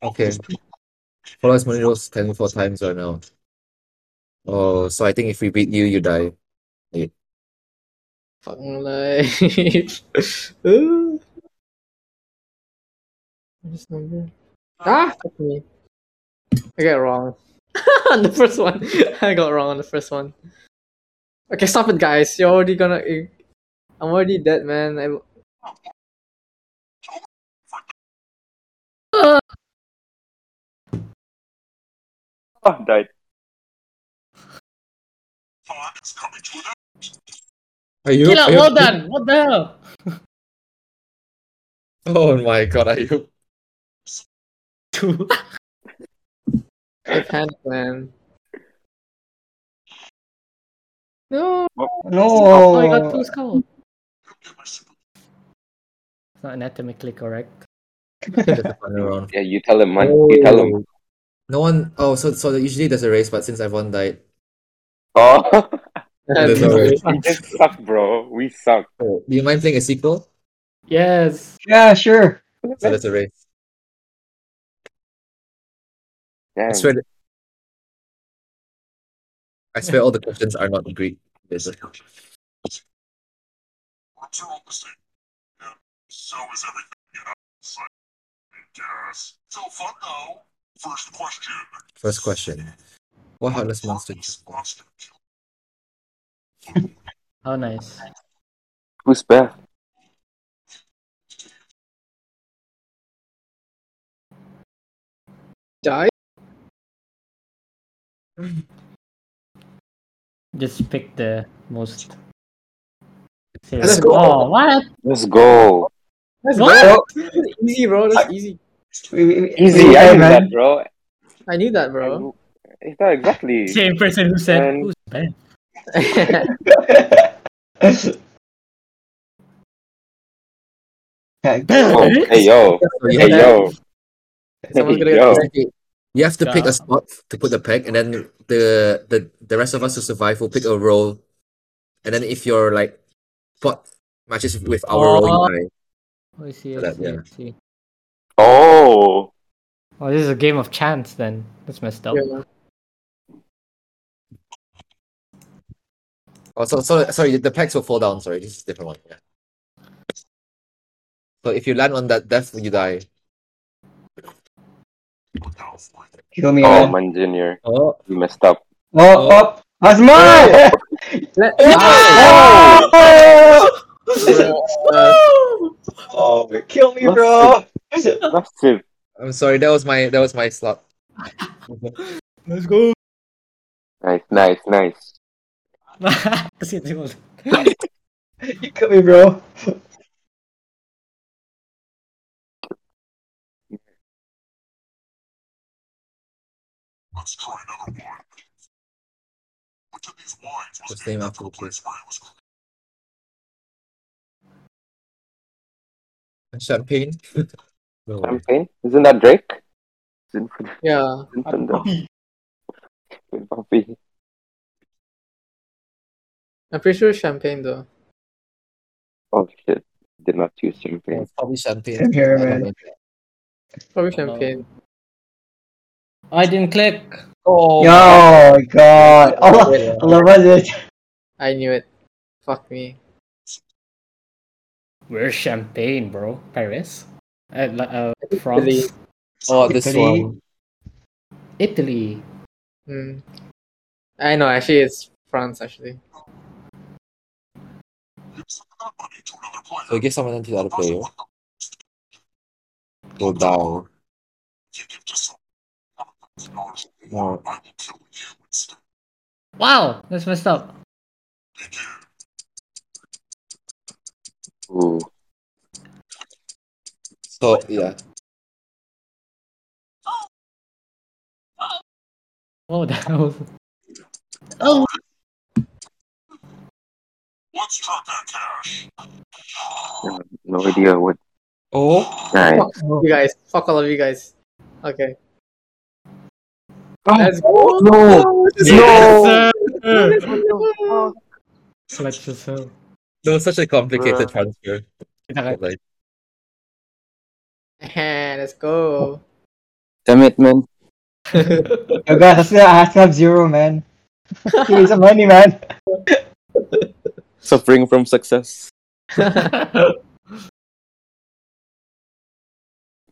Speaker 1: Okay. Flores Moniro's telling four times right now. Oh, so I think if we beat you, you die.
Speaker 2: Fucking life. Ooh. What is number? Ah, fuck me. I got it wrong on the first one. I got it wrong on the first one. Okay, stop it, guys. You're already gonna. you- I'm already dead, man. I,
Speaker 9: Oh, died.
Speaker 8: Time is coming to an end.
Speaker 1: Ayub,
Speaker 5: Kill out,
Speaker 1: Ayub,
Speaker 5: well done. What the hell?
Speaker 1: Oh my god, Ayub.
Speaker 5: Two.
Speaker 2: I panic, man. No.
Speaker 6: No.
Speaker 5: Oh, I got two skulls.
Speaker 8: Get my super
Speaker 5: It's not anatomically correct.
Speaker 1: That's a final round.
Speaker 9: Yeah, you tell him, man.
Speaker 8: Oh.
Speaker 9: You tell him.
Speaker 1: No one. Oh, so so usually there's a race, but since everyone died,
Speaker 9: Oh,
Speaker 1: there's no race.
Speaker 9: we just suck, bro. We suck.
Speaker 1: Oh, do you mind playing a sequel?
Speaker 5: Yes.
Speaker 6: Yeah, sure.
Speaker 1: So that's a race. I
Speaker 9: Damn.
Speaker 1: swear. that- I swear all the questions are not Greek. There's a-
Speaker 8: Words are all the same. Yeah, so is everything, you know? It's like, I guess. So fun, though. First question.
Speaker 1: First question. What heartless monster? do you
Speaker 8: Heartless
Speaker 1: want?
Speaker 8: monster killed
Speaker 5: How nice.
Speaker 9: Who's Beth?
Speaker 2: Die?
Speaker 5: Just pick the most.
Speaker 1: Let's
Speaker 5: serious-
Speaker 1: go.
Speaker 5: Oh, what?
Speaker 9: Let's go.
Speaker 2: That's
Speaker 5: What?
Speaker 2: bad. That's easy, bro. That's easy.
Speaker 6: We- we-
Speaker 9: Easy.
Speaker 6: we-
Speaker 9: I
Speaker 6: hey,
Speaker 9: knew
Speaker 6: man.
Speaker 9: that, bro.
Speaker 2: I knew that, bro.
Speaker 9: It's not exactly.
Speaker 5: Same person who said,
Speaker 9: And-
Speaker 5: who's Ben?
Speaker 6: Okay.
Speaker 9: Oh, hey, yo.
Speaker 1: So you have,
Speaker 9: Hey, yo.
Speaker 2: Someone's gonna
Speaker 9: Hey, yo.
Speaker 2: get
Speaker 1: you have to pick
Speaker 5: Yeah.
Speaker 1: a spot to put the peg, and then the the the rest of us who survive will pick a role, and then if your like spot matches with our
Speaker 5: Oh.
Speaker 1: role, you die.
Speaker 5: Oh, I see, I
Speaker 1: That,
Speaker 5: see,
Speaker 1: yeah.
Speaker 5: I see.
Speaker 9: Oh.
Speaker 5: Oh, this is a game of chance then. That's messed up.
Speaker 2: yeah.
Speaker 1: Oh, so, so sorry, the pegs will fall down. Sorry, this is a different one. Yeah. So if you land on that death, you die.
Speaker 8: without fighting.
Speaker 6: Kill me,
Speaker 9: Oh,
Speaker 6: man.
Speaker 9: man, Junior.
Speaker 1: Oh,
Speaker 9: You messed up.
Speaker 6: Oh, oh, Osman!
Speaker 2: Let-
Speaker 6: Oh!
Speaker 2: Uh,
Speaker 6: Oh, kill me,
Speaker 9: Let's
Speaker 6: bro.
Speaker 9: Massive.
Speaker 1: I'm sorry. That was my that was my slot.
Speaker 5: Let's go.
Speaker 9: Nice, nice, nice.
Speaker 6: You kill me, bro.
Speaker 8: Let's try another wine. Which of these wines was
Speaker 1: Just name
Speaker 8: named
Speaker 1: after
Speaker 8: after the
Speaker 1: the place.
Speaker 8: place where it was created?
Speaker 1: Champagne. No way.
Speaker 9: Champagne? Isn't that Drake? Isn't from-
Speaker 2: yeah.
Speaker 9: isn't from the- Puppy.
Speaker 2: I'm pretty sure it's champagne though.
Speaker 9: Oh, shit. Did not choose champagne.
Speaker 1: It's probably champagne.
Speaker 6: Same here,
Speaker 1: I don't
Speaker 6: man.
Speaker 1: know.
Speaker 2: Probably champagne.
Speaker 5: I didn't click.
Speaker 2: Oh,
Speaker 6: Yo, God.
Speaker 4: Oh,
Speaker 6: All, all of us is-
Speaker 2: I knew it. Fuck me.
Speaker 5: Where's champagne, bro? Paris? Uh, li- uh, France?
Speaker 2: Italy.
Speaker 1: Oh, this
Speaker 6: Italy.
Speaker 1: one.
Speaker 5: Italy.
Speaker 2: Hmm. I know. Actually, it's France. Actually.
Speaker 8: Give some of that money to another player.
Speaker 1: So give someone to the other
Speaker 8: The person
Speaker 1: player.
Speaker 8: with the most
Speaker 1: Go down.
Speaker 8: you give to someone $1,000
Speaker 1: More.
Speaker 8: or I will kill you instead.
Speaker 5: Wow, that's messed up.
Speaker 8: Begin.
Speaker 9: Ooh.
Speaker 1: So yeah.
Speaker 5: Oh, that was. Oh,
Speaker 8: Let's track that cash.
Speaker 9: No idea what.
Speaker 1: Oh,
Speaker 9: Nice.
Speaker 2: Fuck you guys. Fuck all of you guys. Okay.
Speaker 9: Oh,
Speaker 2: Let's go.
Speaker 9: No!
Speaker 5: yes, sir.
Speaker 9: No!
Speaker 5: Clutch yourself.
Speaker 1: that was such a complicated
Speaker 9: Bruh.
Speaker 1: transfer. Like,
Speaker 2: Let's go.
Speaker 3: Damn it, man.
Speaker 4: Yo, guys, I still, I still have zero, man. Give me some money, man.
Speaker 3: Suffering from success.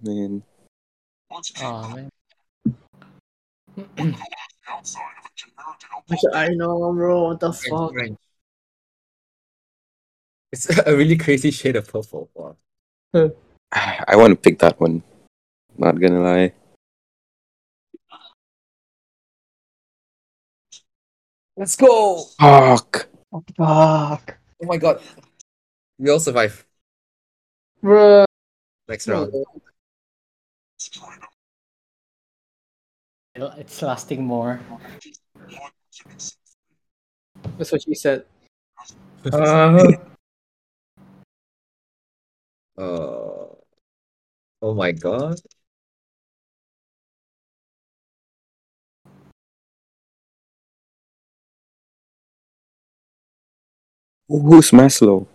Speaker 3: Man.
Speaker 9: Once again,
Speaker 5: oh man.
Speaker 9: the outside of a generic
Speaker 2: I know, bro. What the fuck?
Speaker 1: it's a really crazy shade of purple. Wow.
Speaker 3: I want to pick that one. Not gonna lie.
Speaker 1: Let's go!
Speaker 3: Fuck.
Speaker 4: Fuck.
Speaker 1: Oh my god. We all survive
Speaker 2: Bro.
Speaker 1: next round.
Speaker 9: destroyed a
Speaker 5: It's lasting more.
Speaker 9: lot to be seen.
Speaker 2: That's what she said.
Speaker 6: Uh,
Speaker 1: Uh, oh my god.
Speaker 3: Who's Maslow?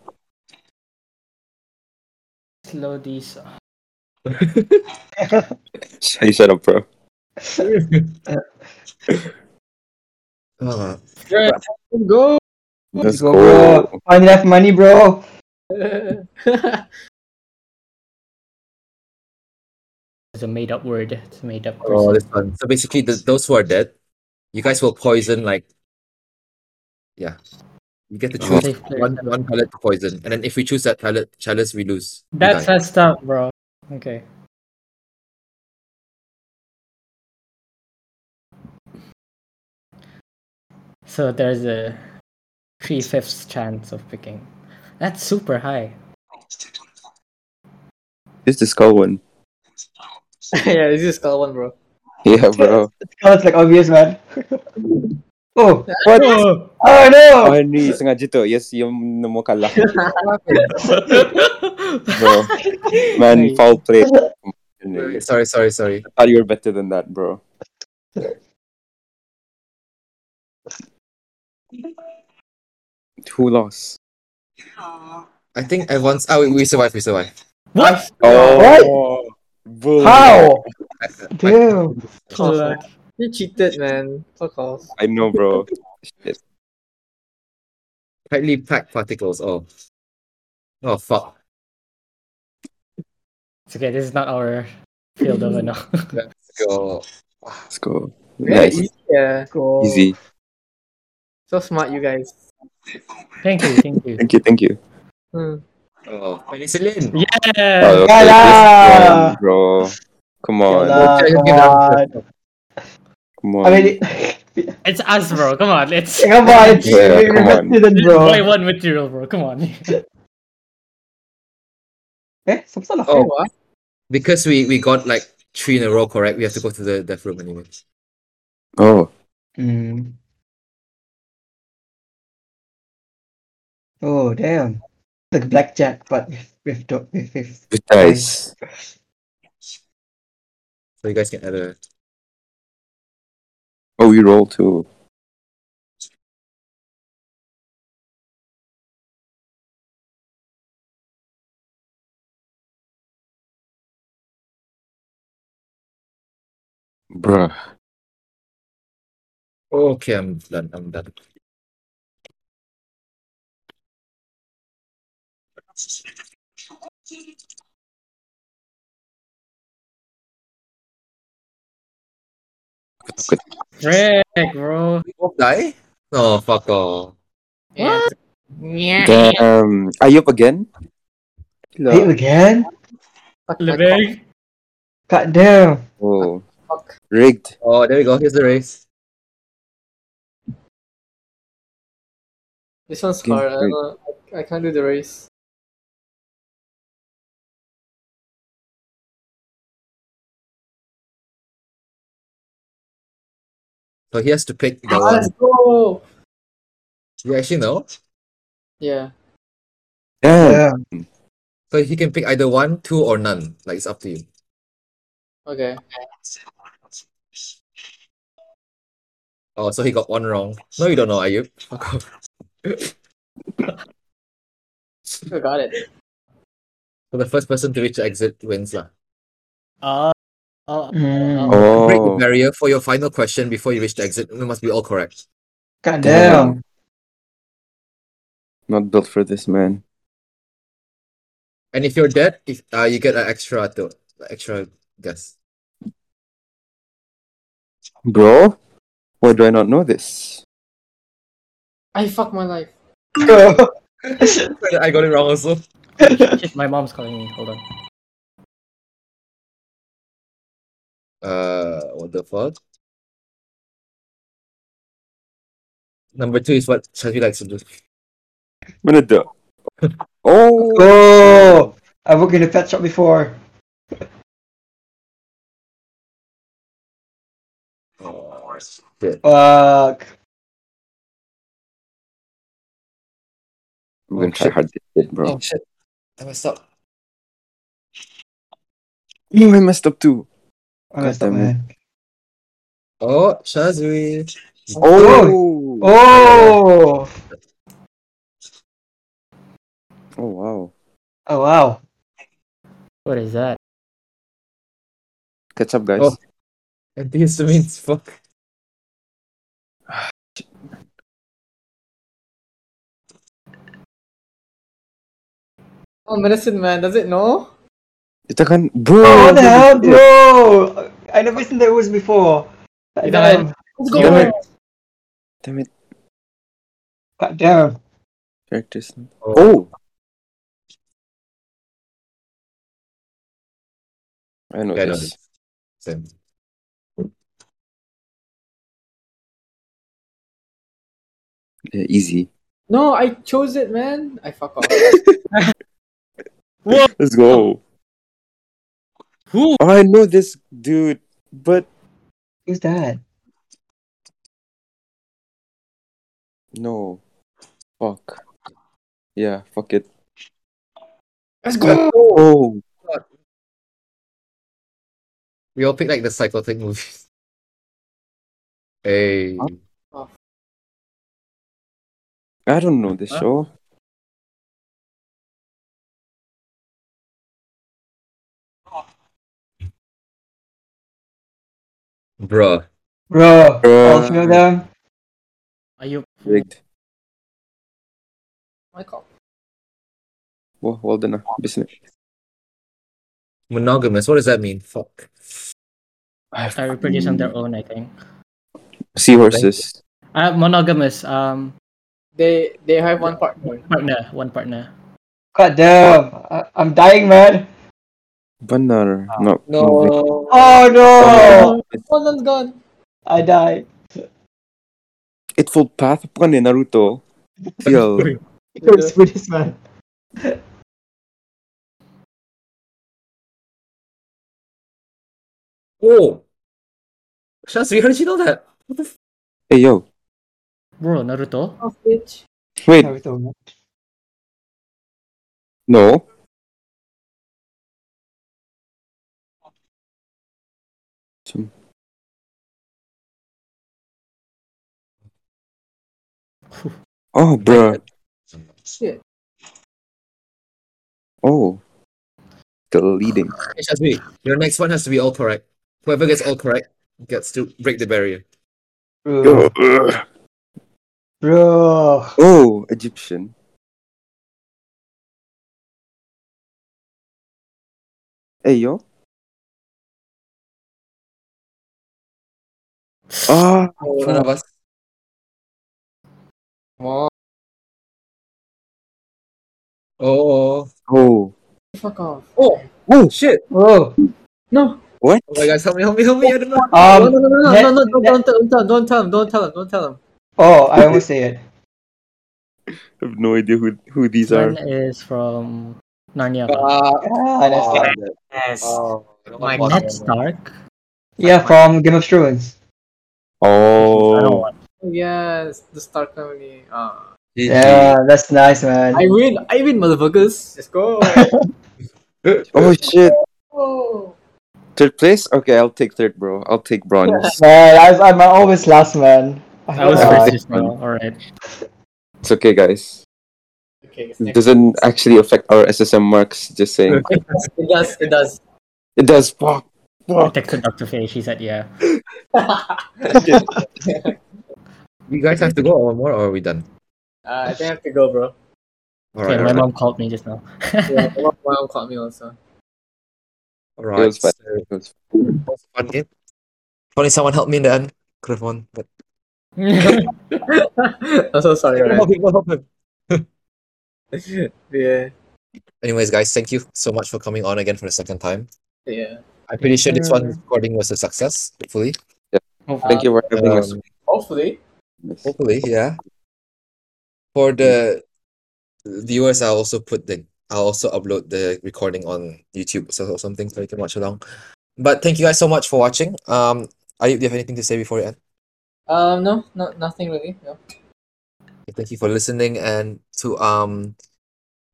Speaker 5: Slow these.
Speaker 3: Shut- You shut up, bro.
Speaker 1: Uh,
Speaker 2: Let's go.
Speaker 3: Let's
Speaker 4: go,
Speaker 3: go.
Speaker 4: bro. Find enough money, bro.
Speaker 5: It's a made up word. It's a made up person.
Speaker 1: oh, this one. So basically, th those who are dead, you guys will poison, like, yeah. You get to
Speaker 3: Oh.
Speaker 1: choose
Speaker 5: Safe place.
Speaker 1: one, one palette to poison. And then if we choose that palette, chalice, we lose. We
Speaker 5: That's
Speaker 1: die.
Speaker 5: messed up, bro. Okay. So there's a three fifths chance of picking. That's super high.
Speaker 3: This is the skull one.
Speaker 2: yeah, this is skull one, bro.
Speaker 3: Yeah, bro.
Speaker 4: Oh, it's like obvious, man. oh,
Speaker 3: What?
Speaker 4: oh
Speaker 3: Oh,
Speaker 4: no.
Speaker 3: ni sengaja tu. Yes, yung namo kalah. Bro. Man, foul play. I
Speaker 1: Sorry, sorry, sorry.
Speaker 3: thought you were better than that, bro. Who lost?
Speaker 1: I think everyone's. Oh, we, we survived, we survived.
Speaker 5: what?
Speaker 3: Oh,
Speaker 4: What?
Speaker 3: bro.
Speaker 4: How?
Speaker 1: I- I-
Speaker 4: Damn.
Speaker 2: Fuck off. You cheated, man. Fuck off.
Speaker 3: I know, bro. Shit.
Speaker 1: Tightly packed particles. Oh. Oh, fuck.
Speaker 5: It's okay. This is not our field of no.
Speaker 1: Let's go.
Speaker 3: Let's go. Nice.
Speaker 2: Yeah. Cool.
Speaker 3: Easy.
Speaker 2: So smart, you guys.
Speaker 5: Thank you. Thank you.
Speaker 3: Thank you, thank you.
Speaker 2: Hmm.
Speaker 1: Oh, penicillin.
Speaker 5: Yeah.
Speaker 3: Oh,
Speaker 4: Yala!
Speaker 3: this one, bro. Come on.
Speaker 4: Yala,
Speaker 1: Okay,
Speaker 4: come
Speaker 1: give it up.
Speaker 4: on.
Speaker 3: Come on.
Speaker 4: I mean,
Speaker 5: It's us, bro. Come on. Let's.
Speaker 4: come on. It's
Speaker 3: Yeah,
Speaker 4: we're
Speaker 3: come on.
Speaker 4: invested in,
Speaker 5: This is
Speaker 4: bro.
Speaker 5: boy one material, bro. Come on.
Speaker 4: Eh, some sort of
Speaker 1: Oh.
Speaker 4: oh.
Speaker 2: what?
Speaker 1: Because we, we got like three in a row, correct? We have to go to the death room anyway.
Speaker 3: oh,
Speaker 4: oh, damn. Like blackjack, but with with do- with, with
Speaker 3: good dice.
Speaker 1: So you guys can add a.
Speaker 3: Oh, we roll too. Bruh.
Speaker 1: Okay, I'm done. I'm done.
Speaker 5: Frick, bro.
Speaker 1: We both die? Oh, fuck off.
Speaker 2: Yeah.
Speaker 3: Damn. Are you up again?
Speaker 4: Hit again?
Speaker 2: Fuck my cock.
Speaker 5: Lebig.
Speaker 4: God damn.
Speaker 3: Oh.
Speaker 2: Fuck.
Speaker 3: Rigged.
Speaker 1: Oh, there we go. Here's the race.
Speaker 2: This one's
Speaker 3: Game
Speaker 2: hard. I,
Speaker 3: three.
Speaker 2: don't, I, I can't do the race.
Speaker 1: So he has to pick the
Speaker 2: Ah,
Speaker 1: one.
Speaker 2: let's go.
Speaker 1: You actually know?
Speaker 2: Yeah.
Speaker 3: Damn.
Speaker 4: Damn.
Speaker 1: So he can pick either one, two, or none. Like, it's up to you.
Speaker 2: Okay.
Speaker 1: Oh, so he got one wrong. No, you don't know, Ayub. Fuck off.
Speaker 2: I got it.
Speaker 8: So the first person to reach the exit wins. lah.
Speaker 5: Uh, uh,
Speaker 6: Mm.
Speaker 5: uh,
Speaker 8: Break the
Speaker 9: Oh,
Speaker 8: barrier for your final question before you reach the exit. We must be all correct.
Speaker 6: God damn.
Speaker 9: not built for this, man.
Speaker 8: And if you're dead, if uh, you get an extra to extra guess.
Speaker 9: Bro, why do I not know this?
Speaker 2: I fuck my life.
Speaker 8: I got it wrong also.
Speaker 5: Oh, shit, my mom's calling me. Hold on.
Speaker 8: Uh, what the fuck? Number two is what Chavi likes to do.
Speaker 9: What a do- Oh,
Speaker 6: oh, I worked in a pet shop before.
Speaker 8: Oh, shit.
Speaker 6: Fuck.
Speaker 9: I'm gonna try hard to hit, bro.
Speaker 8: Oh shit! I messed up.
Speaker 9: No, I messed up too.
Speaker 6: I messed
Speaker 9: God
Speaker 6: up,
Speaker 9: damn it.
Speaker 6: man.
Speaker 8: Oh, Shazwi.
Speaker 9: Oh, oh,
Speaker 6: Oh.
Speaker 9: wow.
Speaker 6: Oh wow.
Speaker 5: What is that?
Speaker 9: Catch up, guys.
Speaker 8: Oh. And this means fuck.
Speaker 2: Oh, medicine man, does it know?
Speaker 9: Ito kan, bro.
Speaker 6: Oh, what the hell, bro? I never seen that was before. God
Speaker 5: You
Speaker 6: damn.
Speaker 2: Let's
Speaker 5: go.
Speaker 9: Damn it. Damn it.
Speaker 6: God damn.
Speaker 9: Characters.
Speaker 8: Oh.
Speaker 9: Oh. I know
Speaker 8: Yeah, I know
Speaker 9: this.
Speaker 8: this. Same.
Speaker 9: Yeah, easy.
Speaker 2: No, I chose it, man. I fuck off.
Speaker 9: Let's go.
Speaker 5: Who?
Speaker 9: Oh, I know this dude, but
Speaker 6: Who's that?
Speaker 9: no. Fuck. Yeah, fuck it.
Speaker 2: Let's go.
Speaker 9: Oh.
Speaker 8: We all pick like the psychotic movies. Hey,
Speaker 9: Huh? I don't know this
Speaker 5: Huh?
Speaker 9: show.
Speaker 8: bruh.
Speaker 6: Bro, all
Speaker 9: Bruh.
Speaker 6: three of them?
Speaker 5: Are you?
Speaker 9: Rigged.
Speaker 2: Michael.
Speaker 9: Well, well done. ah. Business.
Speaker 8: Monogamous. What does that mean? Fuck.
Speaker 5: I reproduce on their own, I think.
Speaker 9: Seahorses.
Speaker 5: Uh, monogamous. Um,
Speaker 2: They they have one partner.
Speaker 5: partner, one partner.
Speaker 6: God damn. I- I'm dying, man.
Speaker 9: Banner. No.
Speaker 2: No.
Speaker 6: Oh no!
Speaker 2: One has gone.
Speaker 6: I died.
Speaker 9: It full path pa ni Naruto. Yo.
Speaker 6: It was Swedish, man.
Speaker 8: Oh, Shazwi, how did you know that? What the f-
Speaker 9: Hey yo.
Speaker 5: Bro, Naruto.
Speaker 2: Oh, bitch.
Speaker 9: Wait.
Speaker 6: Naruto, man.
Speaker 9: No. Some- Oh, bruh.
Speaker 2: Shit.
Speaker 9: Oh. The leading.
Speaker 8: Hey, Shazwi, your next one has to be all correct. Whoever gets all correct gets to break the barrier.
Speaker 6: Bro. Bro.
Speaker 9: Oh, Egyptian. Hey, yo. Ah,
Speaker 8: One of us.
Speaker 2: Come on.
Speaker 8: Oh,
Speaker 9: oh.
Speaker 2: Fuck off.
Speaker 9: Oh,
Speaker 8: shit.
Speaker 6: Oh.
Speaker 2: No.
Speaker 9: what?
Speaker 8: Oh my guys, help me, help me, help me. I don't know.
Speaker 2: No,
Speaker 6: Um.
Speaker 2: no, no, no,
Speaker 6: Net-
Speaker 2: no, no, no, don't, don't tell him, don't tell him, don't tell him, don't tell him.
Speaker 6: Oh, I almost say it.
Speaker 9: I have no idea who, who these are.
Speaker 5: One is from Narnia.
Speaker 2: Uh,
Speaker 6: Ah, that's
Speaker 8: Oh,
Speaker 6: fine.
Speaker 4: Yes.
Speaker 8: my
Speaker 4: God.
Speaker 5: Ned Stark.
Speaker 6: Yeah, from Game of Thrones.
Speaker 5: I don't
Speaker 9: Oh.
Speaker 5: want-
Speaker 2: Yes, the Star Company. Ah.
Speaker 6: Yeah, that's nice, man.
Speaker 2: I win, I win, motherfuckers. Let's go.
Speaker 9: Oh, shit.
Speaker 2: oh.
Speaker 9: Third place? Okay, I'll take third, bro. I'll take bronze.
Speaker 6: Man, I, I'm always last, man.
Speaker 5: That was
Speaker 6: Uh,
Speaker 5: racist, bro. All right.
Speaker 9: It's okay, guys.
Speaker 2: Okay. it's
Speaker 8: It
Speaker 2: next.
Speaker 8: doesn't actually affect our SSM marks, just saying.
Speaker 2: It does. It does.
Speaker 8: It does. Fuck.
Speaker 5: I
Speaker 8: Fuck.
Speaker 5: texted Dr. Faye. She said, yeah.
Speaker 1: You guys have to go or more, or are we done?
Speaker 2: Uh, I think I have to go, bro.
Speaker 1: All
Speaker 5: Okay, my
Speaker 1: right, all right.
Speaker 5: mom called me just now.
Speaker 2: Yeah, my mom- my mom called me also.
Speaker 1: All
Speaker 8: It
Speaker 1: right.
Speaker 8: was
Speaker 1: So,
Speaker 8: fun.
Speaker 1: that
Speaker 8: It was fun.
Speaker 1: was a fun game. If only someone helped me in the end, could have won. But
Speaker 2: I'm so sorry, man. Yeah.
Speaker 1: anyways, guys, thank you so much for coming on again for the second time.
Speaker 2: Yeah.
Speaker 1: I'm pretty sure this one recording was a success. Hopefully,
Speaker 8: Thank
Speaker 5: Uh,
Speaker 8: you for having us.
Speaker 1: Um,
Speaker 2: Hopefully.
Speaker 1: hopefully, yeah. For the viewers, I'll also put the I'll also upload the recording on YouTube so, or something so you can watch along. But thank you guys so much for watching. Um, Ayub, do you have anything to say before we end?
Speaker 2: Um. No. Not nothing really. No.
Speaker 1: Thank you for listening and to um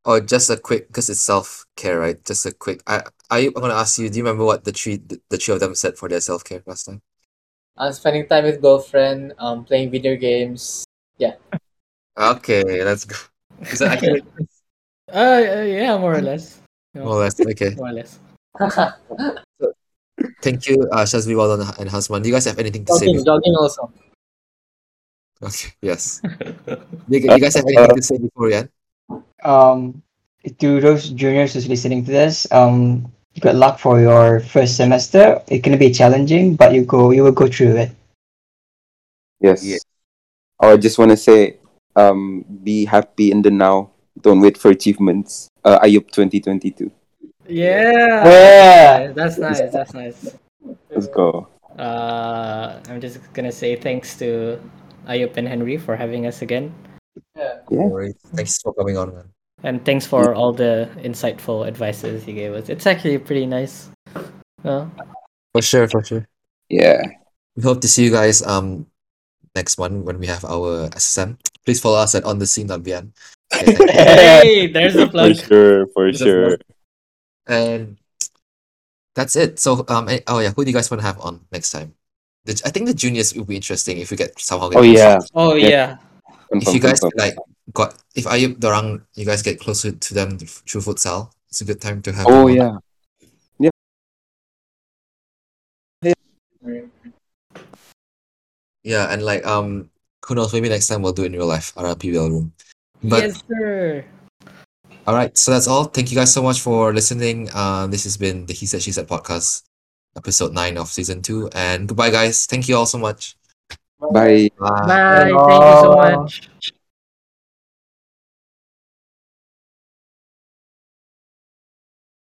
Speaker 1: or just a quick because it's self-care, right? Just a quick I I I'm gonna ask you, do you remember what the three the three of them said for their self-care last time?
Speaker 2: I'm spending time with girlfriend. Um. Playing video games.
Speaker 1: Okay, let's go. Is that accurate?
Speaker 5: Uh, uh, yeah, more or less.
Speaker 1: More or less. Okay.
Speaker 5: More or less.
Speaker 1: Thank you, uh Shazvi Waldon and Hasman. Do you guys have anything to say
Speaker 2: jogging.
Speaker 1: before?
Speaker 2: Jogging also.
Speaker 1: Okay, yes. Do you, you guys have anything to say before we end?
Speaker 4: Um, to those juniors who's listening to this, um, good luck for your first semester. It can be challenging, but you go, you will go through it.
Speaker 8: Yes.
Speaker 1: Yeah.
Speaker 8: Oh, I just want to say, um, be happy in the now. Don't wait for achievements. Uh, Ayub 2022.
Speaker 5: Yeah.
Speaker 4: Yeah.
Speaker 5: That's nice. That's nice.
Speaker 8: Let's go.
Speaker 5: Uh, I'm just gonna say thanks to Ayup and Henry for having us again,
Speaker 2: Yeah.
Speaker 8: Yeah.
Speaker 1: No worries. Thanks for coming on, man.
Speaker 5: and thanks for all the insightful advices you gave us. It's actually pretty nice. Uh,
Speaker 1: For sure, for sure.
Speaker 8: Yeah.
Speaker 1: We hope to see you guys um next one when we have our SSM. Please follow us at on the scene.bn. Okay, thank you.
Speaker 5: hey, there's the plug.
Speaker 8: sure. For
Speaker 1: There's a sure. plug. And that's it. So um eh, oh yeah, who do you guys want to have on next time? The, ju- I think the juniors will be interesting if we get somehow get
Speaker 8: Oh,
Speaker 1: close.
Speaker 8: yeah.
Speaker 5: Oh yeah.
Speaker 1: If you
Speaker 8: Confirm,
Speaker 1: guys
Speaker 8: confirm.
Speaker 1: like got if I dorang you guys get closer to them through futsal, it's a good time to have
Speaker 8: Oh,
Speaker 1: them on.
Speaker 8: yeah.
Speaker 1: Yeah, and like um who knows, maybe next time we'll do it in real life, RRPBL room. But
Speaker 5: Yes, sir.
Speaker 1: All right, so that's all. Thank you guys so much for listening. Uh, this has been the He Said She Said podcast, episode nine of season two. uh, And goodbye, guys. Thank you all so much.
Speaker 8: Bye.
Speaker 1: Bye.
Speaker 5: Bye. Thank you so much.